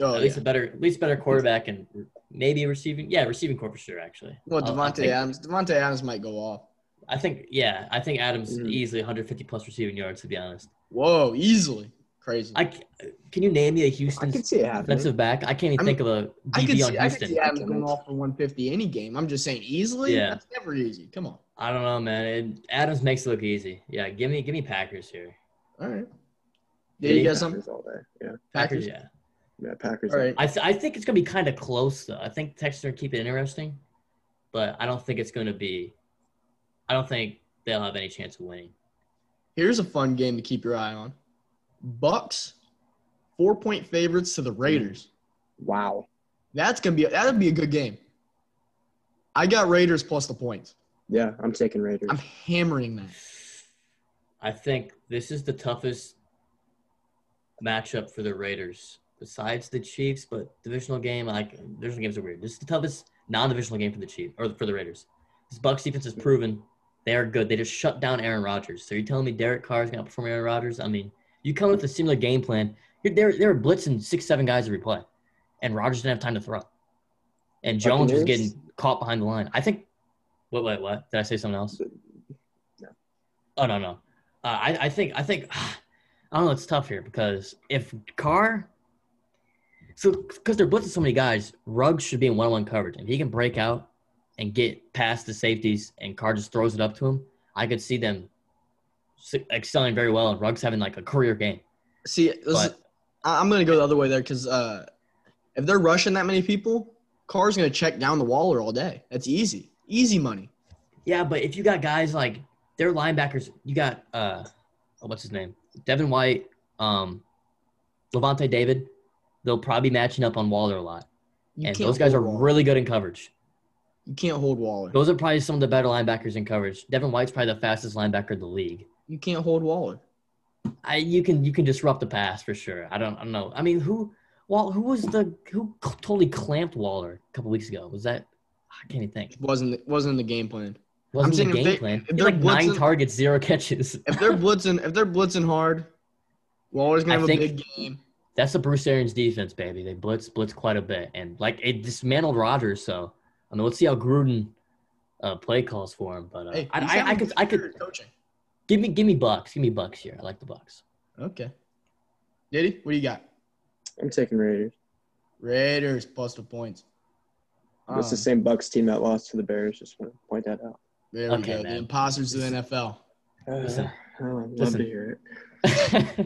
S2: Oh,
S1: at least
S2: yeah.
S1: a better, at least better quarterback and maybe receiving. Yeah, receiving core for sure. Actually,
S2: Well,
S1: I'll- I'll
S2: Devontae
S1: take-
S2: Adams. Devontae Adams might go off.
S1: I think, yeah, I think Adams
S2: Mm.
S4: Mhm.
S1: easily 150 plus receiving yards. To be honest,
S2: Whoa, easily. Crazy.
S1: I c- can you name me a
S4: I
S1: Houston
S4: could see it happening.
S1: defensive back. I can't even
S2: I mean,
S1: think of a
S2: I could,
S1: DB on
S2: see, I could
S1: Houston.
S2: see Adams going
S4: Connect.
S2: off for 150 any game. I'm just saying easily.
S1: Yeah.
S2: That's never easy. Come on.
S1: I don't know, man. It, Adams makes it look easy. Yeah, give me give me Packers here.
S2: All right. Yeah, you
S1: Yeah,
S2: got something?
S4: Packers all day. Yeah,
S1: Packers,
S2: Packers?
S1: yeah.
S4: yeah Packers.
S2: All right.
S1: I, th- I think it's gonna be kind of close though. I think Texans are gonna keep it interesting, but I don't think it's gonna be. I don't think they'll have any chance of winning.
S2: Here's a fun game to keep your eye on. Bucks, four point favorites to the Raiders.
S4: Wow.
S2: That's gonna be that'd be a good game. I got Raiders plus the points.
S4: Yeah, I'm taking Raiders.
S2: I'm hammering that.
S1: I think this is the toughest matchup for the Raiders besides the Chiefs, but divisional game, like divisional games are weird. This is the toughest non-divisional game for the Chiefs or for the Raiders. This Bucks defense has proven they are good. They just shut down Aaron Rodgers. So you're telling me Derek Carr is going to outperform Aaron Rodgers? I mean, you come with a similar game plan. You're, they're they're blitzing six, seven guys every play, and Rodgers didn't have time to throw. And Jones was
S4: Buccaneers?
S1: getting caught behind the line. I think. What? What? What? Did I say something else?
S4: No.
S1: Oh no no. Uh, I I think I think (sighs) I don't know. It's tough here because if Carr so, because they're blitzing so many guys, Ruggs should be in one-on-one coverage. If he can break out and get past the safeties, and Carr just throws it up to him, I could see them s- excelling very well, and Ruggs having like a career game.
S2: See, this is-
S1: But-
S2: I- I'm going to go the other way there because uh, if they're rushing that many people, Carr's going to check down the Waller all day. That's easy. Easy money.
S1: Yeah, but if you got guys like their linebackers, you got uh, oh, what's his name, Devin White, um, Levante David, they'll probably be matching up on Waller a lot,
S2: You
S1: and
S2: can't
S1: those guys are
S2: hold Waller.
S1: really good in coverage.
S2: You can't hold Waller.
S1: Those are probably some of the better linebackers in coverage. Devin White's probably the fastest linebacker in the league.
S2: You can't hold Waller.
S1: I you can you can disrupt the pass for sure. I don't I don't know. I mean, who Wall who was the who c- totally clamped Waller a couple weeks ago? Was that I can't even think.
S2: It wasn't wasn't in the game plan. I'm
S1: Wasn't
S2: saying
S1: the
S2: if
S1: game
S2: they-
S1: plan.
S2: if
S1: He had
S2: they're
S1: like nine
S2: blitzing-
S1: targets, zero (laughs) catches.
S2: If they're blitzing, if they're blitzing hard, Waller's
S1: I
S2: gonna have
S1: think-
S2: a big game.
S1: That's the Bruce Arians defense, baby. They blitz blitz quite a bit, and like it dismantled Rodgers. So I mean, let's see how Gruden uh, play calls for him. But uh,
S2: Hey,
S1: I,
S2: he's
S1: I, I
S2: having
S1: could I
S2: good
S1: could
S2: coaching.
S1: give me give me bucks, give me bucks here. I like the bucks.
S2: Okay. Diddy, what do you got?
S4: I'm taking Raiders.
S2: Raiders plus the points.
S4: That's the
S2: Um,
S4: same Bucks team that lost to the Bears. Just want to point that out.
S2: There we
S1: Okay,
S2: go. The
S1: man.
S2: imposters of the NFL.
S4: (sighs)
S1: Listen.
S4: oh, I'd love
S1: Listen.
S4: to hear
S1: (laughs)
S4: it.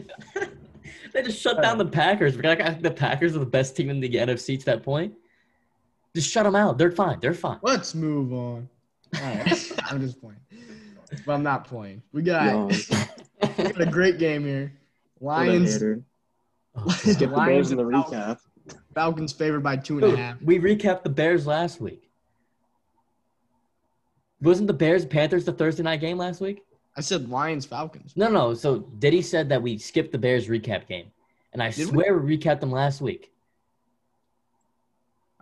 S1: they just shut down the Packers. Like, I think the Packers are the best team in the NFC to that point. Just shut them out. They're fine. They're (laughs) fine.
S2: Let's move on. All right. I'm just playing. But I'm not playing. We got,
S4: No,
S2: we got a great game here.
S4: I'm
S2: Lions.
S4: Skip the
S2: Lions
S4: Bears in the
S2: and Falcons.
S4: recap.
S2: Falcons favored by two and a half.
S1: Dude, we recapped the Bears last week. Wasn't the Bears Panthers the Thursday night game last week?
S2: I said Lions Falcons.
S1: No, no. So Diddy said that we skipped the Bears recap game, and I
S2: Did we?
S1: swear we? recapped them last week.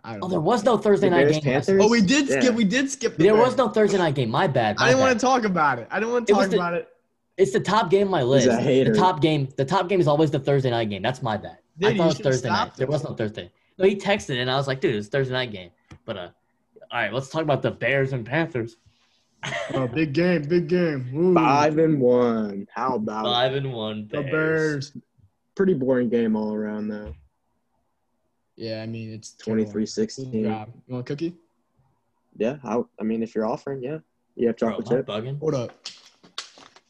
S2: I don't
S1: Oh,
S2: know.
S1: there was no Thursday
S4: The
S1: night
S4: Bears
S1: game. last
S4: Panthers?
S1: week.
S2: Oh, we did
S4: Yeah.
S2: skip. We did skip. The
S1: There
S2: Bears.
S1: was no Thursday night game. My bad.
S2: I
S1: my
S2: didn't
S1: bad.
S2: want to talk about it. I didn't want
S1: It
S2: to
S1: was
S2: talk
S1: the-
S2: about it.
S1: It's the top game on my list.
S4: a hater.
S1: The top game. The top game is always the Thursday night game. That's my bad.
S2: Dude,
S1: I
S2: you
S1: thought it was
S2: should've
S1: Thursday night.
S2: stopped
S1: There
S2: it.
S1: was no Thursday. No, he texted and I was like, dude, it's Thursday night game. But uh, all right, let's talk about the Bears and Panthers.
S2: Oh, big game, big game. Ooh,
S4: Five and one. How about it?
S1: Five and one.
S2: the
S1: Bears.
S2: Bears.
S4: pretty boring game all around though.
S2: Yeah, I mean it's terrible.
S4: 23-16.
S2: Good job. You want a cookie?
S4: Yeah, I, I mean if you're offering, yeah, you have
S1: Bro, am
S4: chocolate
S1: I
S4: chip.
S1: bugging?
S2: Hold up.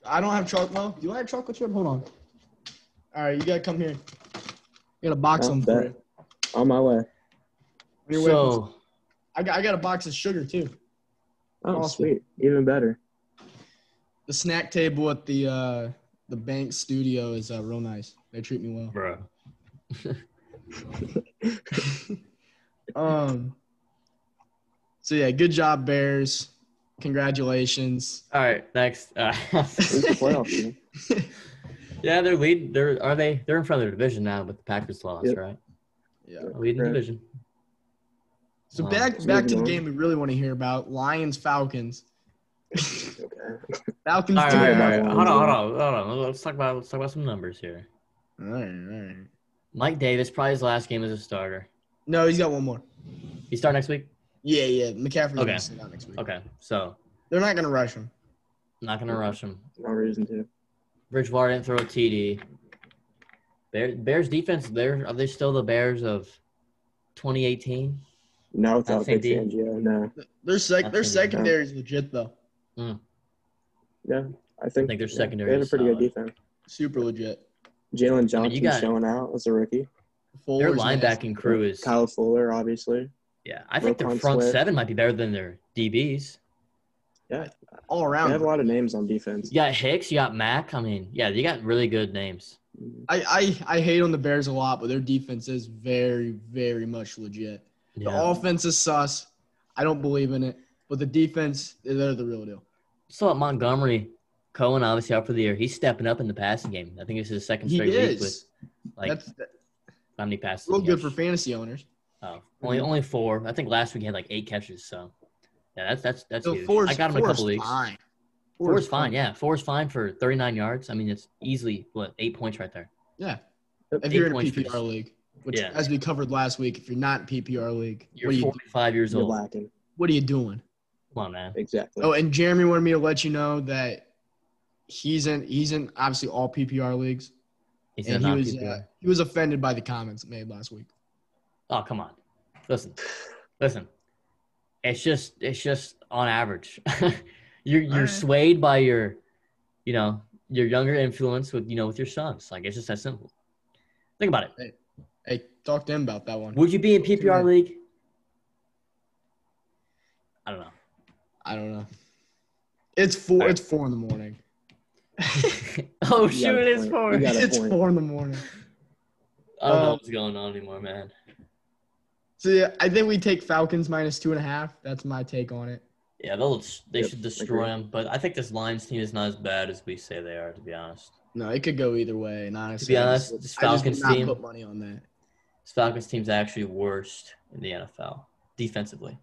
S2: I don't have chocolate. Well, do I have chocolate chip? Hold on. All right, you gotta come here. I got a box
S4: Not
S2: on for
S4: bad.
S2: you.
S4: On my way.
S2: On your way.
S1: So
S2: I got I got a box of sugar too.
S4: Oh,
S2: Awesome.
S4: sweet,
S1: (laughs)
S4: even better.
S2: The snack table at the uh, the bank studio is uh, real nice. They treat me well.
S1: bro.
S2: (laughs) Um. So yeah, good job, Bears. Congratulations.
S1: All right, next. Uh, (laughs)
S4: It's the playoff game.
S1: yeah, they're leading. They're are they? They're in front of their division now, but the Packers lost,
S4: Yep.
S1: right?
S2: Yeah.
S1: They're Leading the
S4: Right.
S1: division.
S2: So
S1: Wow.
S2: back back to the
S4: Moving
S2: game
S4: on.
S2: we really want to hear about: Lions Falcons.
S4: Okay.
S2: Falcons.
S1: All right,
S2: two
S1: all
S2: and
S1: right, all
S2: a half.
S1: right. Hold on, hold on, hold on. Let's talk about let's talk about some numbers here.
S2: All right, all right.
S1: Mike Davis, probably his last game as a starter.
S2: No, he's got one more.
S1: He start next week.
S2: Yeah, yeah. McCaffrey's
S1: Okay.
S2: gonna sit out next week.
S1: Okay, so
S2: They're not gonna rush him.
S1: not gonna
S2: Mm-hmm.
S1: rush him.
S4: No reason to.
S1: Bridgewater didn't throw a TD. Bear, Bears defense, they're are they still the Bears of 2018?
S4: No, without
S1: That's a
S4: Vic
S1: D.
S4: Fangio, no.
S2: Their
S1: That's
S2: sec, their
S1: gonna be
S2: secondary is legit though.
S4: Yeah, I think,
S1: I think their
S4: yeah,
S1: secondary
S4: They have a
S1: is
S4: pretty good
S1: solid.
S4: defense.
S2: Super legit.
S4: Jalen Johnson
S1: got-
S4: showing out as a rookie.
S1: Their
S2: Fuller's nasty.
S1: linebacking crew is
S4: Kyle Fuller, obviously.
S1: yeah. I think their
S4: Roquan
S1: front
S4: Swift.
S1: seven might be better than their DBs.
S2: all
S4: They have a
S2: around.
S4: lot of names on defense.
S1: You got Hicks, you got Mack. I mean, yeah, you got really good names.
S2: I, I I hate on the Bears a lot, but their defense is very very much legit. The
S1: Yeah.
S2: offense is sus. I don't believe in it. But the defense, they're the real deal.
S1: So at Montgomery, Cohen obviously out for the year. He's stepping up in the passing game. I think this is his second
S2: He
S1: straight week with
S2: is.
S1: like
S2: That's
S1: how many passes.
S2: real
S1: he
S2: good
S1: catch.
S2: for fantasy owners.
S1: Oh, only
S2: Mm-hmm.
S1: only four. I think last week he had like eight catches. So yeah, that's that's that's
S2: So
S1: huge.
S2: four
S1: I
S2: is-
S1: got him in a
S2: four is
S1: couple leagues.
S2: Fine.
S1: Four is fine. Yeah, four is fine for 39 yards. I mean, it's easily what eight points right there.
S2: Yeah.
S4: Yep.
S2: If you're
S1: Eight
S2: in a
S1: points for
S2: PPR
S1: this.
S2: league, which
S1: Yeah.
S2: as we covered last week, if you're not in PPR league,
S1: You're
S2: what are you
S1: 45 years
S4: You're
S1: old.
S4: lacking.
S2: what are you doing?
S1: Come on, man.
S4: Exactly.
S2: Oh, and Jeremy wanted me to let you know that he's in he's in obviously all PPR leagues,
S1: He's in
S2: and he
S1: non
S2: was
S1: PPR.
S2: uh, he was offended by the comments made last week.
S1: Oh, come on. Listen, listen. It's just, it's just on average. (laughs) you're you're
S2: Alright.
S1: swayed by your, you know, your younger influence with you know with your sons. Like it's just that simple. Think about it.
S2: Hey, talk to him about that one.
S1: Would you be in PPR
S2: Yeah.
S1: league? I (laughs) don't
S2: I don't know. It's four.
S1: Alright.
S2: It's four in the morning.
S1: know. oh
S4: You got
S1: shoot,
S4: a
S1: it is
S4: point.
S1: four.
S4: You got a
S2: It's
S4: point.
S2: four in the morning.
S1: I don't know
S2: Uh,
S1: what's going on anymore, man.
S2: So yeah, I think we take Falcons minus two and a half. That's my take on it.
S1: Yeah, they'll they
S4: Yep,
S1: should destroy him. But I think this Lions team is not as bad as we say they are. To be honest,
S2: No, it could go either way. And honestly,
S1: be
S2: I
S1: honest,
S2: just-
S1: this
S2: I just would
S1: Falcons
S2: not
S1: team-
S2: put money on that.
S1: this Falcons team's actually worst in the NFL defensively.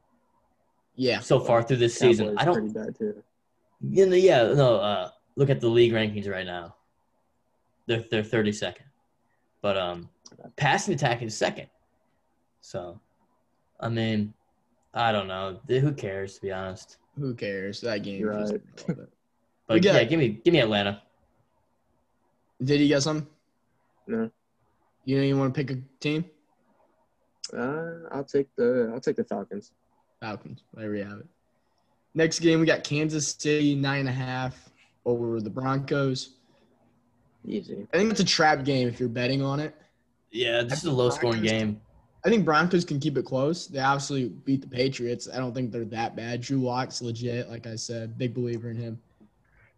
S2: Yeah,
S1: so far through this season.
S4: Cowboys
S1: I
S4: Pretty
S1: don't.
S4: bad too.
S1: You know, yeah, no. Uh, look at the league rankings right now. They're they're thirty second, but um, passing attack is second. So, I mean, I don't know. Th- Who cares to be honest?
S2: who cares that game?
S4: You're
S2: just- We
S1: But
S2: got-
S1: yeah, give me give me Atlanta.
S2: Did you get some?
S4: No.
S2: You know you want to pick a team?
S4: Uh, I'll take the I'll take the Falcons.
S2: Falcons. There we have it. Next game we got Kansas City nine and a half over the Broncos.
S4: Easy.
S2: I think it's a trap game if you're betting on it.
S1: Yeah, this is a low scoring
S2: Broncos-
S1: game.
S2: I think Broncos can keep it close. They obviously beat the Patriots. I don't think they're that bad. Drew Lock's legit, like I said, big believer in him.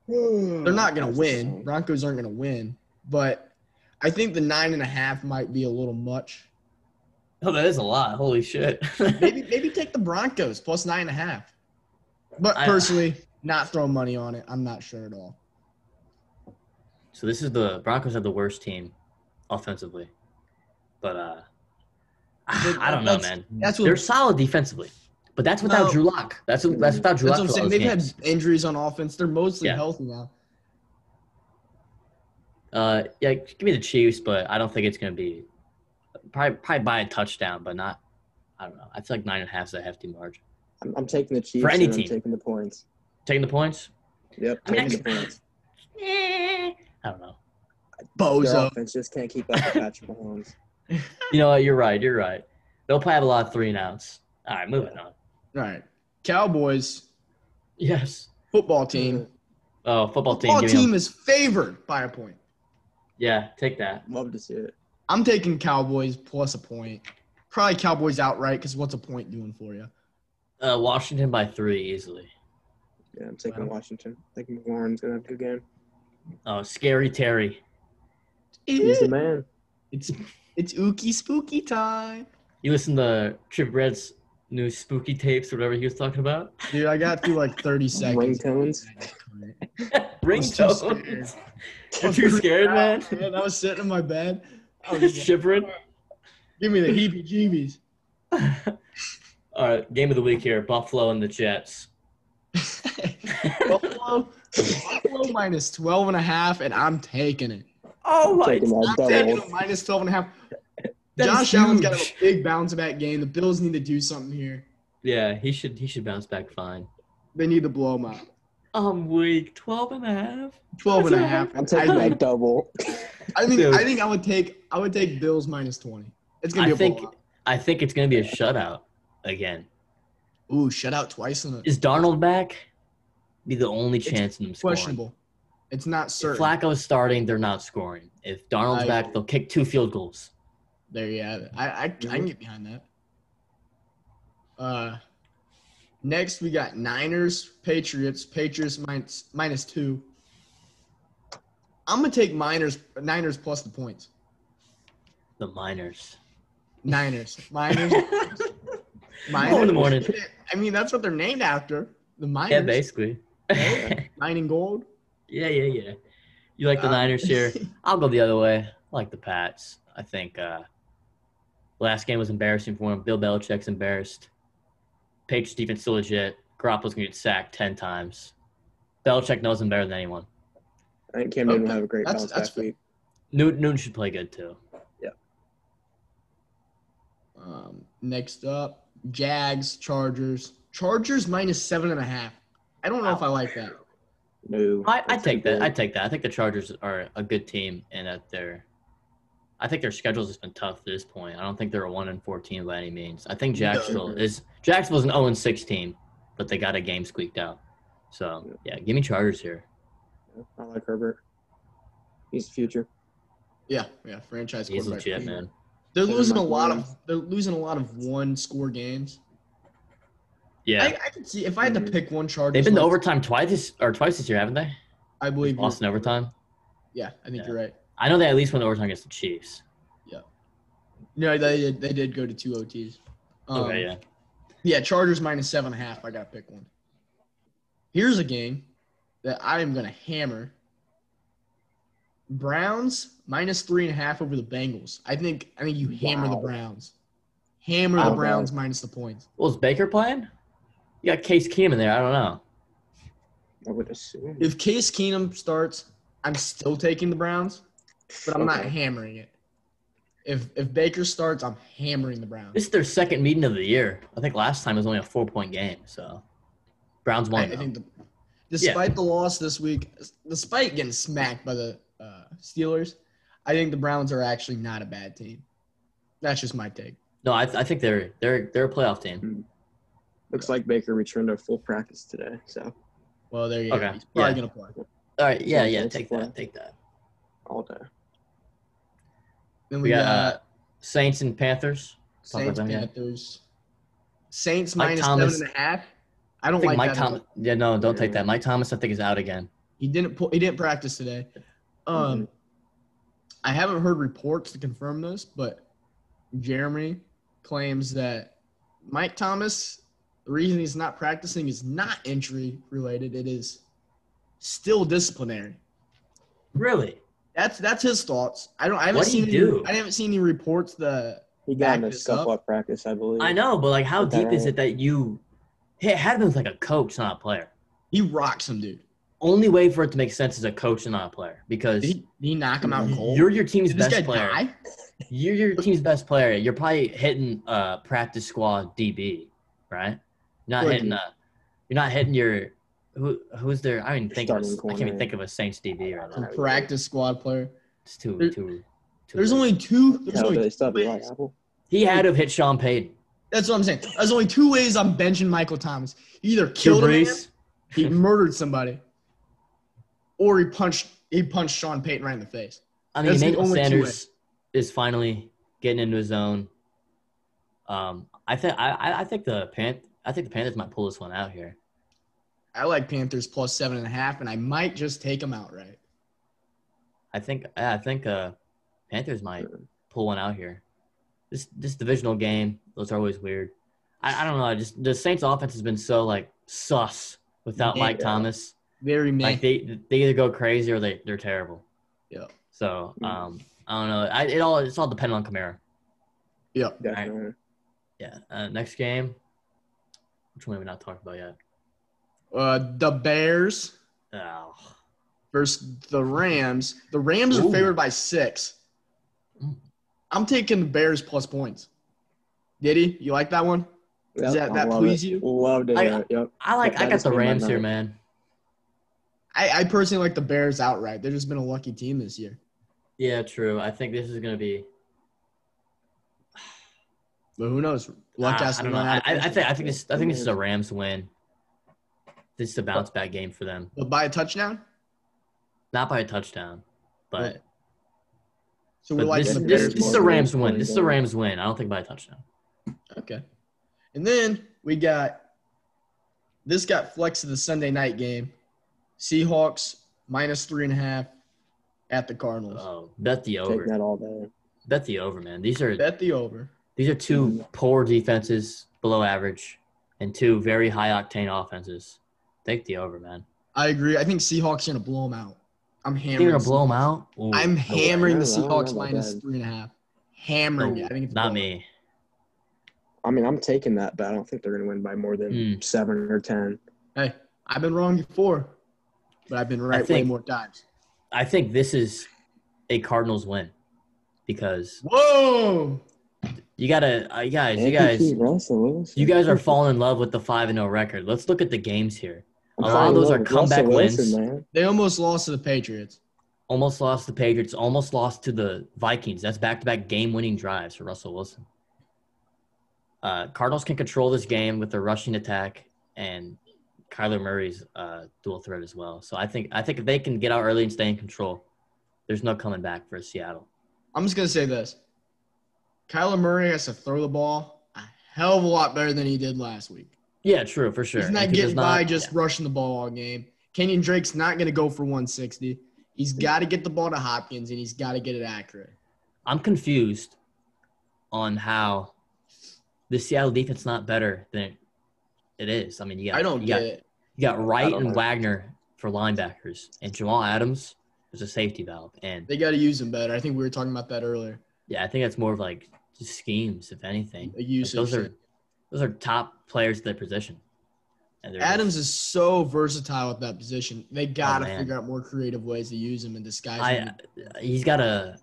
S2: They're
S4: They're
S2: not gonna win. Broncos aren't gonna win, but I think the nine and a half might be a little much.
S1: Oh, that is a lot. Holy shit.
S2: Maybe maybe take the Broncos plus nine and a half. But
S1: I-
S2: personally, not throw money on it. I'm not sure at all.
S1: So this is the Broncos are the worst team offensively, but uh, I,
S2: But
S1: I don't know,
S2: that's-
S1: man.
S2: that's what-
S1: They're solid defensively, but that's without
S2: No.
S1: Drew Lock. That's that's without Drew
S2: That's
S1: Lock.
S2: what I'm saying. They've had injuries on offense. They're mostly
S1: Yeah.
S2: healthy now.
S1: Uh, yeah, give me the Chiefs, but I don't think it's gonna be probably probably by a touchdown, but not. I don't know. I feel like nine and a half is a hefty margin.
S4: I'm, I'm taking the Chiefs.
S1: For any
S4: and
S1: team.
S4: I'm taking the points.
S1: Taking the points?
S4: Yep.
S1: I mean,
S4: Taking the
S1: I-
S4: points.
S1: Eh, I don't know.
S4: Their
S2: Bozo.
S4: offense just can't keep up with Patrick Mahomes.
S1: You know what? You're right. You're right. They'll probably have a lot of three and outs. All right, moving on.
S2: All right. Cowboys
S1: Yes.
S2: football team.
S1: Oh, football team.
S2: Football
S1: give me
S2: team
S1: them.
S2: is favored by a point.
S1: Yeah, take that.
S4: Love to see it.
S2: I'm taking Cowboys plus a point. Probably Cowboys outright because what's a point doing for you?
S1: Uh, Washington by three easily.
S4: Yeah, I'm taking
S2: Wow.
S4: Washington. I think McLaurin's gonna have a good game.
S1: Oh, scary Terry.
S4: He's the man.
S2: It's it's ooky spooky time.
S1: You listen to Trip Red's new spooky tapes or whatever he was talking about? (laughs)
S2: Dude, I got through like 30
S4: (laughs)
S2: seconds. (laughs)
S4: Ringtones.
S1: (laughs) Ringtones. You're too scared, man.
S2: Man, I was sitting in my bed.
S1: Oh,
S2: I
S1: (laughs)
S2: was just like,
S1: Shivering.
S2: Give me the heebie jeebies. (laughs)
S1: All right, game of the week here: Buffalo and the Jets.
S2: Buffalo, Buffalo minus 12 and a half, and I'm taking it.
S1: oh
S4: I'm taking that
S2: I'm taking a
S4: double.
S2: minus 12 and a half.
S1: That is
S2: Josh Allen's got
S1: huge.
S2: a big bounce back game. The Bills need to do something here.
S1: Yeah, he should he should bounce back fine.
S2: They need to blow them out.
S1: I'm weak. 12 and a half.
S2: 12 and a half.
S4: I'm taking
S2: I
S4: that
S1: (laughs)
S2: think,
S4: double.
S2: I think
S1: Dude.
S2: I think I would take I would take Bills minus 20. It's gonna be
S1: I
S2: a
S1: think
S2: blowout.
S1: I think it's gonna be a shutout again.
S2: Ooh, shut out twice in a
S1: Is Darnold back? Be the only chance in them scoring.
S2: questionable. It's not
S1: If
S2: certain.
S1: Flacco's starting, they're not scoring. If Darnold's
S2: I-
S1: back, they'll kick two field goals.
S2: There you have it. I, I, I can get behind that. Uh, next we got Niners, Patriots, Patriots minus minus two. I'm gonna take Miners, Niners plus the points.
S1: The Miners.
S2: (laughs)
S1: (laughs)
S2: Niners, Miners. Mine
S1: Four in the morning.
S2: I mean, that's what they're named after. The miners.
S1: Yeah, basically. (laughs) yeah,
S2: Mining gold.
S1: yeah, yeah. You like the
S2: Uh,
S1: Niners
S2: (laughs)
S1: here? I'll go the other way. I like the Pats. I think uh, last game was embarrassing for him. Bill Belichick's embarrassed. Patriots defense still legit. Garoppolo's gonna get sacked ten times. Belichick knows him better than anyone.
S4: I think Cam Newton will
S2: Okay.
S4: have a great
S2: That's-
S4: bounce
S2: that's
S4: back week.
S1: Newton, Newton should play good too.
S2: Um, next up, Jags, Chargers. Chargers minus seven and a half. I don't know if I like that.
S4: No,
S1: I, I
S4: that's
S1: take that.
S4: good.
S1: I take that. I think the Chargers are a good team, and that they're. I think their schedule's just been tough to this point. I don't think they're a one and fourteen by any means. I think Jacksonville is Jacksonville's an zero and six team, but they got a game squeaked out. So yeah, give me Chargers here.
S4: I like Herbert. He's the future.
S2: Yeah, yeah, franchise
S1: He's
S2: quarterback.
S1: legit, man.
S2: They're
S4: They're
S2: losing a
S4: not
S2: lot
S4: winning.
S2: of they're losing a lot of one score games.
S1: Yeah,
S2: I, I could see if I had to
S4: Mhm.
S2: pick one Chargers.
S1: they've been to
S2: left,
S1: overtime twice this or twice this year, haven't they?
S2: I believe. you're-
S1: Lost in overtime.
S2: Yeah, I think
S1: Yeah.
S2: you're right.
S1: I know they at least went to overtime against the Chiefs.
S2: No, they did, they did go to two OTs. Um,
S1: okay, yeah.
S2: Yeah, Chargers minus seven and a half. I gotta pick one. Here's a game that I am gonna hammer. Browns minus three and a half over the Bengals. I think I think you hammer the
S4: Wow.
S2: Browns. Hammer
S4: Wow.
S2: the Browns minus the points.
S1: Well, is Baker playing? You got Case Keenum in there. I don't know.
S4: I would assume.
S2: If Case Keenum starts, I'm still taking the Browns, but I'm not
S4: Okay.
S2: hammering it. If if Baker starts, I'm hammering the Browns.
S1: This is their second meeting of the year. I think last time was only a four point game. So Browns
S2: I,
S1: won.
S2: I
S1: though.
S2: think the, despite the loss this week, despite getting smacked by the uh, Steelers, I think the Browns are actually not a bad team. That's just my take.
S1: no, I, I think they're they're they're a playoff team.
S4: Looks like Baker returned to full practice today. So
S2: Well, there you go.
S1: Okay.
S2: He's probably
S1: Yeah.
S2: gonna play.
S1: All right, yeah, yeah,
S4: That's
S1: take
S4: fine.
S1: that, take that.
S4: all day.
S2: Then
S1: We
S2: we
S1: got
S2: got
S1: uh, Saints and Panthers. talk about
S2: Saints
S1: them, yeah.
S2: Panthers. Saints
S1: Mike
S2: minus
S1: Thomas-
S2: seven and a half. I
S1: I
S2: don't
S1: think
S2: like
S1: Mike
S2: that. at
S1: Thomas.
S2: all.
S1: Yeah, no, don't take
S4: Yeah.
S1: that. Mike Thomas, I think is out again.
S2: He didn't. Pull, he didn't practice today.
S1: Mm-hmm.
S2: Um, I haven't heard reports to confirm this, but Jeremy claims that Mike Thomas, the reason he's not practicing is not injury related. It is still disciplinary.
S1: Really?
S2: That's that's his thoughts. I don't. I haven't
S1: What'd he
S2: seen. Any,
S1: do?
S2: I haven't seen any reports. The
S4: He got in a
S2: Back this
S4: scuff
S2: up.
S4: up practice, I believe.
S1: I know, but like, how
S4: Okay.
S1: deep is it that you? It had to be with, like a coach, not a player.
S2: he rocks him, dude.
S1: Only way for it to make sense is a coach and not a player because
S2: Did he, did he knock him out cold?
S1: you're your team's
S2: Did this guy
S1: best player.
S2: die?
S1: You're your team's best player. You're probably hitting uh practice squad DB, right? You're not
S2: Could
S1: hitting
S2: be.
S1: uh you're not hitting your who who's there? I didn't think of a,
S4: Starting
S1: I can't even
S4: corner.
S1: think of a Saints DB right
S2: Some
S1: now.
S4: There-
S2: practice squad player.
S1: It's too
S2: there-
S1: too. too
S2: There's
S1: late.
S2: only two. There's
S4: Hell, they
S2: only,
S4: still have
S2: ways.
S4: Eli Apple.
S1: he had to have hit Sean Payton.
S2: that's what I'm saying. There's only two ways I'm benching Michael Thomas. He either
S1: Drew
S2: killed him.
S1: Brees.
S2: he murdered somebody, or he punched he punched Sean Payton right in the face.
S1: I mean,
S2: That's the
S1: Emmanuel
S2: only two
S1: Sanders is finally getting into his zone. Um, I think I- I I think the Pan I think the Panthers might pull this one out here.
S2: I like Panthers plus seven and a half, and I might just take him outright.
S1: I think I think uh Panthers might pull one out here. This this divisional game, those are always weird. I, I don't know. I just the Saints offense has been so like sus without
S2: Yeah.
S1: Mike Thomas.
S2: Very man.
S1: Like they they either go crazy or they they're terrible.
S2: Yeah.
S1: So
S4: Hmm.
S1: um I don't know. I, it all it's all dependent on Kamara.
S2: yep.
S4: Definitely.
S1: Yeah. Uh, next game. Which one have we not talked about yet?
S2: Uh, the Bears
S1: Oh.
S2: versus the Rams. The Rams are
S1: Ooh.
S2: favored by six.
S1: Mm.
S2: I'm taking the Bears plus points. Diddy, you like that one? Does that-
S4: I
S2: that
S4: love
S2: please
S4: it.
S2: you?
S4: Love to
S1: I-
S4: hear it. Yep.
S1: I like
S4: Yeah,
S1: I
S4: that
S1: got
S4: is
S1: the
S4: me, my
S1: Rams here,
S4: night.
S1: man.
S2: I, I personally like the Bears outright. They've just been a lucky team this year.
S1: Yeah, true. I think this is gonna be
S2: But who knows?
S1: Uh,
S2: Luck has
S1: I
S2: to
S1: don't
S2: run
S1: know. I,
S2: out.
S1: I,
S2: of
S1: I think I
S2: patience.
S1: think this I think this is a Rams win. This is a bounce back game for them,
S2: But by a touchdown.
S1: not by a touchdown, but,
S2: So we're
S1: but
S2: like
S1: this,
S2: the
S1: this,
S2: Bears
S1: this is
S2: more.
S1: a
S4: than
S1: Rams
S4: twenty
S1: win. This is a
S4: dollars.
S1: Rams win. I don't think by a touchdown.
S2: Okay. And then we got this got flexed to the Sunday night game. Seahawks minus three and a half at the Cardinals.
S1: Oh, bet the
S4: Take
S1: over.
S4: that all day.
S1: Bet the over, man. These are
S2: Bet the over.
S1: These are
S4: Mm-hmm.
S1: two poor defenses, below average, and two very high octane offenses. Take the over, man.
S2: I agree. I think Seahawks are gonna blow them out. I'm
S1: Think You're
S2: hammering.
S1: gonna blow them out. Ooh, no
S2: I'm
S1: way.
S2: hammering the
S4: I don't know
S2: Seahawks
S4: about
S2: minus
S4: that.
S2: three and a half. Hammering
S1: No,
S2: it. I think it's
S1: Not
S2: blowout.
S1: me.
S4: I mean, I'm taking that, but I don't think they're going to win by more than
S1: Mm.
S4: seven or ten.
S2: Hey, I've been wrong before, but I've been right way
S1: think-
S2: more times.
S1: I think this is a Cardinals win because
S2: Whoa!
S1: you gotta, uh, guys, you
S4: Andy
S1: guys,
S4: Keith Russell, Wilson.
S1: you guys are
S2: (laughs)
S1: falling in love with the five and zero record. Let's look at the games here.
S4: I'm
S1: a lot of
S4: falling in
S1: those
S4: love
S1: are
S4: with Russell
S1: comeback wins.
S4: man.
S2: They almost lost to the Patriots.
S1: Almost lost to the Patriots. Almost lost to the Vikings. That's back to back game winning drives for Russell Wilson. Uh, Cardinals can control this game with their rushing attack and Kyler Murray's uh, dual threat as well. So I think I think if they can get out early and stay in control, there's no coming back for Seattle.
S2: I'm just gonna say this: Kyler Murray has to throw the ball a hell of a lot better than he did last week.
S1: Yeah, true for sure.
S2: He's
S1: And
S2: not
S1: if he does
S2: getting by
S1: not-
S2: just
S1: yeah.
S2: rushing the ball all game. Kenyon Drake's not going to go for 160. He's got to get the ball to Hopkins, and he's got to get it accurate.
S1: I'm confused on how the Seattle defense not better than it is. I mean, you got
S2: I don't
S1: you
S2: get
S1: got,
S2: it.
S1: You got
S4: I
S1: Wright
S4: don't
S1: and
S4: know.
S1: Wagner for linebackers, and Jamal Adams is a safety valve. And
S2: They got to use him better. I think we were talking about that earlier.
S1: yeah, I think that's more of like just schemes, if anything.
S2: A
S1: Like,
S2: usage.
S1: those
S2: thing.
S1: are those are top players at their position. And they're just-
S2: Adams is so versatile at that position. They got to
S1: Oh, man.
S2: figure out more creative ways to use him and disguise
S1: I uh,
S2: him.
S1: he's got to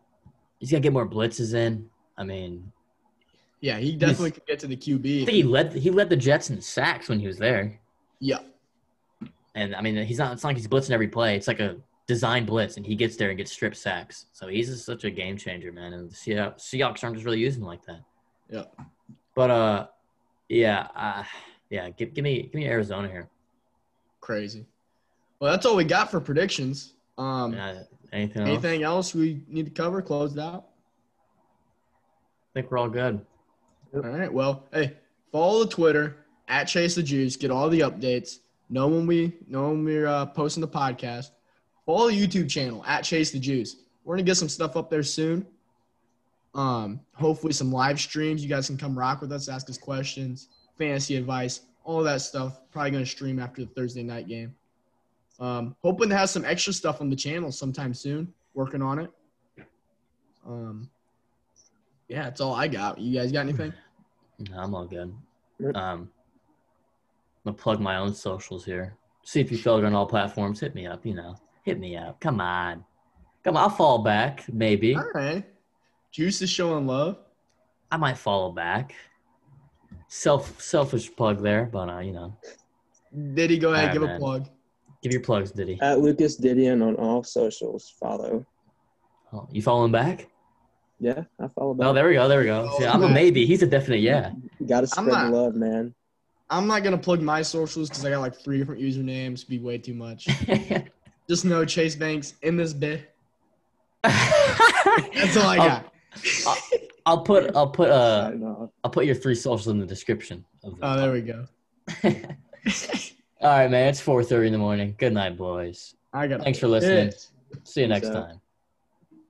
S1: he's got to get more blitzes in. I mean,
S2: Yeah, he definitely could get to the
S1: I
S2: QB.
S1: think he led he led the Jets in sacks when he was there.
S2: yeah,
S1: And I mean, he's not. It's not like he's blitzing every play. It's like a design blitz, and he gets there and gets strip sacks. So he's just such a game changer, man. And the Seahawks, Seahawks aren't just really using him like that.
S2: Yeah.
S1: But uh, yeah, uh, yeah. Give, give me give me Arizona here.
S2: crazy. Well, that's all we got for predictions. Um,
S1: Uh, anything else?
S2: anything else we need to cover? Closed out.
S1: I think we're all good.
S2: All right. Well, hey, follow the Twitter at Chase the Juice. Get all the updates. Know when we know when we're uh, posting the podcast. Follow the YouTube channel at Chase the Juice. We're gonna get some stuff up there soon. Um, hopefully some live streams. You guys can come rock with us, ask us questions, fantasy advice, all that stuff. Probably gonna stream after the Thursday night game. Um, hoping to have some extra stuff on the channel sometime soon. Working on it. Um, yeah, that's all I got. You guys got anything?
S1: No, I'm all good.
S4: Yep.
S1: Um, I'm gonna plug my own socials here. See if you failed on all platforms. Hit me up. You know, hit me up. Come on, come on. I'll fall back. Maybe
S2: All right. Juice is showing love.
S1: I might follow back. Self selfish plug there, but uh, you know,
S2: Did he go ahead
S1: All right,
S2: give a
S1: man.
S2: plug?
S1: give your plugs, Diddy.
S2: Uh,
S4: At Lucas Didion on all socials. Follow.
S1: Oh, you following back?
S4: Yeah, I follow back.
S1: Oh, there we go, there we go.
S2: Oh,
S1: See, I'm a
S2: man.
S1: maybe. He's a definite
S2: (laughs)
S1: yeah.
S4: Got to
S2: I'm
S4: spread
S2: not-
S4: the love, man.
S2: I'm not gonna plug my socials because I got like three different usernames. It'd be way too much. Just know Chase Banks in this bit. That's all I
S1: I'll-
S2: got.
S1: I'll put I'll put uh
S4: Signing off.
S1: I'll put your three socials in the description. Of the
S2: Oh, there we go.
S1: (laughs) All right, man. It's 4:30 in the morning. Good night, boys.
S2: I got.
S1: Thanks for listening. See you next
S4: Peace out.
S1: time.